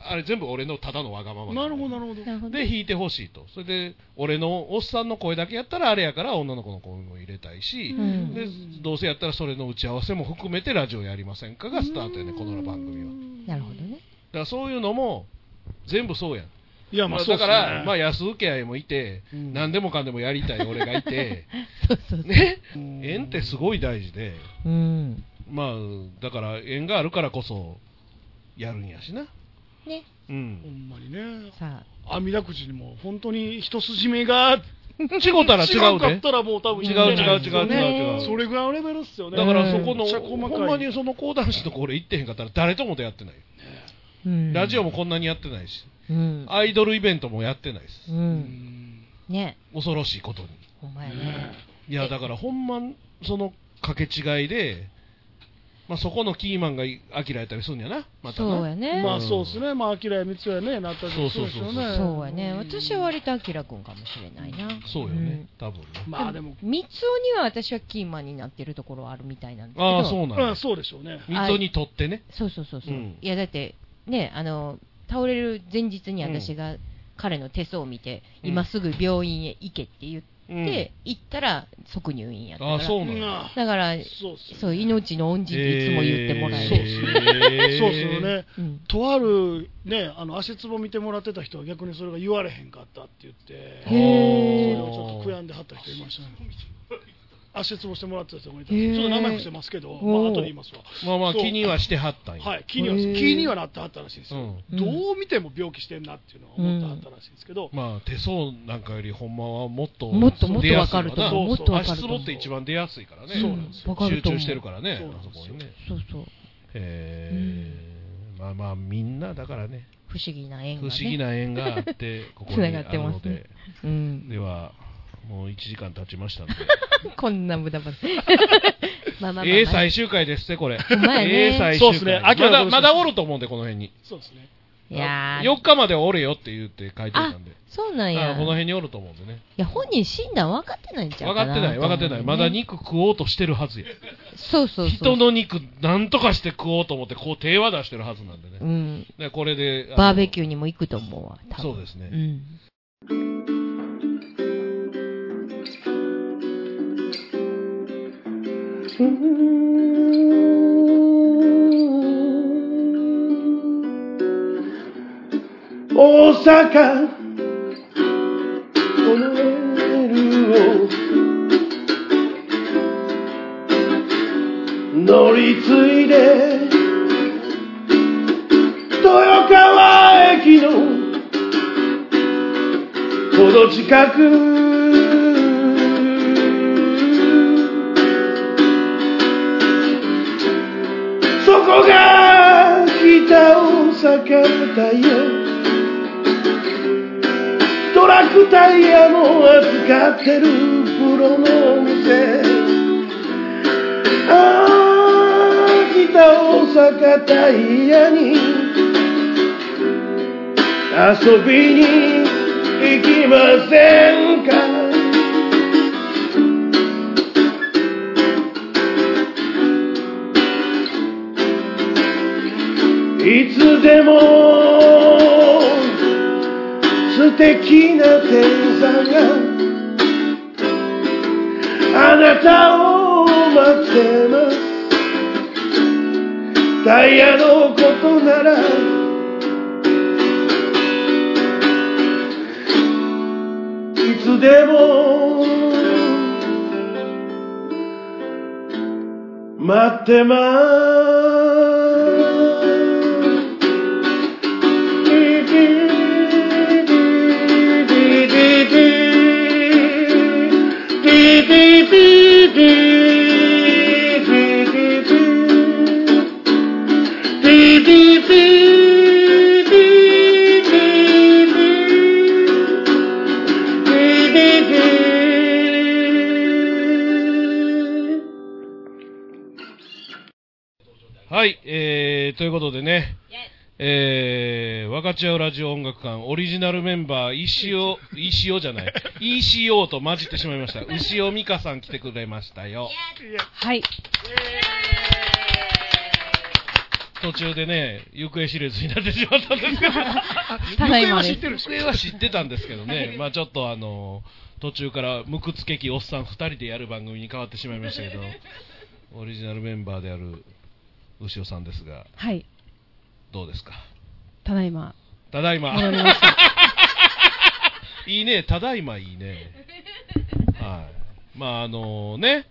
[SPEAKER 3] あれ全部俺のただのわがまま
[SPEAKER 1] あなるほど、な
[SPEAKER 3] ほ
[SPEAKER 1] るほど
[SPEAKER 2] うん。な。るほど。
[SPEAKER 3] で弾いてほしいとそれで俺のおっさんの声だけやったらあれやから女の子の声も入れたいし
[SPEAKER 2] う、ん
[SPEAKER 3] でどうせやったらそれの打ち合わせも含めてラジオやりませんかがスタートやねこの番組はだ
[SPEAKER 2] なるほどね。
[SPEAKER 3] からそういうのも全部そうやん、
[SPEAKER 1] いや、まあ、
[SPEAKER 3] まあ
[SPEAKER 1] そう
[SPEAKER 3] だ
[SPEAKER 1] っす
[SPEAKER 3] か
[SPEAKER 1] ね
[SPEAKER 3] ら、まあ、安請け合いもいて、
[SPEAKER 1] うん
[SPEAKER 3] 何でもかんでもやりたい俺が いて
[SPEAKER 2] そうそうそう。
[SPEAKER 3] ね
[SPEAKER 1] うん
[SPEAKER 3] 縁ってすごい大事で
[SPEAKER 2] うん。
[SPEAKER 3] まあだから縁があるからこそやるんやしな
[SPEAKER 2] ね。
[SPEAKER 3] うん
[SPEAKER 1] ほんまにね。
[SPEAKER 2] さあ、
[SPEAKER 1] 網だくじにも、本当に一筋目が、
[SPEAKER 3] 違うたら違う
[SPEAKER 1] かっ
[SPEAKER 3] で。
[SPEAKER 1] たらもう多分
[SPEAKER 3] 違う
[SPEAKER 1] 行って
[SPEAKER 3] 違
[SPEAKER 1] な
[SPEAKER 3] う
[SPEAKER 1] い
[SPEAKER 3] 違
[SPEAKER 1] です
[SPEAKER 3] う
[SPEAKER 1] よね
[SPEAKER 3] 違う違。
[SPEAKER 1] そうれぐらいのレベルっすよね。
[SPEAKER 3] だからそこ
[SPEAKER 1] め
[SPEAKER 3] の、
[SPEAKER 1] っちゃ細かい
[SPEAKER 3] ほんまにその講談師のこれ行ってへんかったら誰とも出会ってない。
[SPEAKER 2] うん。
[SPEAKER 3] ラジオもこんなにやってないし、
[SPEAKER 2] うん。
[SPEAKER 3] アイドルイベントもやってないです
[SPEAKER 2] う。。
[SPEAKER 1] うんん
[SPEAKER 2] ね。
[SPEAKER 3] 恐ろしいことに。
[SPEAKER 2] ほんまやね。
[SPEAKER 3] いや、だからほんま、その掛け違いで、まあそこのキーマンがアキラやったりするんやな、またな。
[SPEAKER 2] そうやね。
[SPEAKER 1] まあそうですね、まあ、アキラや三つやね、なったりするでしょうね。
[SPEAKER 2] そうやね。私は割とアキラ君かもしれないな。
[SPEAKER 3] そうよね、多分ね。
[SPEAKER 1] まあでも、
[SPEAKER 2] 三尾には私はキーマンになってるところはあるみたいなんですけど。
[SPEAKER 3] ああ、そうなん
[SPEAKER 1] う
[SPEAKER 3] や
[SPEAKER 1] ん、。そうでしょうね。
[SPEAKER 3] 水戸にとってね。
[SPEAKER 2] そうそうそうそう。
[SPEAKER 3] うん
[SPEAKER 2] いやだってねあの倒れる前日に私が彼の手相を見て、
[SPEAKER 3] うん
[SPEAKER 2] 今すぐ病院へ行けって言って、
[SPEAKER 3] うん。
[SPEAKER 2] 行ったら即入院やったか
[SPEAKER 3] あ
[SPEAKER 2] ら。
[SPEAKER 3] あ、そう
[SPEAKER 1] う
[SPEAKER 3] なん
[SPEAKER 1] ん
[SPEAKER 3] や。
[SPEAKER 1] あ
[SPEAKER 2] だから
[SPEAKER 1] そうっすよね
[SPEAKER 2] そう命の恩人っていつも言ってもらえる。
[SPEAKER 3] えー
[SPEAKER 1] そうですよ。ね。
[SPEAKER 2] うん
[SPEAKER 1] とあるね、あの足つぼ見てもらってた人は逆にそれが言われへんかったって言って、そ
[SPEAKER 2] へー
[SPEAKER 1] れをちょっと悔やんではった人いましたね。足つぼしてもらってた人もいたんですちょっと名前伏せますけど、ま
[SPEAKER 2] おー
[SPEAKER 1] あ後で言いますわ。
[SPEAKER 3] まあまあ
[SPEAKER 1] そう
[SPEAKER 3] 気にはしてはったんや。
[SPEAKER 1] はい、気には
[SPEAKER 2] へー
[SPEAKER 1] 気にはなってはったらしいですよ、
[SPEAKER 3] う
[SPEAKER 1] どう見ても病気してんなっていうのは思ってはったらしいんですけど、
[SPEAKER 3] まあ手相なんかよりほんまはもっと
[SPEAKER 2] もっともっと
[SPEAKER 3] 出やすい
[SPEAKER 2] わかると
[SPEAKER 1] 思う
[SPEAKER 3] な
[SPEAKER 1] もっとわかると
[SPEAKER 3] 足
[SPEAKER 1] 思う
[SPEAKER 3] つぼって一番出やすいからね、
[SPEAKER 1] そうなんです
[SPEAKER 2] よわかる
[SPEAKER 3] 集
[SPEAKER 2] と思
[SPEAKER 3] 中
[SPEAKER 2] う
[SPEAKER 3] してるからね
[SPEAKER 1] そうなん
[SPEAKER 3] あ
[SPEAKER 1] で
[SPEAKER 3] そ
[SPEAKER 1] すよ
[SPEAKER 3] こにね
[SPEAKER 2] そうそう
[SPEAKER 3] えーまあまあみんなだからね
[SPEAKER 2] 不思議な縁
[SPEAKER 3] 不
[SPEAKER 2] がね。
[SPEAKER 3] 思議な縁が あってここにあ
[SPEAKER 2] 繋がって
[SPEAKER 3] る
[SPEAKER 2] ま
[SPEAKER 3] の
[SPEAKER 2] すね
[SPEAKER 3] で、
[SPEAKER 2] うん。
[SPEAKER 3] ではもう1時間経ちましたんで
[SPEAKER 2] こんな無駄 話。まあまあまあまあ。
[SPEAKER 3] ええ最終回ですねこれ
[SPEAKER 2] ほんまやね
[SPEAKER 3] ええ最終
[SPEAKER 1] そうっすね
[SPEAKER 3] 回ま
[SPEAKER 1] 秋は
[SPEAKER 3] だ
[SPEAKER 1] どうです
[SPEAKER 3] ま
[SPEAKER 1] か
[SPEAKER 3] だおると思うんでこの辺に
[SPEAKER 1] そうですね、
[SPEAKER 2] いやー
[SPEAKER 3] 4日まではおるよって言って書いておい
[SPEAKER 2] あ
[SPEAKER 3] たんで、
[SPEAKER 2] そうなん
[SPEAKER 3] あ
[SPEAKER 2] や。
[SPEAKER 3] この辺におると思うんでね
[SPEAKER 2] いや、本人診断分かってないんちゃう
[SPEAKER 3] 分
[SPEAKER 2] か
[SPEAKER 3] か
[SPEAKER 2] な
[SPEAKER 3] ってない分かってないまだ
[SPEAKER 2] に
[SPEAKER 3] 肉食おうとしてるはずや
[SPEAKER 2] そうそうそう。
[SPEAKER 3] 人の肉なんとかして食おうと思ってこう手は出してるはずなんでね、
[SPEAKER 2] うん。
[SPEAKER 3] でこれで
[SPEAKER 2] バーベキ
[SPEAKER 3] ュ
[SPEAKER 2] ューにも行くと思うわ、多分。
[SPEAKER 3] そうですね、
[SPEAKER 2] うん。
[SPEAKER 5] 大阪取り次いで豊川駅のほど近くそこが北大阪タイヤトラックタイヤも扱ってるプロのお店ああ北大阪タイヤに遊びに行きませんかいつでも素敵な天才があなたを待ってますタイヤのことならいつでも待ってます
[SPEAKER 3] はい、えー、ということでね、えー、分かち合うラジオ音楽館オリジナルメンバー、石尾、石尾じゃない、ECO と混じってしまいました。牛尾美香さん来てくれましたよ。
[SPEAKER 2] はい。
[SPEAKER 3] 途中でね、行方知れずになってしまったんですけど、
[SPEAKER 2] ただいま
[SPEAKER 1] 行方は知
[SPEAKER 2] で
[SPEAKER 1] ってるでし
[SPEAKER 3] そ
[SPEAKER 1] ょ
[SPEAKER 3] れは知ってたんですけどね、まあちょっとあの、途中から無屈ケキおっさん2人でやる番組に変わってしまいましたけど、オリジナルメンバーである牛尾さんですが、
[SPEAKER 6] はい、
[SPEAKER 3] どうですか
[SPEAKER 6] ただいま、
[SPEAKER 3] ただいま。
[SPEAKER 6] 戻りました。
[SPEAKER 3] いいね、ただいまいいね。はい。まあ、あのね、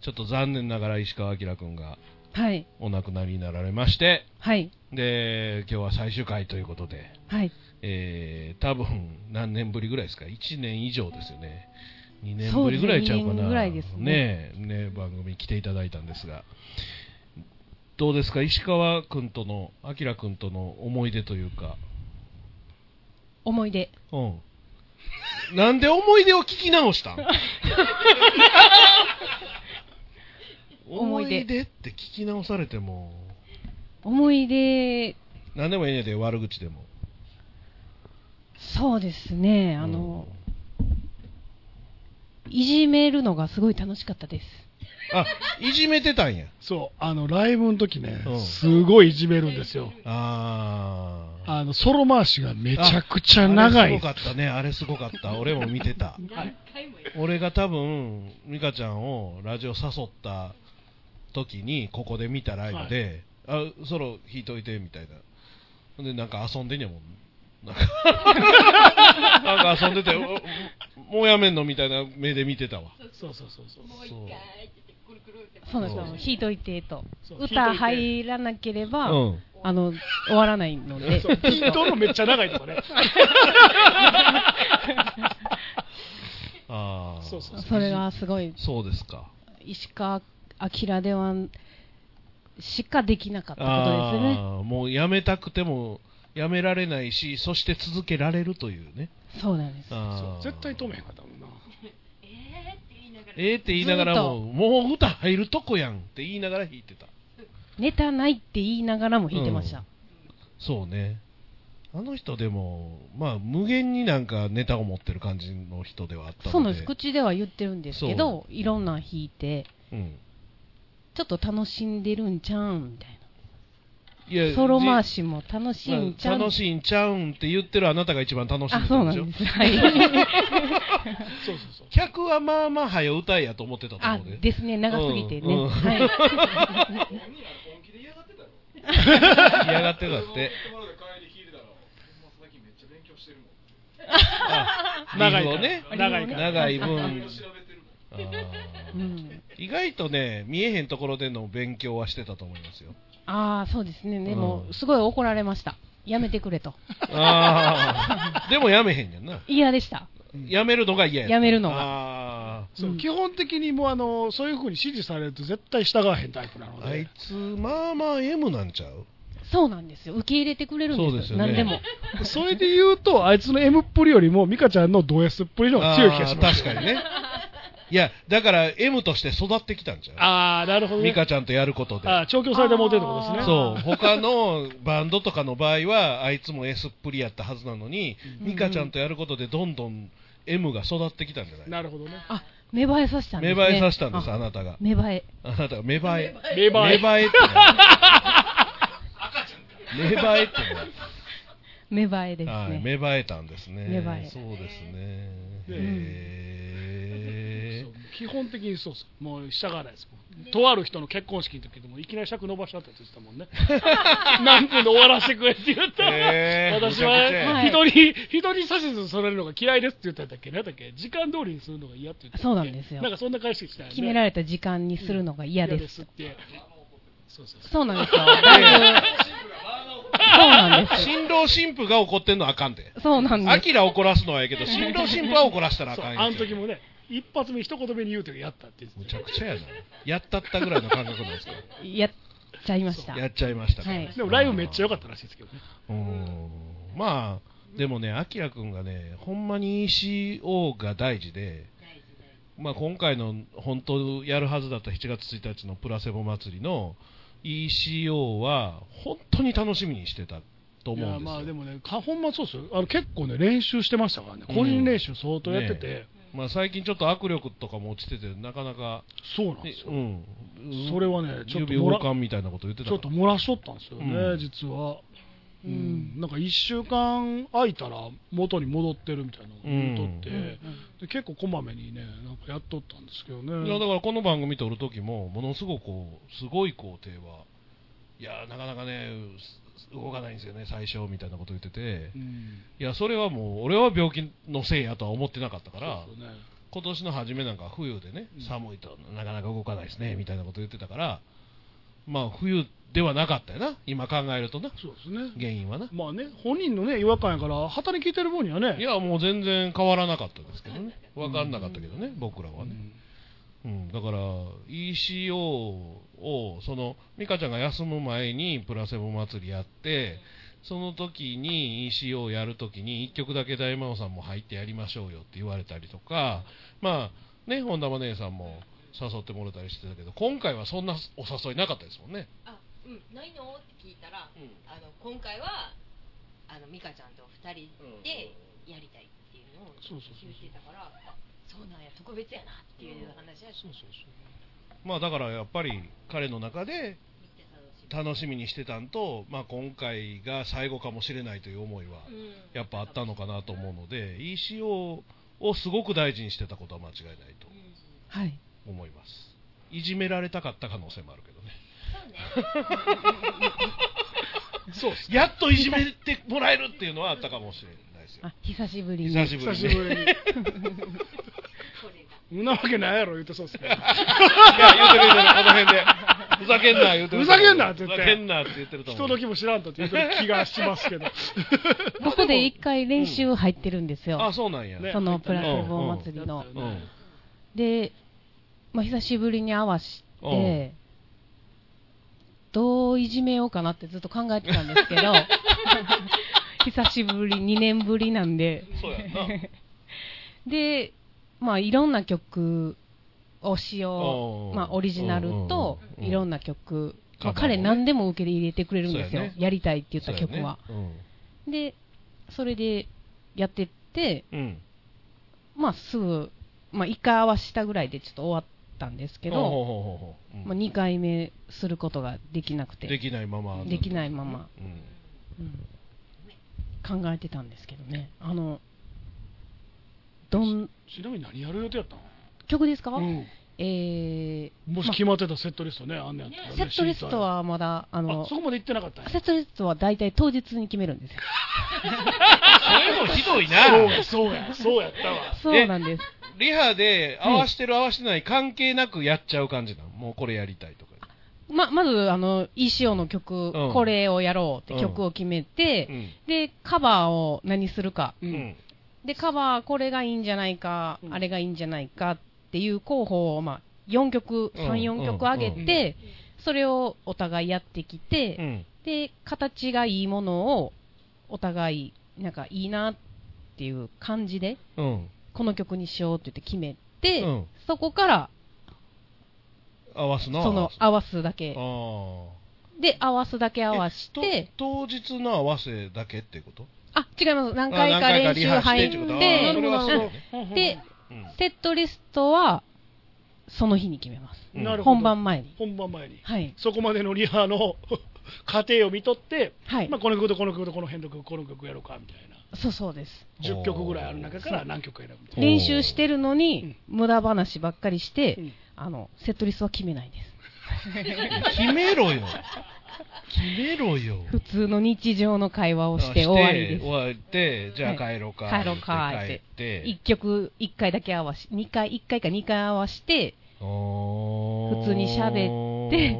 [SPEAKER 3] ちょっと残念ながら石川明君が
[SPEAKER 6] はい、
[SPEAKER 3] お亡くなりになられまして、
[SPEAKER 6] はい、
[SPEAKER 3] で、今日は最終回ということで、
[SPEAKER 6] はい、
[SPEAKER 3] えー、多分何年ぶりぐらいですか、1年以上ですよね。2年
[SPEAKER 6] そう
[SPEAKER 3] ぶ
[SPEAKER 6] で
[SPEAKER 3] り
[SPEAKER 6] すね
[SPEAKER 3] ぐらいちゃうか
[SPEAKER 6] 二
[SPEAKER 3] な。
[SPEAKER 6] 年ぐらいです
[SPEAKER 3] ね
[SPEAKER 6] ね
[SPEAKER 3] えねえ番組に来ていただいたんですが、どうですか、石川君との、明君との思い出というか、
[SPEAKER 6] 思い出。
[SPEAKER 3] うん。なんで 思い出を聞き直したん思
[SPEAKER 6] 思
[SPEAKER 3] い
[SPEAKER 6] い
[SPEAKER 3] 出
[SPEAKER 6] 出
[SPEAKER 3] って聞き直されても、
[SPEAKER 6] 思い出、
[SPEAKER 3] 何でもいいねんで、悪口でも。
[SPEAKER 6] そうですね、あの、いじめるのがすごい楽しかったです。
[SPEAKER 3] あ、いじめてたんや。
[SPEAKER 1] そう、あの、ライブの時ね
[SPEAKER 3] うん、
[SPEAKER 1] すごいいじめるんですよ。
[SPEAKER 3] あー。
[SPEAKER 1] あの、ソロ回しがめちゃくちゃ長
[SPEAKER 3] あれ
[SPEAKER 1] い
[SPEAKER 3] すご。かったね、あれすごかった。俺も見てた。俺が多分、美香ちゃんをラジオ誘った時に、ここで見たライブで、あ、ソロ弾いといて、みたいな。ほんで、なんか遊んで んやもん。なんかなんか遊んでて、おもうやめんのみたいな目で見てたわ。
[SPEAKER 1] そうそうそうそう。
[SPEAKER 3] そう
[SPEAKER 6] そうなんですよ
[SPEAKER 3] そう
[SPEAKER 6] 弾いといてと
[SPEAKER 1] そ。う
[SPEAKER 6] 歌
[SPEAKER 1] 弾いとい
[SPEAKER 6] 入らなければ、
[SPEAKER 3] うん。
[SPEAKER 6] あの、終わらないので。
[SPEAKER 1] そうピントのめっちゃ長いとかね。
[SPEAKER 3] ああ。
[SPEAKER 1] そうそう
[SPEAKER 6] それがすごい、
[SPEAKER 3] そうですか。
[SPEAKER 6] 石川明では、しかできなかったことですね。
[SPEAKER 3] ああ、もうやめたくても、やめられないし、そして続けられるというね。
[SPEAKER 6] そうなんです。
[SPEAKER 1] そ
[SPEAKER 3] あ
[SPEAKER 1] う
[SPEAKER 3] ー
[SPEAKER 1] 絶対止めへんかったもんな。
[SPEAKER 3] ええって言いながらも、もう歌入るとこやんって言いながら弾いてた。
[SPEAKER 6] ネタないって言いながらも弾いてました。
[SPEAKER 3] そうね。あの人でも、まあ、無限になんかネタを持ってる感じの人ではあったので。
[SPEAKER 6] そうなんです。口では言ってるんですけど、いろんなん弾いて、
[SPEAKER 3] うん。
[SPEAKER 6] ちょっと楽しんでるんちゃうんみたい
[SPEAKER 3] いや
[SPEAKER 6] な。ソロ回
[SPEAKER 3] じ
[SPEAKER 6] しも楽し
[SPEAKER 3] まあ
[SPEAKER 6] いんちゃうん。
[SPEAKER 3] 楽しいんちゃうんって言ってるあなたが一番楽しん
[SPEAKER 6] あ
[SPEAKER 3] で、
[SPEAKER 6] そ
[SPEAKER 3] た
[SPEAKER 6] う
[SPEAKER 3] で
[SPEAKER 6] んな
[SPEAKER 3] しょ
[SPEAKER 6] んです。はい。
[SPEAKER 1] そうそうそう。
[SPEAKER 3] 客はまあまあ早う歌えやと思ってたと
[SPEAKER 6] あ
[SPEAKER 3] 思うで。、
[SPEAKER 6] ですね。長すぎてね。
[SPEAKER 3] うんうん
[SPEAKER 6] はい。
[SPEAKER 3] 嫌がってたって。
[SPEAKER 1] 長いか
[SPEAKER 3] リフ
[SPEAKER 1] ら
[SPEAKER 3] をね。
[SPEAKER 1] 長いから。
[SPEAKER 3] 長い分。あー
[SPEAKER 6] うん、
[SPEAKER 3] 意外とね、見えへんところでの勉強はしてたと思いますよ。
[SPEAKER 6] ああ、そうですね。でも
[SPEAKER 3] う、ん
[SPEAKER 6] すごい怒られました。やめてくれと。
[SPEAKER 3] あーでもやめへんやんな。
[SPEAKER 6] 嫌でした。
[SPEAKER 3] やめるのが嫌やった
[SPEAKER 6] やめるのが
[SPEAKER 3] あー
[SPEAKER 1] そう
[SPEAKER 6] うん
[SPEAKER 1] 基本的にもうあのそういうふうに指示されると絶対従わへんタイプなの
[SPEAKER 3] あい
[SPEAKER 1] で、
[SPEAKER 3] つ、まあまあ M なんちゃう
[SPEAKER 6] そうなんですよ。受け入れてくれるんです
[SPEAKER 3] そうですよね
[SPEAKER 6] 何でも。
[SPEAKER 1] それで言うと、あいつの M っぷりよりも、美香ちゃんのド S っぷりの方が強い気がします。
[SPEAKER 3] あー確かにね。いや、だから M として育ってきたんちゃ
[SPEAKER 1] ああ、なるほ
[SPEAKER 3] う
[SPEAKER 1] ど、
[SPEAKER 3] ミ
[SPEAKER 1] ね。
[SPEAKER 3] カちゃんとやることで。
[SPEAKER 1] ああ、調教されてもうてるってことですね。
[SPEAKER 3] そう、他のバンドとかの場合は、あいつも S っぷりやったはずなのに、ミカちゃんとやることでどんどん M が育ってきたんじゃない
[SPEAKER 1] なるほどね。
[SPEAKER 6] あ、芽生えさせたんで
[SPEAKER 3] 芽
[SPEAKER 6] すね。
[SPEAKER 3] 生えさせたんです、あ
[SPEAKER 6] あ
[SPEAKER 3] なたが。
[SPEAKER 6] 芽生え。
[SPEAKER 3] あなたが芽生え。
[SPEAKER 1] レバ
[SPEAKER 3] 芽
[SPEAKER 1] ー。
[SPEAKER 3] 生えって何。芽生えって
[SPEAKER 6] 芽生えです
[SPEAKER 3] 何。はい、
[SPEAKER 6] ね。
[SPEAKER 3] 芽生えたんですね。
[SPEAKER 6] 芽生え
[SPEAKER 3] そうですね。
[SPEAKER 1] うん
[SPEAKER 3] へ
[SPEAKER 1] そう基本的にそうっす。もう従わないです。とある人の結婚式の時でもいきなり尺伸ばしたって言ってたも んね。何分で終わらせてくれって言った
[SPEAKER 3] へー
[SPEAKER 1] 私
[SPEAKER 3] むちゃくちゃ
[SPEAKER 1] は
[SPEAKER 6] はい
[SPEAKER 1] 人に、人に指図されるのが嫌いですって言ったんだっけ、なんだっけ、時間通りにするのが嫌って言ってたっけ
[SPEAKER 6] そうなんですよ
[SPEAKER 1] なんかそんな返してきたよね
[SPEAKER 6] 決められた時間にするのが嫌です。
[SPEAKER 1] って。そうそうそう
[SPEAKER 6] そうなん ですよ。だいぶそうなんで
[SPEAKER 3] ー新郎新婦が怒ってんのはあかんで。
[SPEAKER 6] す。そうなん
[SPEAKER 3] ア
[SPEAKER 6] です。
[SPEAKER 3] キラ怒らすのはええけど、新郎新婦は怒らしたらあ
[SPEAKER 1] そう
[SPEAKER 3] かんやん
[SPEAKER 1] あの時もね、一発目、一言目に言うてやったって言って
[SPEAKER 3] む
[SPEAKER 1] た
[SPEAKER 3] ちゃくちゃやな。やったったぐらいの感覚なんですか。
[SPEAKER 6] やっちゃいました。
[SPEAKER 3] やっちゃいましたから。
[SPEAKER 6] はい
[SPEAKER 1] でもライブめっちゃ良かったらしいですけどね。
[SPEAKER 3] うん。まあ、でもね、アキラくんがね、ほんまに ECO が大事で、まあ今回の本当やるはずだった7月1日のプラセボ祭りの ECO は本当に楽しみにしてたと
[SPEAKER 1] い
[SPEAKER 3] 思う
[SPEAKER 1] や
[SPEAKER 3] んですよ。
[SPEAKER 1] まあでもね、かほんまそうですよ。あの結構ね、練習してましたからね。個人練習相当やってて、
[SPEAKER 3] うんねまあ最近ちょっと握力とかも落ちてて、なかなか、
[SPEAKER 1] そうなんですよ。
[SPEAKER 3] うん。
[SPEAKER 1] それはね、ちょっと
[SPEAKER 3] 指
[SPEAKER 1] も
[SPEAKER 3] 王
[SPEAKER 1] ら
[SPEAKER 3] 冠みたいなこと言ってた
[SPEAKER 1] ちょ
[SPEAKER 3] か
[SPEAKER 1] っ
[SPEAKER 3] ら
[SPEAKER 1] と漏らしとったんですよね、
[SPEAKER 3] うん
[SPEAKER 1] 実は。うん、なんか1週間空いたら元に戻ってるみたいなのを言うとって、
[SPEAKER 3] うん
[SPEAKER 1] で結構こまめにねなんかやっとったんですけど
[SPEAKER 3] い
[SPEAKER 1] ね
[SPEAKER 3] やだからこの番組撮る時もものすごくこうすごい肯定はいやなかなかねす動かないんですよね最初みたいなこと言ってて
[SPEAKER 1] うん
[SPEAKER 3] いやそれはもう俺は病気のせいやとは思ってなかったから
[SPEAKER 1] そうですよね
[SPEAKER 3] 今年の初めなんか冬でね
[SPEAKER 1] うん
[SPEAKER 3] 寒いとなかなか動かないですねみたいなこと言ってたからまあ冬ではなかったよな今考えるとな
[SPEAKER 1] そうですね
[SPEAKER 3] 原因はな
[SPEAKER 1] まあね本人のね違和感やから旗に聞いてる分にはね
[SPEAKER 3] いやもう全然変わらなかったですけどね分かんなかったけどね僕らはねうん、だから ECO をその美香ちゃんが休む前にプラセボ祭りやってその時に ECO をやる時に1曲だけ大魔王さんも入ってやりましょうよって言われたりとかまあね本田真姉さんも誘ってもらったりしてたけど今回はそんなお誘いなかったですもんね
[SPEAKER 7] あ、うん、ないのって聞いたら、
[SPEAKER 3] うん
[SPEAKER 7] あの今回はあの美香ちゃんと二人でやりたいっていうのを
[SPEAKER 1] そうそうそ
[SPEAKER 7] 言
[SPEAKER 1] う
[SPEAKER 7] ってたから、あそうなんや特別やなっていう話はし
[SPEAKER 1] そうそうそう
[SPEAKER 3] まあだからやっぱり彼の中で
[SPEAKER 7] 見て楽しみ。
[SPEAKER 3] 楽しみにしてたんと、まあ、今回が最後かもしれないという思いは
[SPEAKER 7] うん
[SPEAKER 3] やっぱあったのかなと思うので ECO をすごく大事にしてたことは間違いないと
[SPEAKER 7] うんそ
[SPEAKER 6] はい。
[SPEAKER 3] 思いますいじめられたかった可能性もあるけどね
[SPEAKER 7] うね。
[SPEAKER 3] そうやっといじめてもらえるっていうのはあったかもしれないですよ
[SPEAKER 6] あ、久しぶりに。
[SPEAKER 3] 久し
[SPEAKER 1] 久
[SPEAKER 3] ぶり
[SPEAKER 1] し
[SPEAKER 3] に
[SPEAKER 1] ぶりに
[SPEAKER 7] これが。
[SPEAKER 1] そんなわけないやろ言ってそうですね
[SPEAKER 3] いや言うてくれてるこの辺でふざけんな言うてる
[SPEAKER 1] ふざけんな
[SPEAKER 3] ふ
[SPEAKER 1] 絶
[SPEAKER 3] ざ
[SPEAKER 1] 対
[SPEAKER 3] けんなって言ってると思
[SPEAKER 1] 人
[SPEAKER 3] う
[SPEAKER 1] 時も知らんとって言ってる気がします けど
[SPEAKER 6] ここで一回練習入ってるんです
[SPEAKER 3] あ
[SPEAKER 6] よ。
[SPEAKER 3] そうなんや、
[SPEAKER 1] ね
[SPEAKER 6] そのプラセボ祭りの。
[SPEAKER 3] うん
[SPEAKER 6] で、まあ、久しぶりに会わし
[SPEAKER 3] うん
[SPEAKER 6] て、どういじめようかなってずっと考えてたんで すけど、久しぶり、2年ぶりなんで。
[SPEAKER 3] そうやんな
[SPEAKER 6] で、まあ、いろんな曲をしよ
[SPEAKER 3] うん
[SPEAKER 6] う、まあ、オリジナルと
[SPEAKER 3] うんうんうん
[SPEAKER 6] いろんな曲、
[SPEAKER 3] カバーも
[SPEAKER 6] まあ、
[SPEAKER 3] ね
[SPEAKER 6] 彼、何でも受け入れてくれるんですよ、
[SPEAKER 3] そうやね
[SPEAKER 6] やりたいって言った曲は。
[SPEAKER 3] そうやね
[SPEAKER 6] で、それでやってって、
[SPEAKER 3] うんうん
[SPEAKER 6] まあ、すぐ、まあ、1回合わしたぐらいでちょっと終わったんですけ
[SPEAKER 3] ほう
[SPEAKER 6] ど、
[SPEAKER 3] ほうほうほううん
[SPEAKER 6] まあ、2回目することができなくて、
[SPEAKER 3] できないまま
[SPEAKER 6] できないまま、
[SPEAKER 3] うん
[SPEAKER 6] うん考えてたんですけどね、あの、どん、
[SPEAKER 1] ちなみに何やる予定やったの
[SPEAKER 6] 曲ですか、
[SPEAKER 1] うん
[SPEAKER 6] えー、
[SPEAKER 1] もし決まってたセットリストね、あんねやったらね
[SPEAKER 6] セットリスト、はまだ、
[SPEAKER 1] 知
[SPEAKER 6] あ
[SPEAKER 1] りたいあ
[SPEAKER 6] の
[SPEAKER 1] そ、こまで行ってなかったんや
[SPEAKER 6] セットリストは大体当日に決めるんですよ。
[SPEAKER 3] それもひどいな
[SPEAKER 1] そうや、そうや、そうやったわ。
[SPEAKER 6] そうなんです。
[SPEAKER 3] リハで
[SPEAKER 6] はい
[SPEAKER 3] 合わしてる合わしてない関係なくやっちゃう感じなのもうこれやりたいとか。
[SPEAKER 6] ま、まず、あの、ECO の曲、
[SPEAKER 3] ん
[SPEAKER 6] これをやろうって曲を決めて、
[SPEAKER 3] うん。
[SPEAKER 6] で、カバーを何するか。
[SPEAKER 1] う
[SPEAKER 3] うんん。
[SPEAKER 6] で、カバー、これがいいんじゃないか、あれがいいんじゃないかっていう候補を、まあ、4曲、
[SPEAKER 3] うん
[SPEAKER 6] 3、4曲上げ
[SPEAKER 3] うん
[SPEAKER 6] て、それをお互いやってきて、
[SPEAKER 3] うん。
[SPEAKER 6] で、形がいいものを、お互い、なんかいいなっていう感じで、
[SPEAKER 3] うん。
[SPEAKER 6] この曲にしようって言って決めて、
[SPEAKER 3] うん
[SPEAKER 6] そこから、
[SPEAKER 3] 合わすのは
[SPEAKER 6] その合わすだけ。
[SPEAKER 3] 合わ
[SPEAKER 6] で、合わすだけ合わ
[SPEAKER 3] す
[SPEAKER 6] し
[SPEAKER 3] あー
[SPEAKER 6] て、
[SPEAKER 3] と当日の合わせだけってこと
[SPEAKER 6] あ、違います。何回か練習入
[SPEAKER 3] あ何回かリハしてって
[SPEAKER 6] っ
[SPEAKER 3] ことあー
[SPEAKER 6] て
[SPEAKER 3] それはそうだね
[SPEAKER 6] で、
[SPEAKER 3] うん
[SPEAKER 6] セットリストは、その日に決めます。
[SPEAKER 3] うん
[SPEAKER 1] なるほど
[SPEAKER 6] 本番前に。
[SPEAKER 1] 本番前に
[SPEAKER 6] はい。
[SPEAKER 1] そこまでのリハの 過程を見とって、
[SPEAKER 6] はい
[SPEAKER 1] まあ、。この曲とこの曲とこの辺の曲この曲やろうかみたいな
[SPEAKER 6] そうそうです。
[SPEAKER 1] 10曲ぐらいある中から何曲選ぶみたい
[SPEAKER 3] ほう
[SPEAKER 6] 練習してるのに、無駄話ばっかりして、
[SPEAKER 1] うん
[SPEAKER 6] あの、セットリストは決めないです。
[SPEAKER 3] 決めろよ。決めろよ。
[SPEAKER 6] 普通の日常の会話をして終わ
[SPEAKER 3] 終
[SPEAKER 6] りで
[SPEAKER 3] わって、じゃあ帰ろうか。
[SPEAKER 6] はい帰ろうか
[SPEAKER 3] 言って帰
[SPEAKER 6] す。
[SPEAKER 3] って
[SPEAKER 6] 一。曲、一回だけ合わし、二回、一回か二回合わして、
[SPEAKER 3] 普
[SPEAKER 6] 普通に喋って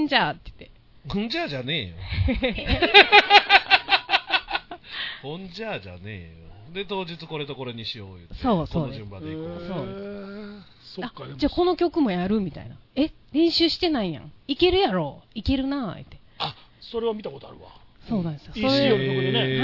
[SPEAKER 6] んじゃあって言って。
[SPEAKER 3] ほんじゃあじゃ ねえよ。ほんじゃあじゃねえよ。で、当日これとこれにしよう言って。
[SPEAKER 6] そうそう
[SPEAKER 3] この順番でいこ
[SPEAKER 1] な
[SPEAKER 3] う。
[SPEAKER 6] そう
[SPEAKER 1] そっかで
[SPEAKER 6] あ
[SPEAKER 1] も
[SPEAKER 6] じゃあこの曲もやるみたいな。え、練習してないやん。いけるやろ。いけるなーって。
[SPEAKER 1] あそれは見たことあるわ
[SPEAKER 6] そうなんですよ。そ
[SPEAKER 1] いいしよ
[SPEAKER 6] れ
[SPEAKER 1] うとこでね、
[SPEAKER 3] へ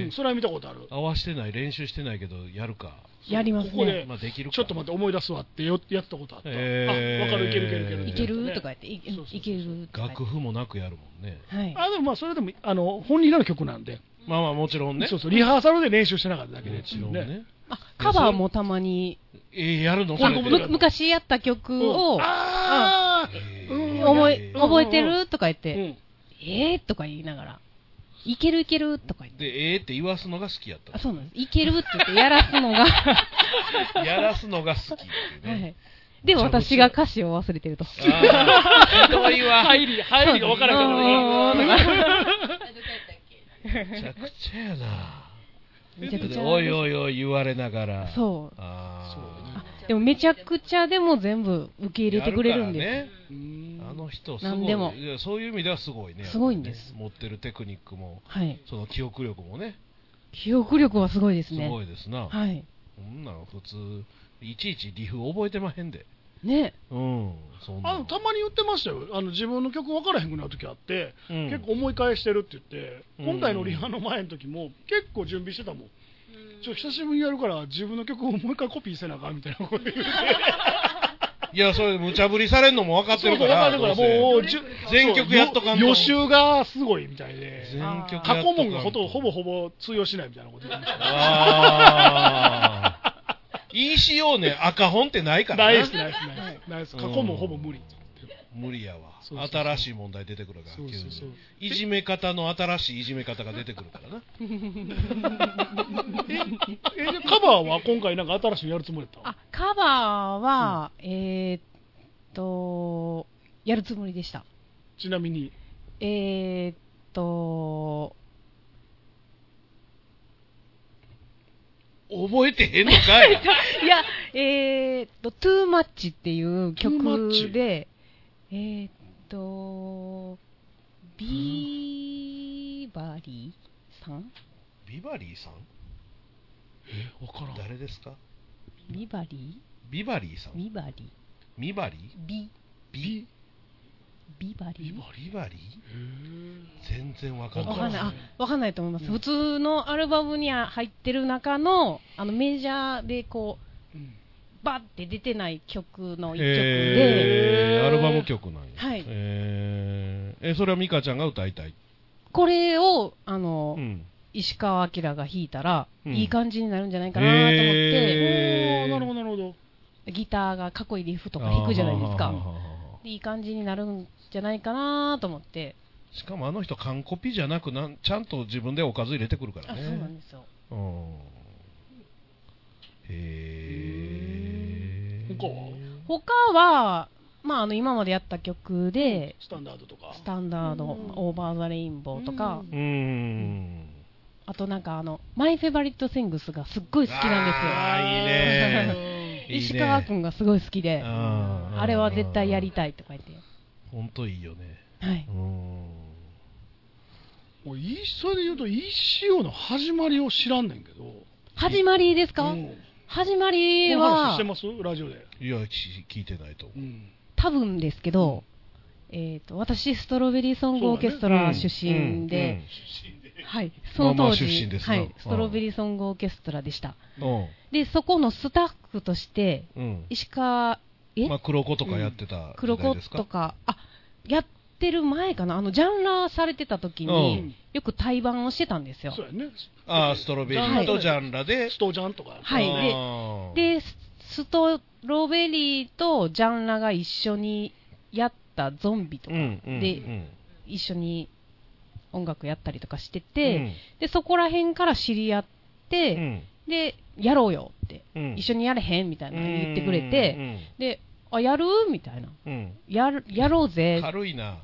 [SPEAKER 3] ー
[SPEAKER 1] うんそれは見たことある
[SPEAKER 3] 合わしてない、練習してないけど、やるか。
[SPEAKER 6] やります
[SPEAKER 1] ここで
[SPEAKER 6] ね。
[SPEAKER 3] まあ、できるか。
[SPEAKER 1] ちょっと待って思い出すわってよやったことあった、
[SPEAKER 3] へー
[SPEAKER 1] あ分かるいけるいけるいける
[SPEAKER 6] いける
[SPEAKER 1] ね
[SPEAKER 6] とか言って、い
[SPEAKER 1] そうそうそう
[SPEAKER 6] いけるとか言って
[SPEAKER 3] 楽。譜もなくやるもんね。
[SPEAKER 6] はい。
[SPEAKER 1] あでもまあそれでもあの本人らの曲なんで、
[SPEAKER 3] まあまあ、もちろんね。
[SPEAKER 1] そうそうリハーサルで練習してなかっただけで
[SPEAKER 3] もちろんね。
[SPEAKER 6] あ、カバーもたまに、
[SPEAKER 3] えー、やるの
[SPEAKER 1] そ
[SPEAKER 3] そ
[SPEAKER 1] れ
[SPEAKER 3] れ
[SPEAKER 1] で
[SPEAKER 3] で
[SPEAKER 1] も
[SPEAKER 6] む昔やった曲を
[SPEAKER 1] あー
[SPEAKER 3] えー
[SPEAKER 6] 思い、
[SPEAKER 3] えー
[SPEAKER 6] 覚えてるとか言っ
[SPEAKER 1] う
[SPEAKER 6] て、
[SPEAKER 1] ん
[SPEAKER 6] えーとか言いながら、いけるいけるとか言って。
[SPEAKER 3] で、えーって言わすのが好きやった
[SPEAKER 6] あ、そうなんです。いけるって言ってやらす のが、
[SPEAKER 3] やらすのが好きっていう
[SPEAKER 6] は
[SPEAKER 3] ね
[SPEAKER 6] い。。で、私が歌詞を忘れてると。
[SPEAKER 3] あーひどいわ。
[SPEAKER 1] 入り入りが分からんからね
[SPEAKER 6] うんうんうん
[SPEAKER 7] あどこやったっけ
[SPEAKER 3] めちゃくちゃやな。
[SPEAKER 6] めちゃくちゃ
[SPEAKER 3] おいおいおい言われながら。
[SPEAKER 6] そう
[SPEAKER 3] あ
[SPEAKER 6] でもめちゃくちゃでも全部受け
[SPEAKER 3] ー
[SPEAKER 6] 入れてくれるんです。
[SPEAKER 3] や
[SPEAKER 1] う
[SPEAKER 3] からね。あ
[SPEAKER 1] ん
[SPEAKER 3] の人、す
[SPEAKER 6] 何
[SPEAKER 3] ご
[SPEAKER 6] でも
[SPEAKER 3] い。いやそういう意味ではすごいね。
[SPEAKER 6] すごいんです
[SPEAKER 3] 持ってるテクニックも、
[SPEAKER 6] はい。
[SPEAKER 3] その記憶力もね、
[SPEAKER 6] 記憶力はすごいです
[SPEAKER 3] す
[SPEAKER 6] ね。
[SPEAKER 3] ごいですな。
[SPEAKER 6] はい。
[SPEAKER 3] こんなん普通、いちいちリフ覚えてまへんで。
[SPEAKER 6] ね。
[SPEAKER 3] うん。そんな
[SPEAKER 1] あのたまに言ってましたよあの自分の曲分からへんくなる時あって、
[SPEAKER 3] うん
[SPEAKER 1] 結構思い返してるって言って、
[SPEAKER 3] うん
[SPEAKER 1] 今回のリハの前の時も結構準備してたもん、ちょ久しぶりにやるから自分の曲をもう一回コピーせなあかんみたいなこと言 うて
[SPEAKER 3] いや、それ、無茶ぶりされんのも分かってるから。
[SPEAKER 1] そうそう分かってるからも
[SPEAKER 3] どうせ
[SPEAKER 1] うじゅ
[SPEAKER 3] 全曲やっとかんと
[SPEAKER 1] 予習がすごいみたいで
[SPEAKER 3] 全曲やっとか
[SPEAKER 1] 過
[SPEAKER 3] んと
[SPEAKER 1] 去問がほとほぼほぼ通用しないみたいなこと言ってました
[SPEAKER 3] ああ。ECO ね、赤本ってないから
[SPEAKER 1] ナ
[SPEAKER 3] な
[SPEAKER 1] イスナイスナイスナイス過去問ほぼ無理
[SPEAKER 3] 無理やわ
[SPEAKER 1] そうそうそう
[SPEAKER 3] 新しい問題出てくるから急
[SPEAKER 1] そうそうそう
[SPEAKER 3] にいじめ方の新しいいじめ方が出てくるからな
[SPEAKER 1] えでカバーは今回なんか新しいのやるつもりだった
[SPEAKER 6] あ、カバーは、えーっと、やるつもりでした。
[SPEAKER 1] ちなみに
[SPEAKER 6] えーっと、
[SPEAKER 3] 覚えてへんのかい
[SPEAKER 6] いや、えーっと、トゥーマッチっていう曲
[SPEAKER 1] Too Much
[SPEAKER 6] で、えーっと、ビーバリーさん
[SPEAKER 3] ビバリーさん
[SPEAKER 1] え分からん
[SPEAKER 3] 誰ですか
[SPEAKER 6] ビバリ
[SPEAKER 3] ビバリーさ
[SPEAKER 6] ー
[SPEAKER 3] ん
[SPEAKER 6] ビバリ
[SPEAKER 3] ミバリー
[SPEAKER 6] ービ、
[SPEAKER 3] ビ
[SPEAKER 6] ビバリー
[SPEAKER 3] ビバリー全然わかん
[SPEAKER 6] わかんない。
[SPEAKER 3] な
[SPEAKER 6] あ
[SPEAKER 3] い、
[SPEAKER 6] わかんないと思います。普通のアルバムには入ってる中の、あのメジャーでこう、
[SPEAKER 1] うん
[SPEAKER 6] バッて出てない曲の一曲で、
[SPEAKER 3] へーアルバム曲なんや
[SPEAKER 6] はい
[SPEAKER 3] えーえそれはミカちゃんが歌いたい
[SPEAKER 6] これを、あの、
[SPEAKER 3] ん
[SPEAKER 6] 石川明が弾いたら、
[SPEAKER 3] うん
[SPEAKER 6] いい感じになるんじゃないかなと思って、
[SPEAKER 3] へー
[SPEAKER 1] おーなるほどなるほど
[SPEAKER 6] ギターがかっこいいリフとか弾くじゃないです
[SPEAKER 3] あー
[SPEAKER 6] か。でいい感じになるんじゃないかなと思って、
[SPEAKER 3] しかもあの人完コピじゃなくなんちゃんと自分でおかず入れてくるから
[SPEAKER 6] あ、
[SPEAKER 3] ね
[SPEAKER 6] そうなんですよ。
[SPEAKER 3] うんへえ。
[SPEAKER 1] 他は
[SPEAKER 6] 他は、まあ、あの、今までやった曲で、
[SPEAKER 1] スタンダードとか
[SPEAKER 6] スタンダード、オーバーザレインボーとか、
[SPEAKER 3] うん。
[SPEAKER 6] あとなんかあの、マイフェバリットシングスがすっごい好きなんですよ。
[SPEAKER 3] あーいいねいいね
[SPEAKER 6] 石川くんがすごい好きで、
[SPEAKER 3] あ
[SPEAKER 6] あれは絶対やりたいとか言って。
[SPEAKER 3] 本当いいよね
[SPEAKER 6] はい。
[SPEAKER 3] うん
[SPEAKER 1] もういいそれで言うと ECO の始まりを知らんねんけど、
[SPEAKER 6] 始まりですか、
[SPEAKER 1] うん
[SPEAKER 6] 始まり
[SPEAKER 1] この話し
[SPEAKER 6] は
[SPEAKER 1] て、ますラジオで、
[SPEAKER 3] いやし聞いてないと思
[SPEAKER 1] う
[SPEAKER 3] うん
[SPEAKER 6] 多分ですけど、えっ、と、私、ストロベリーソングオーケストラ出身で、はい、その
[SPEAKER 3] まあまあ
[SPEAKER 6] 当時、
[SPEAKER 3] 出身です
[SPEAKER 6] は、
[SPEAKER 3] ない
[SPEAKER 6] ストロベリーソングオーケストラでした。
[SPEAKER 3] うんうん
[SPEAKER 6] で、そこのスタッフとして、
[SPEAKER 3] うん
[SPEAKER 6] 石川、え、
[SPEAKER 3] まあ黒子とかやってた
[SPEAKER 6] 黒
[SPEAKER 3] 時代
[SPEAKER 6] 子
[SPEAKER 3] です
[SPEAKER 6] とか、あ、やってる前かな、あの、ジャンラーされてた時に、
[SPEAKER 3] うん
[SPEAKER 6] よく対バンをしてたんですよ
[SPEAKER 1] そ。うやね、
[SPEAKER 3] ああストロベリーとジャンラで
[SPEAKER 1] ストジャンとか、
[SPEAKER 6] はいで
[SPEAKER 3] あー
[SPEAKER 6] で、スストロベリーとジャンラが一緒にやったゾンビと
[SPEAKER 3] う
[SPEAKER 6] か、
[SPEAKER 3] んうん
[SPEAKER 6] で
[SPEAKER 3] うん
[SPEAKER 6] 一緒に音楽やったりとかしてて、で、そこら辺から知り合って、で、やろうよって、一緒
[SPEAKER 3] に
[SPEAKER 6] にやれへんみたいなの言ってくれて、で、あ、やるみたいな。
[SPEAKER 3] うんうん
[SPEAKER 6] やる、やろうぜ。
[SPEAKER 3] 軽いな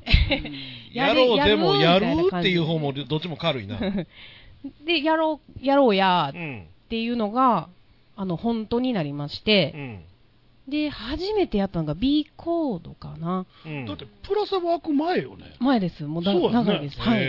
[SPEAKER 3] や
[SPEAKER 6] やれ
[SPEAKER 3] ろうでもや
[SPEAKER 6] や
[SPEAKER 3] る
[SPEAKER 6] ろうみたいな感
[SPEAKER 3] っ
[SPEAKER 6] じ
[SPEAKER 3] ていう方もどっちも軽いな
[SPEAKER 6] で、やろう、やろう や
[SPEAKER 3] う
[SPEAKER 6] っ
[SPEAKER 3] ん
[SPEAKER 6] ていうのが、あの、本当になりまして
[SPEAKER 3] う、ん
[SPEAKER 6] で、初めてやったのが B コードかな。
[SPEAKER 3] うん
[SPEAKER 1] だってプラスワーク前よね。
[SPEAKER 6] 前です。もうだ
[SPEAKER 1] そうやね
[SPEAKER 6] 長いです。はい。
[SPEAKER 3] へ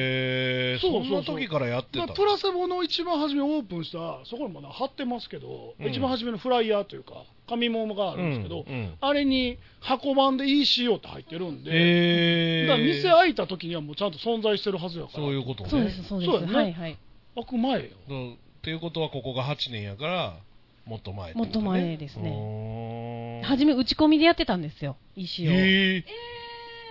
[SPEAKER 3] え
[SPEAKER 1] そ
[SPEAKER 3] そう
[SPEAKER 1] そ
[SPEAKER 3] ん
[SPEAKER 1] うそ
[SPEAKER 3] な
[SPEAKER 1] う
[SPEAKER 3] 時からやって
[SPEAKER 1] まあ
[SPEAKER 3] た
[SPEAKER 1] プラセボの一番初めオープンした、そこにもな貼ってますけど、
[SPEAKER 3] うん
[SPEAKER 1] 一番初めのフライヤーというか、紙物があるんですけど、
[SPEAKER 3] うんうん
[SPEAKER 1] あれに箱版で ECO って入ってるんで、
[SPEAKER 3] へえ
[SPEAKER 1] だから店開いた時にはもうちゃんと存在してるはずやから、
[SPEAKER 3] そういうことね
[SPEAKER 6] そうです、そうで
[SPEAKER 1] そうや
[SPEAKER 6] す。
[SPEAKER 1] ね
[SPEAKER 6] はい、はい。
[SPEAKER 1] 開く前よ。
[SPEAKER 3] うんっていうことはここが8年やからもっと前
[SPEAKER 6] もっと前ですね。
[SPEAKER 3] ね
[SPEAKER 6] 初め打ち込みでやってたんですよ、石を。
[SPEAKER 3] へえ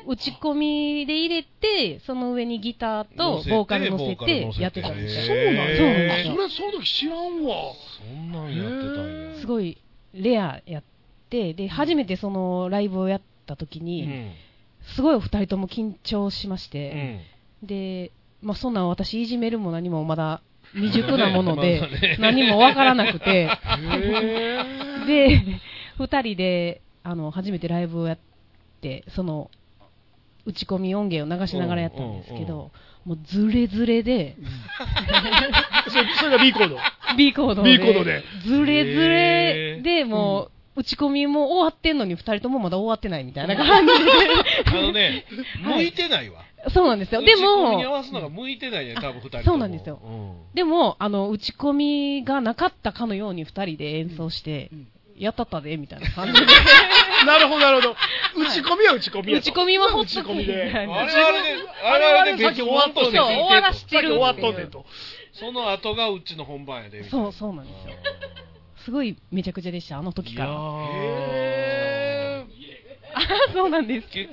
[SPEAKER 6] 打ち込みで入れて、その上にギターとボーカル乗せてやってたんです
[SPEAKER 3] そ
[SPEAKER 6] よ。
[SPEAKER 3] うなん
[SPEAKER 1] あ
[SPEAKER 3] や
[SPEAKER 1] そうなん
[SPEAKER 6] へ
[SPEAKER 1] だ
[SPEAKER 6] ー
[SPEAKER 1] それ、その時知らんわ。
[SPEAKER 3] そんなんやってたんや
[SPEAKER 6] すごいレアやって、で、初めてそのライブをやった時
[SPEAKER 3] う
[SPEAKER 6] に、
[SPEAKER 3] ん
[SPEAKER 6] すごいお二人とも緊張しまし
[SPEAKER 3] う
[SPEAKER 6] て、
[SPEAKER 3] ん
[SPEAKER 6] で、まあそんなん私いじめるも何もまだ未熟なもの で
[SPEAKER 3] まだね、
[SPEAKER 6] 何もわからなくて、
[SPEAKER 1] へー
[SPEAKER 6] で、二人で、あの、初めてライブをやって、その、打ち込み音源を流しながらやったんですけ
[SPEAKER 3] うんうんうん
[SPEAKER 6] ど、もうズレズレで、
[SPEAKER 1] それそれが B コード。
[SPEAKER 6] B コード
[SPEAKER 1] B コードで。
[SPEAKER 6] ズレズレで、
[SPEAKER 1] う
[SPEAKER 6] もう、打ち込みも終わってんのに、二人ともまだ終わってないみたいな感じで。
[SPEAKER 3] あの ね、向いてないわ。
[SPEAKER 6] そうなんですよ。で
[SPEAKER 3] 打ち込みに合
[SPEAKER 6] も、
[SPEAKER 3] わすのが向いてないね、
[SPEAKER 6] あ
[SPEAKER 3] 多分二人とも。
[SPEAKER 6] そうなんですよでも、あの、打ち込みがなかったかのように二人で演奏して
[SPEAKER 1] うん、
[SPEAKER 6] やったったで、みたいな感じで。
[SPEAKER 1] なるほど、なるほど。打ち込みは打ち込みやと。
[SPEAKER 6] 打ち込みはほっ
[SPEAKER 1] 打ち
[SPEAKER 6] と
[SPEAKER 1] 込
[SPEAKER 6] け
[SPEAKER 1] みで。
[SPEAKER 6] みたい
[SPEAKER 3] うん。
[SPEAKER 6] な
[SPEAKER 3] あれはあれで、あれはあれで
[SPEAKER 1] さっき終わっとんねん
[SPEAKER 3] 月曜日
[SPEAKER 6] そう終わらし
[SPEAKER 1] さっき終わっとんねん
[SPEAKER 3] と。
[SPEAKER 1] と。
[SPEAKER 3] その後がうちの本番やで、みたい
[SPEAKER 6] そう、そうなんですよ。すごいめちゃくちゃでした、あの時
[SPEAKER 3] い
[SPEAKER 6] か
[SPEAKER 3] や
[SPEAKER 6] ら。
[SPEAKER 3] ー
[SPEAKER 6] そうなんです。
[SPEAKER 3] け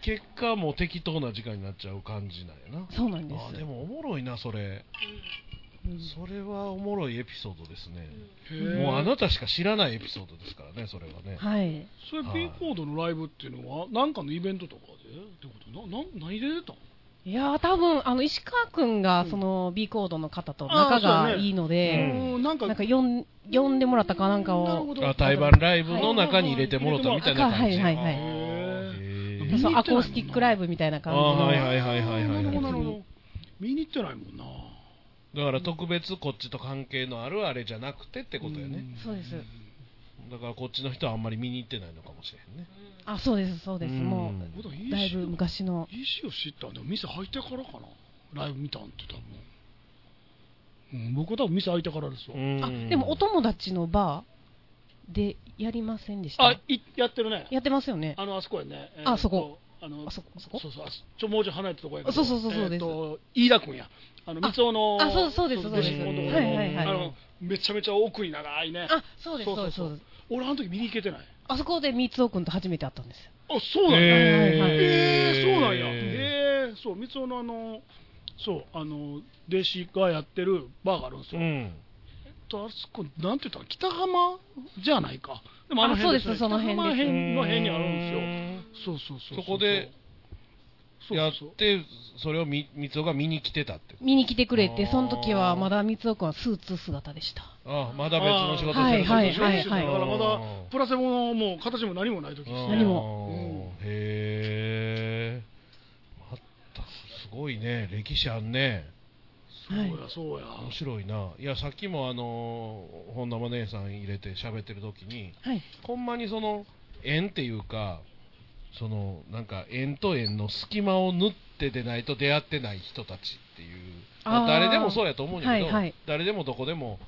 [SPEAKER 3] 結果もう適当な時間になっちゃう感じなんやな。
[SPEAKER 6] そうなんで
[SPEAKER 3] あ
[SPEAKER 6] す。
[SPEAKER 3] でもおもろいな、それ。
[SPEAKER 6] うん
[SPEAKER 3] それはおもろいエピソードですね。
[SPEAKER 1] へー
[SPEAKER 3] もうあなたしか知らないエピソードですからね、それはね。
[SPEAKER 6] はい。
[SPEAKER 1] それ B コードのライブっていうのは何かのイベントとかでってことなな何で出たの
[SPEAKER 6] いやー、多分、あの、石川くんが、その、B コードの方と仲
[SPEAKER 1] あーそうね
[SPEAKER 6] がいいので、
[SPEAKER 3] うん
[SPEAKER 1] うんなんか
[SPEAKER 6] なんか呼ん呼んでもらったかなんか
[SPEAKER 1] なるほ
[SPEAKER 6] を、
[SPEAKER 1] ど
[SPEAKER 3] あ対バンライブの中に入れてもろたみたいな感じ。
[SPEAKER 6] はいはいはいはい
[SPEAKER 3] あー
[SPEAKER 1] へ
[SPEAKER 3] へー
[SPEAKER 1] 見に行ってな
[SPEAKER 6] そ
[SPEAKER 1] いもんな
[SPEAKER 6] うアコースティックライブみたいな
[SPEAKER 3] あ
[SPEAKER 6] 感
[SPEAKER 3] ー
[SPEAKER 6] じの、
[SPEAKER 3] はいはいはいはいは
[SPEAKER 1] ないるほど
[SPEAKER 3] は。
[SPEAKER 1] ないるほど見に行ってないもんな
[SPEAKER 3] だから特別こっちと関係のあるあれじゃなくてってことやね。
[SPEAKER 6] そうです。
[SPEAKER 3] だからこっちの人はあんまり見に行ってないのかもしれへんね。
[SPEAKER 6] あ、そうです、そうです。
[SPEAKER 3] うん
[SPEAKER 6] も
[SPEAKER 1] うん
[SPEAKER 6] う、だいぶ昔の。
[SPEAKER 1] EC を知ったんでも店入ってからかなライブ見たんって多分、うん、僕は多分店開いてからですわ、
[SPEAKER 3] うん
[SPEAKER 6] あ、でもお友達のバーでやりませんでした。
[SPEAKER 1] あいやってるね
[SPEAKER 6] やってますよね。
[SPEAKER 1] あのあそこやねえーっと
[SPEAKER 6] あそこ
[SPEAKER 1] あの
[SPEAKER 6] あそこ、そこ
[SPEAKER 1] そうそうあそちょもうちょい離れたとこやけど
[SPEAKER 6] そうそうそうそう
[SPEAKER 1] えーっ
[SPEAKER 6] です
[SPEAKER 1] と飯田君やあの三
[SPEAKER 6] あ
[SPEAKER 1] 尾の
[SPEAKER 6] あそうそうですそうです
[SPEAKER 1] 弟子のところ
[SPEAKER 3] はいはいはい
[SPEAKER 1] あのめちゃめちゃ奥に長いね
[SPEAKER 6] あ、そうです、そうです、
[SPEAKER 1] そそうそ
[SPEAKER 6] そうう
[SPEAKER 1] う
[SPEAKER 6] です。
[SPEAKER 1] 俺あの時見に行けてない
[SPEAKER 6] あそこで三尾くんと初めて会ったんですよ。
[SPEAKER 1] あそうなんや、
[SPEAKER 3] へー
[SPEAKER 1] えーそうなんや
[SPEAKER 3] へ
[SPEAKER 1] えーそう三尾のあのそうあの弟子がやってるバーがあるんです
[SPEAKER 3] う
[SPEAKER 1] よ、
[SPEAKER 3] ん。
[SPEAKER 1] とあそこなんて言ったの北浜じゃないかでもあの辺です、ね、
[SPEAKER 6] あそうですその辺
[SPEAKER 1] 北
[SPEAKER 6] です
[SPEAKER 1] 浜辺の辺にあるんですよ
[SPEAKER 3] す
[SPEAKER 1] そうそうそうう
[SPEAKER 3] そこで
[SPEAKER 1] そう
[SPEAKER 3] や
[SPEAKER 1] そ
[SPEAKER 3] っ
[SPEAKER 1] うそう
[SPEAKER 3] て、それをみ三尾が見に来てたってこと。
[SPEAKER 6] 見に来てくれ
[SPEAKER 3] あ
[SPEAKER 6] て、
[SPEAKER 3] ー
[SPEAKER 6] その時はまだ三尾くんはスーツ姿でした。
[SPEAKER 3] あまだ別の仕事してる
[SPEAKER 6] あーはいはい
[SPEAKER 1] だからまだ
[SPEAKER 3] はい
[SPEAKER 1] プラセボのもう形も何もない時ですね
[SPEAKER 6] 何
[SPEAKER 3] も。へえ。またすごいね、歴史あんね。
[SPEAKER 1] そうや、そうや。
[SPEAKER 3] 面白いないやさっきもあのー本田マネーさん入れて喋ってる時に
[SPEAKER 6] はい。
[SPEAKER 3] ほんまにその縁っていうかそのなんか縁と縁の隙間を縫ってでないと出会ってない人たちっていうまあ
[SPEAKER 6] あー
[SPEAKER 3] 誰でもそうやと思うんやけど、
[SPEAKER 6] はいはい
[SPEAKER 3] 誰でもどこでも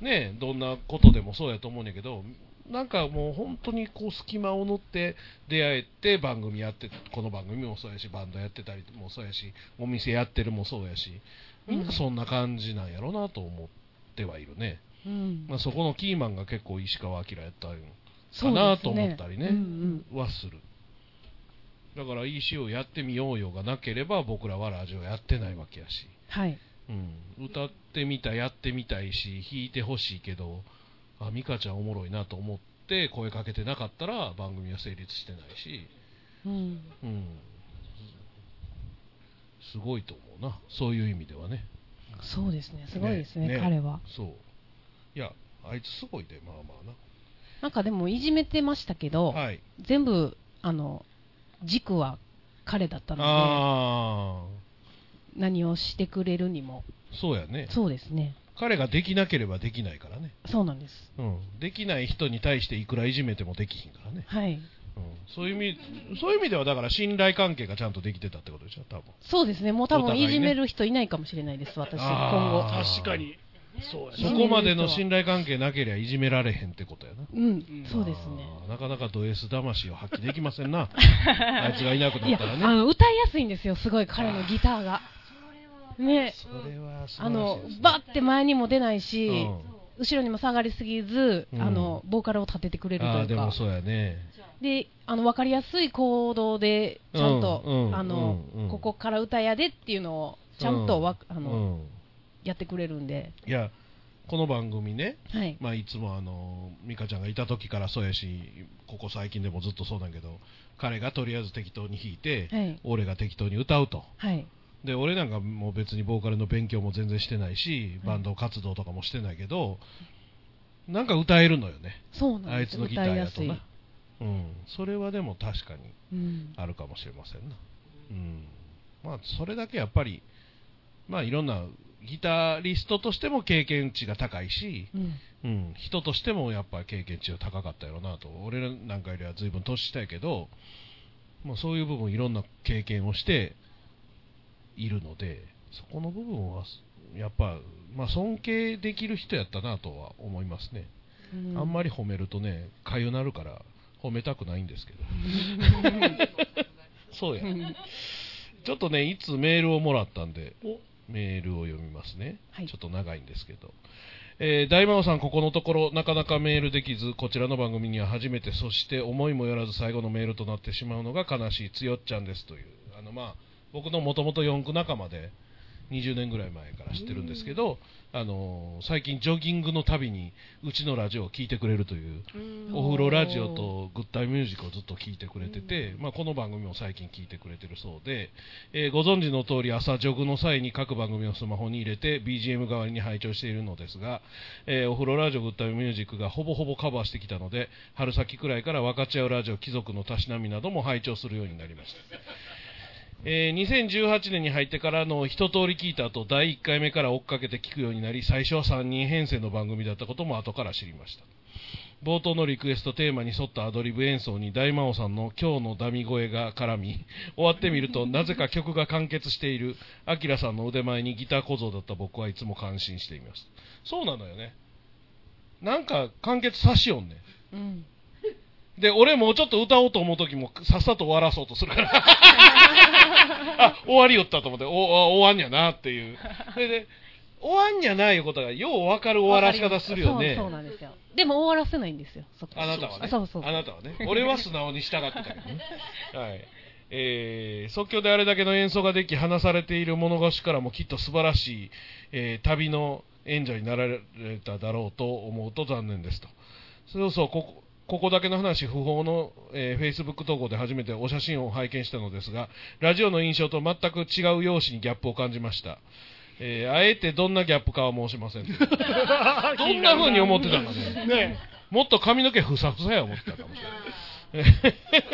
[SPEAKER 3] ねどんなことでもそうやと思うんやけどなんかもう本当にこう隙間を縫って出会えて番組やってこの番組もそうやしバンドやってたりもそうやしお店やってるもそうやしみんなそんな感じなんやろなと思ってはいるね、
[SPEAKER 6] うん
[SPEAKER 3] まあ、そこのキーマンが結構石川明やったん
[SPEAKER 6] そう
[SPEAKER 3] か
[SPEAKER 6] です
[SPEAKER 3] なと思ったりね
[SPEAKER 6] うんうん
[SPEAKER 3] はするだから EC をやってみようよがなければ僕らはラジオやってないわけやし、
[SPEAKER 6] はい。
[SPEAKER 3] うん、歌ってみたやってみたいし弾いてほしいけどあ美香ちゃんおもろいなと思って声かけてなかったら番組は成立してないし、
[SPEAKER 6] うん。
[SPEAKER 3] うん、すごいと思うなそういう意味ではね
[SPEAKER 6] そうですね。すごいですね。
[SPEAKER 3] ねね
[SPEAKER 6] 彼は。
[SPEAKER 3] そういやあいつすごいでまあま
[SPEAKER 6] なんかでもいじめてましたけど、
[SPEAKER 3] あなはい
[SPEAKER 6] 全部あの軸は彼だったの
[SPEAKER 3] あ
[SPEAKER 6] で、何をしてくれるにも。
[SPEAKER 3] あそうやね
[SPEAKER 6] そうですね。
[SPEAKER 3] 彼ができなければできないからね
[SPEAKER 6] そうなんです。
[SPEAKER 3] うん、できない人に対していくらいじめてもできひんからね、
[SPEAKER 6] はい。
[SPEAKER 3] うん、そういう意味そういう意味ではだから信頼関係がちゃんとできてたってことでしょ多分
[SPEAKER 6] そうですね。もう多
[SPEAKER 3] お互
[SPEAKER 6] 分
[SPEAKER 3] いね
[SPEAKER 6] いじめる人いないかもしれないです。私今後。
[SPEAKER 3] あー
[SPEAKER 1] 確かに。そうや
[SPEAKER 3] そ
[SPEAKER 1] な。
[SPEAKER 3] こまでの信頼関係なけりゃいじめられへんってことやな
[SPEAKER 6] うん。そうですね。
[SPEAKER 3] あーなかなかド S 魂を発揮できません なあいつがいなく
[SPEAKER 6] い
[SPEAKER 3] なっ
[SPEAKER 6] や、
[SPEAKER 3] たら
[SPEAKER 6] あ
[SPEAKER 3] ね
[SPEAKER 6] の歌いやすいんですよ。すごい彼のギターが。ね。
[SPEAKER 3] それは素晴らしいですね
[SPEAKER 6] あのバッて前にも出ないし、
[SPEAKER 3] うん
[SPEAKER 6] 後ろにも下がりすぎず、
[SPEAKER 3] うん
[SPEAKER 6] あのボーカルを立ててくれる
[SPEAKER 3] あー
[SPEAKER 6] とい
[SPEAKER 3] で
[SPEAKER 6] う
[SPEAKER 3] も
[SPEAKER 6] か
[SPEAKER 3] そうやね
[SPEAKER 6] であの分かりやすい行動でちゃんと、
[SPEAKER 3] うんうん
[SPEAKER 6] あの
[SPEAKER 3] うんうん
[SPEAKER 6] ここから歌やでっていうのをちゃんとわ、
[SPEAKER 3] うん
[SPEAKER 6] あの
[SPEAKER 3] うん
[SPEAKER 6] やってくれるんで、
[SPEAKER 3] いやこの番組ね
[SPEAKER 6] はい
[SPEAKER 3] まあ、いつもあの美香ちゃんがいた時からそうやしここ最近でもずっとそうなんやけど彼がとりあえず適当に弾いて、
[SPEAKER 6] はい
[SPEAKER 3] 俺が適当に歌うと
[SPEAKER 6] はい
[SPEAKER 3] で俺なんかもう別にボーカルの勉強も全然してないし
[SPEAKER 6] はい
[SPEAKER 3] バンド活動とかもしてないけど、なんか歌えるのよね
[SPEAKER 6] そうなん
[SPEAKER 3] あい
[SPEAKER 6] で
[SPEAKER 3] つ
[SPEAKER 6] す
[SPEAKER 3] のギタ
[SPEAKER 6] 歌い
[SPEAKER 3] ー
[SPEAKER 6] や
[SPEAKER 3] やと
[SPEAKER 6] すい
[SPEAKER 3] な、うん、それはでも確かに
[SPEAKER 6] うん
[SPEAKER 3] あるかもしれませんな、うんまあ、それだけやっぱり、まあ、いろんなギタリストとしても経験値が高いし、
[SPEAKER 6] うん
[SPEAKER 3] うん、人としてもやっぱり経験値が高かったやろなと俺らなんかよりは随分年下やけど、まあ、そういう部分いろんな経験をしているのでそこの部分はやっぱ、まあ、尊敬できる人やったなとは思いますね、
[SPEAKER 6] うん
[SPEAKER 3] あんまり褒めるとねかゆなるから褒めたくないんですけど そうや
[SPEAKER 6] うん
[SPEAKER 3] ちょっとね、いつメールをもらったんで
[SPEAKER 1] お、
[SPEAKER 3] メールを読みますね、
[SPEAKER 6] はい
[SPEAKER 3] ちょっと長いんですけど。えー大魔王さん、ここのところ、なかなかメールできず、こちらの番組には初めて、そして思いもよらず最後のメールとなってしまうのが悲しい、つよっちゃんですという、あのまあ、僕のもともと四駆仲間で、20年ぐらい前から知ってるんですけど、あのー最近、ジョギングのたびに、うちのラジオを聞いてくれるという、お風呂ラジオとグッタイミュージックをずっと聞いてくれてて、まあ、この番組も最近聞いてくれてるそうで、えーご存知の通り朝ジョグの際に各番組をスマホに入れて BGM 代わりに拝聴しているのですが、えーお風呂ラジオグッタイミュージックがほぼほぼカバーしてきたので春先くらいから分かち合うラジオ貴族のたしなみなども拝聴するようになりました。えー2018年に入ってからの一通り聞いた後第1回目から追っかけて聞くようになり最初は3人編成の番組だったことも後から知りました冒頭のリクエストテーマに沿ったアドリブ演奏に大魔王さんの今日のダミ声が絡み終わってみ るとなぜか曲が完結しているアキラさんの腕前にギター小僧だった僕はいつも感心していますそうなのよねなんか完結さしよんね
[SPEAKER 6] うん
[SPEAKER 3] で俺もうちょっと歌おうと思う時もさっさと終わらそうとするから あ終わりよったと思っておあ終わんやなっていうそれで終わんやないいうことがよう分かる終わらし方するよね
[SPEAKER 6] そうそうなんですよでも終わらせないんですよそこ
[SPEAKER 3] あなたはね。
[SPEAKER 6] そうそう
[SPEAKER 3] あなたはね。 俺は素直に従ってたけど ね。はい。えー即興であれだけの演奏ができ、話されている物腰からもきっと素晴らしい、えー旅の援助になられただろうと思うと残念ですと。そうそう、ここここだけの話、不法の、えー Facebook 投稿で初めてお写真を拝見したのですが、ラジオの印象と全く違う容姿にギャップを感じました。えーあえてどんなギャップかは申しませんけど。どんな風に思ってたかね。
[SPEAKER 1] ね
[SPEAKER 3] もっと髪の毛ふさふさや思ってたかもしれない。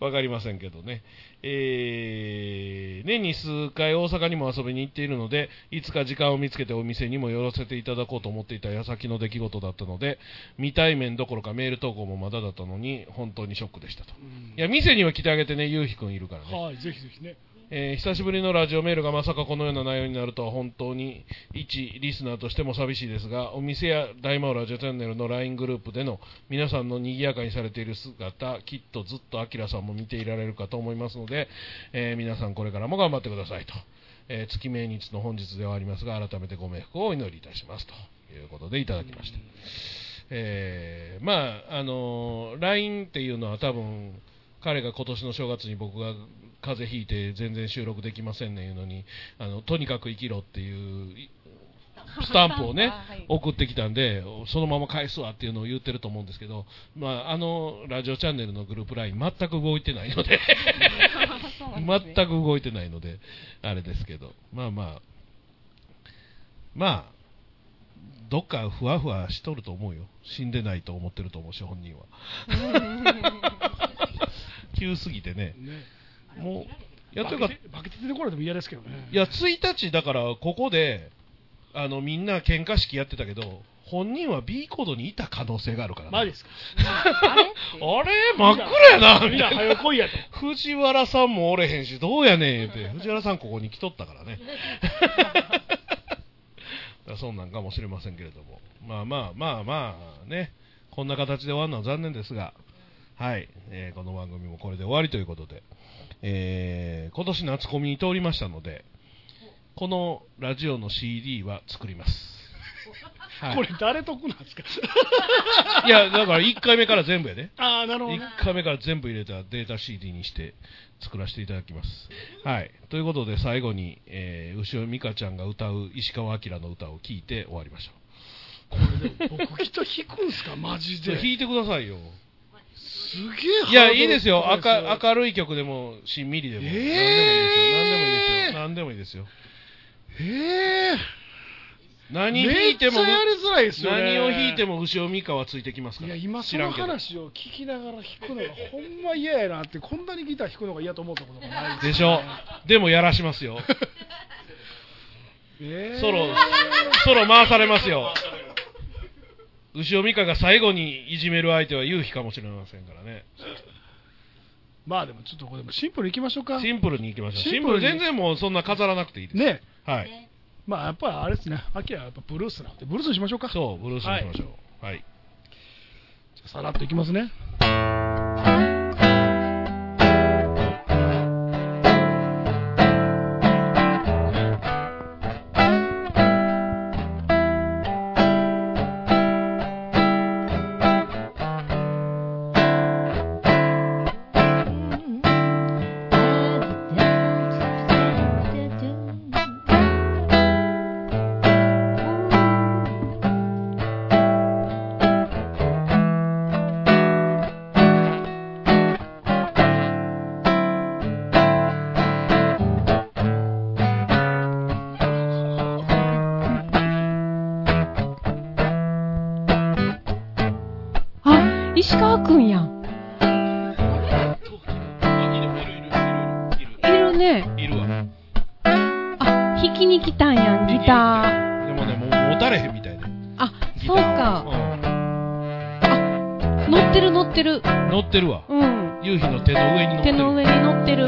[SPEAKER 3] わかりませんけどね、えー年に数回大阪にも遊びに行っているので、いつか時間を見つけてお店にも寄らせていただこうと思っていた矢先の出来事だったので、未対面どころかメール投稿もまだだったのに、本当にショックでしたと。
[SPEAKER 1] うん
[SPEAKER 3] いや、店には来てあげてね、ゆうひくんいるからね。
[SPEAKER 1] はい、ぜひぜひね。
[SPEAKER 3] えー久しぶりのラジオメールがまさかこのような内容になるとは本当に一リスナーとしても寂しいですがお店や大魔王ラジオチャンネルの LINE グループでの皆さんの賑やかにされている姿きっとずっとアキラさんも見ていられるかと思いますので、えー皆さんこれからも頑張ってくださいと、えー月命日の本日ではありますが改めてご冥福をお祈りいたしますということでいただきました、えーまああのー LINE っていうのは多分彼が今年の正月に僕が風邪ひいて全然収録できませんねいうのにあのとにかく生きろっていういスタンプをね
[SPEAKER 6] はい
[SPEAKER 3] 送ってきたんでそのまま返すわっていうのを言ってると思うんですけど、まあ、あのラジオチャンネルのグループ LINE 全く動いてないので 全く動いてないのであれですけどまあまあまあどっかふわふわしとると思うよ死んでないと思ってると思うし本人は急すぎてね
[SPEAKER 1] ね
[SPEAKER 3] もうやってるか
[SPEAKER 1] バケてバケて出てこられても嫌ですけどね。
[SPEAKER 3] いや、1日、だから、ここで、あの、みんな喧嘩式やってたけど、本人は B コードにいた可能性があるからな
[SPEAKER 1] マジですか。
[SPEAKER 3] あれ真っ暗やな、み
[SPEAKER 1] みん
[SPEAKER 3] た
[SPEAKER 1] な、
[SPEAKER 3] いな。
[SPEAKER 1] 早来いやと。
[SPEAKER 3] 藤原さんもおれへんし、どうやねん、って。藤原さんここに来とったからね。 だからそうなんかもしれませんけれども。まあまあまあまあ、ね。こんな形で終わるのは残念ですが、はい。えーこの番組もこれで終わりということで、えー今年夏コミに通りましたので、このラジオの CD は作ります。はい、
[SPEAKER 1] これ誰得なんですか
[SPEAKER 3] いや、だから1回目から全部やね。
[SPEAKER 1] ああ、なるほどね。
[SPEAKER 3] 1回目から全部入れたデータ CD にして作らせていただきます。はい、ということで最後に、えー、後ろ美香ちゃんが歌う石川明の歌を聴いて終わりましょ
[SPEAKER 1] これでも僕きっと引くんすかマジ
[SPEAKER 3] う。それ
[SPEAKER 1] で。
[SPEAKER 3] 弾いてくださいよ。
[SPEAKER 1] すげえ
[SPEAKER 3] いや、いいですよ。
[SPEAKER 1] ハードル高
[SPEAKER 3] 明明るい曲でも、しんみりでも。
[SPEAKER 1] えー
[SPEAKER 3] 何でもいいですよ。
[SPEAKER 1] ええ
[SPEAKER 3] 何でもいいですよ。何
[SPEAKER 1] め
[SPEAKER 3] 弾い
[SPEAKER 1] ってち
[SPEAKER 3] も、
[SPEAKER 1] ゃやりづらいですよね。
[SPEAKER 3] 何を弾いても後ろ美香はついてきますか
[SPEAKER 1] い
[SPEAKER 3] ら。
[SPEAKER 1] や今そ
[SPEAKER 3] 知ら
[SPEAKER 1] の
[SPEAKER 3] んけど。
[SPEAKER 1] 話を聞きながら弾くのがほんま嫌やなってこんなにギター弾くのが嫌と思ったことがない
[SPEAKER 3] ですしょ。でもやら しますよ。
[SPEAKER 1] えー
[SPEAKER 3] ソロ、ソロ回されますよ。牛尾美香が最後にいじめる相手は夕日かもしれませんからね。
[SPEAKER 1] まあでもちょっとこれでもシンプルいきましょうか
[SPEAKER 3] シンプルに行きましょう。シ
[SPEAKER 1] シ
[SPEAKER 3] ン
[SPEAKER 1] ン
[SPEAKER 3] プ
[SPEAKER 1] プ
[SPEAKER 3] ル
[SPEAKER 1] ルに
[SPEAKER 3] 全然もうそんな飾らなくていいです。
[SPEAKER 1] ね
[SPEAKER 3] はい。
[SPEAKER 1] まあやっぱりあれですねアキラはやっぱブルースなんでブルースにしましょうかじゃ
[SPEAKER 3] そう、ブルースにしましょう。はい。
[SPEAKER 1] あさらっといきますね
[SPEAKER 6] あ、石川くんやん。
[SPEAKER 3] あ、いる、いる、いる、
[SPEAKER 6] いるね。
[SPEAKER 3] いる、いる。いるわ。
[SPEAKER 6] あ、弾きに来たんやん、ギタ
[SPEAKER 3] ー。でもね、もう持たれへんみたいで。
[SPEAKER 6] ー。あ、
[SPEAKER 3] ギタ
[SPEAKER 6] そう
[SPEAKER 3] ー
[SPEAKER 6] か。
[SPEAKER 3] を
[SPEAKER 6] 乗ってる乗ってる。
[SPEAKER 3] うん乗ってるわ。
[SPEAKER 6] うん。
[SPEAKER 3] 夕日の手の上に乗って
[SPEAKER 6] 手
[SPEAKER 3] る。
[SPEAKER 6] の上に乗ってる。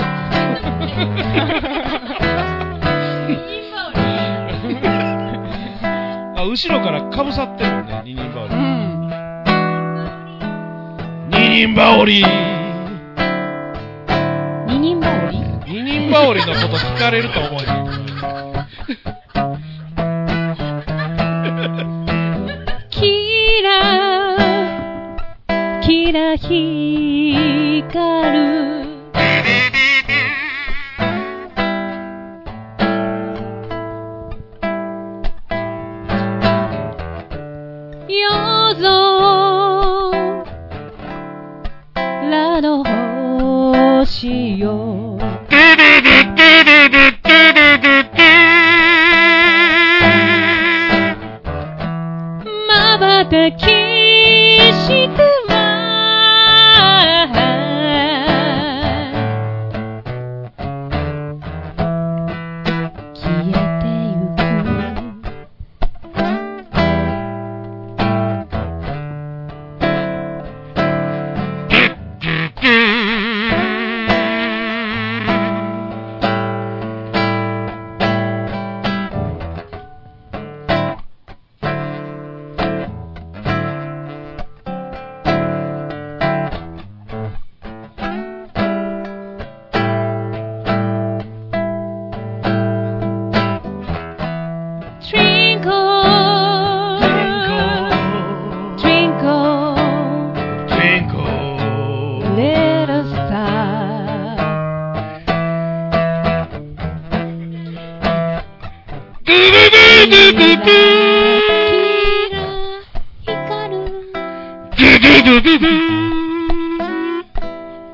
[SPEAKER 3] あ、後ろからかぶさってるもんね、二人羽
[SPEAKER 6] う
[SPEAKER 3] 織。
[SPEAKER 6] ん。
[SPEAKER 3] 二人羽織
[SPEAKER 6] 二人羽織
[SPEAKER 3] 二人羽織のこと聞かれると思うよ。
[SPEAKER 6] キラキラ光る夜空の星よ瞬きしては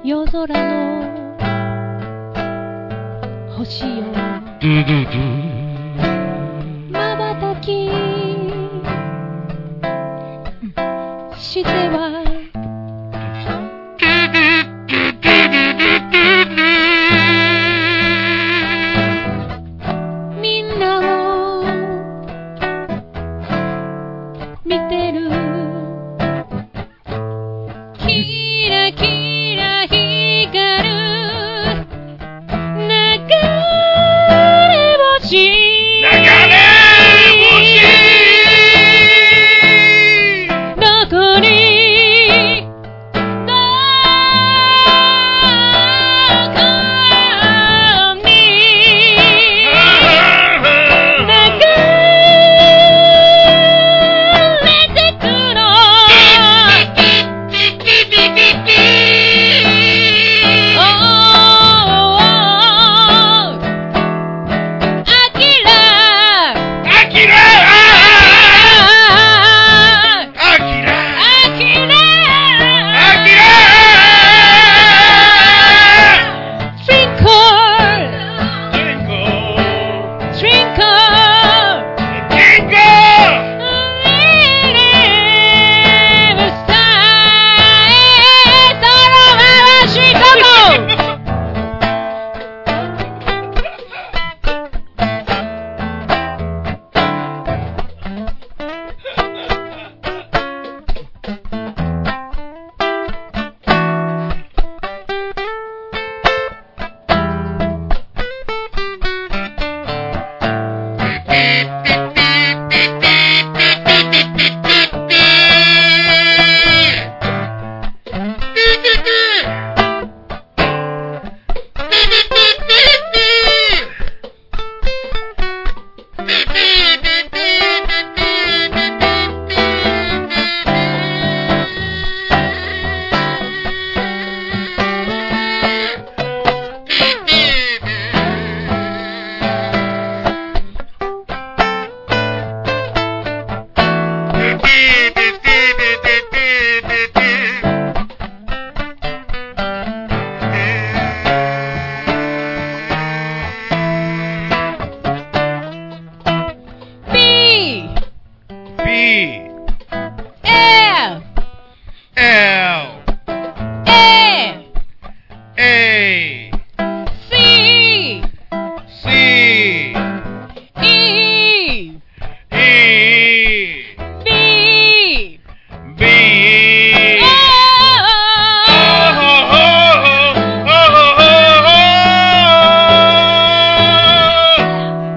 [SPEAKER 6] 夜空の星よまばたきしてはみんなを見てるキラキラ光る流れ星流れ星どこにどこに流れてくの流れてくのあきら
[SPEAKER 3] アキラ
[SPEAKER 6] あ
[SPEAKER 3] アキラ
[SPEAKER 6] きら
[SPEAKER 3] アキラ健康
[SPEAKER 6] B
[SPEAKER 3] B
[SPEAKER 6] L
[SPEAKER 3] L
[SPEAKER 6] A
[SPEAKER 3] A
[SPEAKER 6] C
[SPEAKER 3] C
[SPEAKER 6] E
[SPEAKER 3] E
[SPEAKER 6] B
[SPEAKER 3] B
[SPEAKER 6] O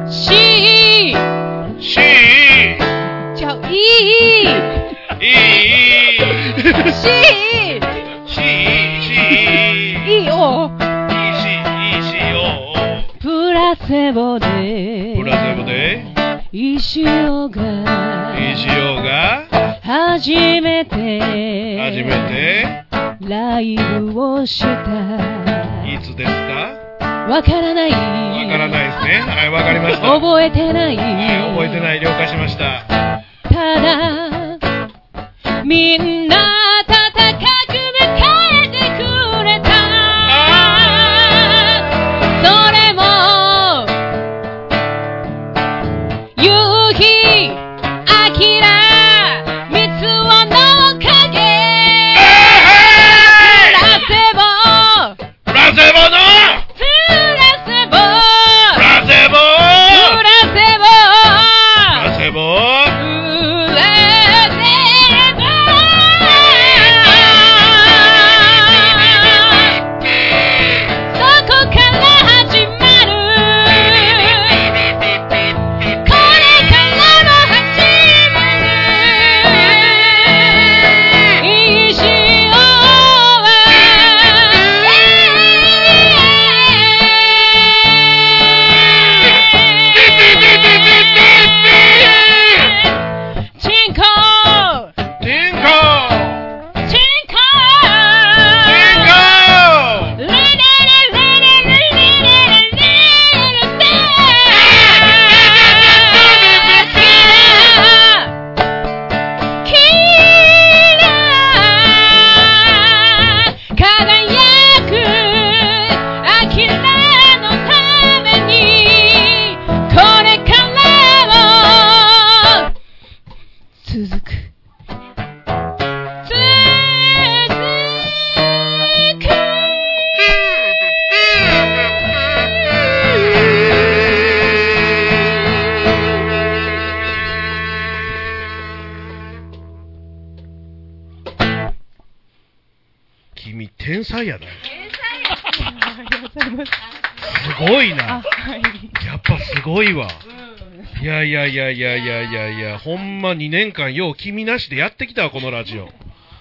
[SPEAKER 3] お
[SPEAKER 6] C ちゃう E C E O プラセボで石尾が初めて
[SPEAKER 3] 初め
[SPEAKER 6] ライブをした
[SPEAKER 3] ていつですか
[SPEAKER 6] わからない
[SPEAKER 3] わからないですねはいわかりましたはい
[SPEAKER 6] 覚えてない
[SPEAKER 3] 覚えてない了解しました
[SPEAKER 6] ただみんな温かく迎えてくれたそれも夕日あきら三つ輪の影プラセボ
[SPEAKER 3] プラセボの
[SPEAKER 6] プラセボ
[SPEAKER 3] プラセボ
[SPEAKER 6] プラセボ
[SPEAKER 3] プラセボ
[SPEAKER 6] 「これからの始まり」
[SPEAKER 3] 才やな。
[SPEAKER 7] 天才や
[SPEAKER 6] ありがとうございます。
[SPEAKER 3] すごい
[SPEAKER 6] あ、
[SPEAKER 3] な。
[SPEAKER 6] はい。
[SPEAKER 3] やっぱすごいわ。いやいやいやいやいやいやいや、ほんま2年間よう君なしでやってきたわ、このラジオ。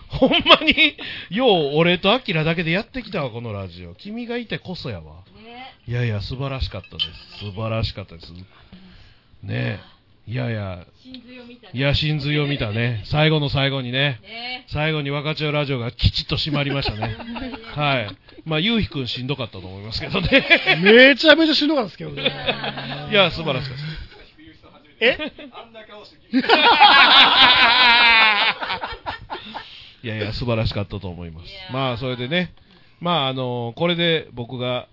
[SPEAKER 3] ほんまによう俺とアキラだけでやってきたわ、このラジオ。君がいてこそやわ。
[SPEAKER 7] ね
[SPEAKER 3] いやいや、素晴らしかったです。素晴らしかったです。ねえ。いやいや、
[SPEAKER 7] 真髄を見たね
[SPEAKER 3] いや、真髄を見たね。最後の最後にね。
[SPEAKER 7] ね
[SPEAKER 3] 最後に若千代ラジオがきちっと閉まりまし たね。はい。まあ、ゆうひくんしんどかったと思いますけ どね。
[SPEAKER 1] めちゃめちゃしんどかったですけどね。
[SPEAKER 3] いや、素晴らしかったです。
[SPEAKER 1] え
[SPEAKER 3] いやいや、素晴らしかったと思います
[SPEAKER 7] いや。ー
[SPEAKER 3] まあ、それでね、まあ、あのこれで僕が、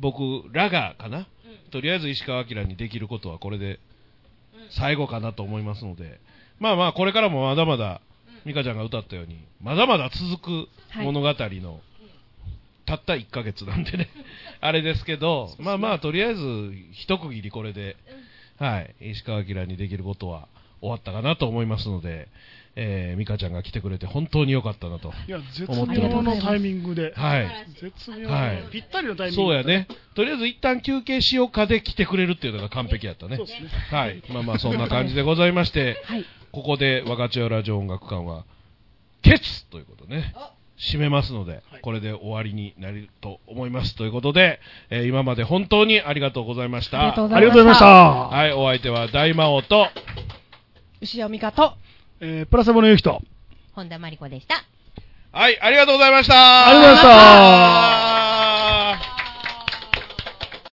[SPEAKER 3] 僕らがかな、とりあえず石川明にできることはこれで最後かなと思いますので、まあまあ、これからもまだまだ、美香ちゃんが歌ったように、まだまだ続く
[SPEAKER 6] はい
[SPEAKER 3] 物語の、たった1ヶ月なんでね、あれですけど、まあまあ、とりあえず、一区切りこれで、はい、石川明にできることは終わったかなと思いますので、えー、美香ちゃんが来てくれて本当に良かったなと。
[SPEAKER 1] いや、絶妙のタイミングで。
[SPEAKER 3] はい。
[SPEAKER 1] 絶妙
[SPEAKER 3] はい
[SPEAKER 1] のぴったりのタイミング
[SPEAKER 3] そうやね。とりあえず一旦休憩しようかで来てくれるっていうのが完璧やったね
[SPEAKER 1] そう。ですね。
[SPEAKER 3] はい。まあまあそんな感じでございまして、
[SPEAKER 6] はい。
[SPEAKER 3] ここで若千代ラジオ音楽館は、ケツということでね
[SPEAKER 7] あ、
[SPEAKER 3] 締めますので
[SPEAKER 1] はい、
[SPEAKER 3] これで終わりになると思います。ということで、えー今まで本当にありがとうございまし
[SPEAKER 6] ありがとう
[SPEAKER 3] た。
[SPEAKER 6] ご
[SPEAKER 1] あ
[SPEAKER 6] ざい
[SPEAKER 1] りが
[SPEAKER 6] ま
[SPEAKER 1] とうございまし
[SPEAKER 6] し。
[SPEAKER 1] たた。
[SPEAKER 3] はい、お相手は大魔王と、
[SPEAKER 6] 牛尾美香と、
[SPEAKER 1] えープラサボのゆきと。
[SPEAKER 2] 本田真理子でした。
[SPEAKER 3] はい、ありがとうございました。
[SPEAKER 1] ありがとうございました
[SPEAKER 3] した。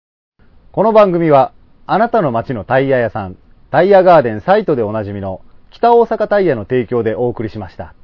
[SPEAKER 8] この番組は、あなたの街のタイヤ屋さん、タイヤガーデンサイトでおなじみの、北大阪タイヤの提供でお送りしました。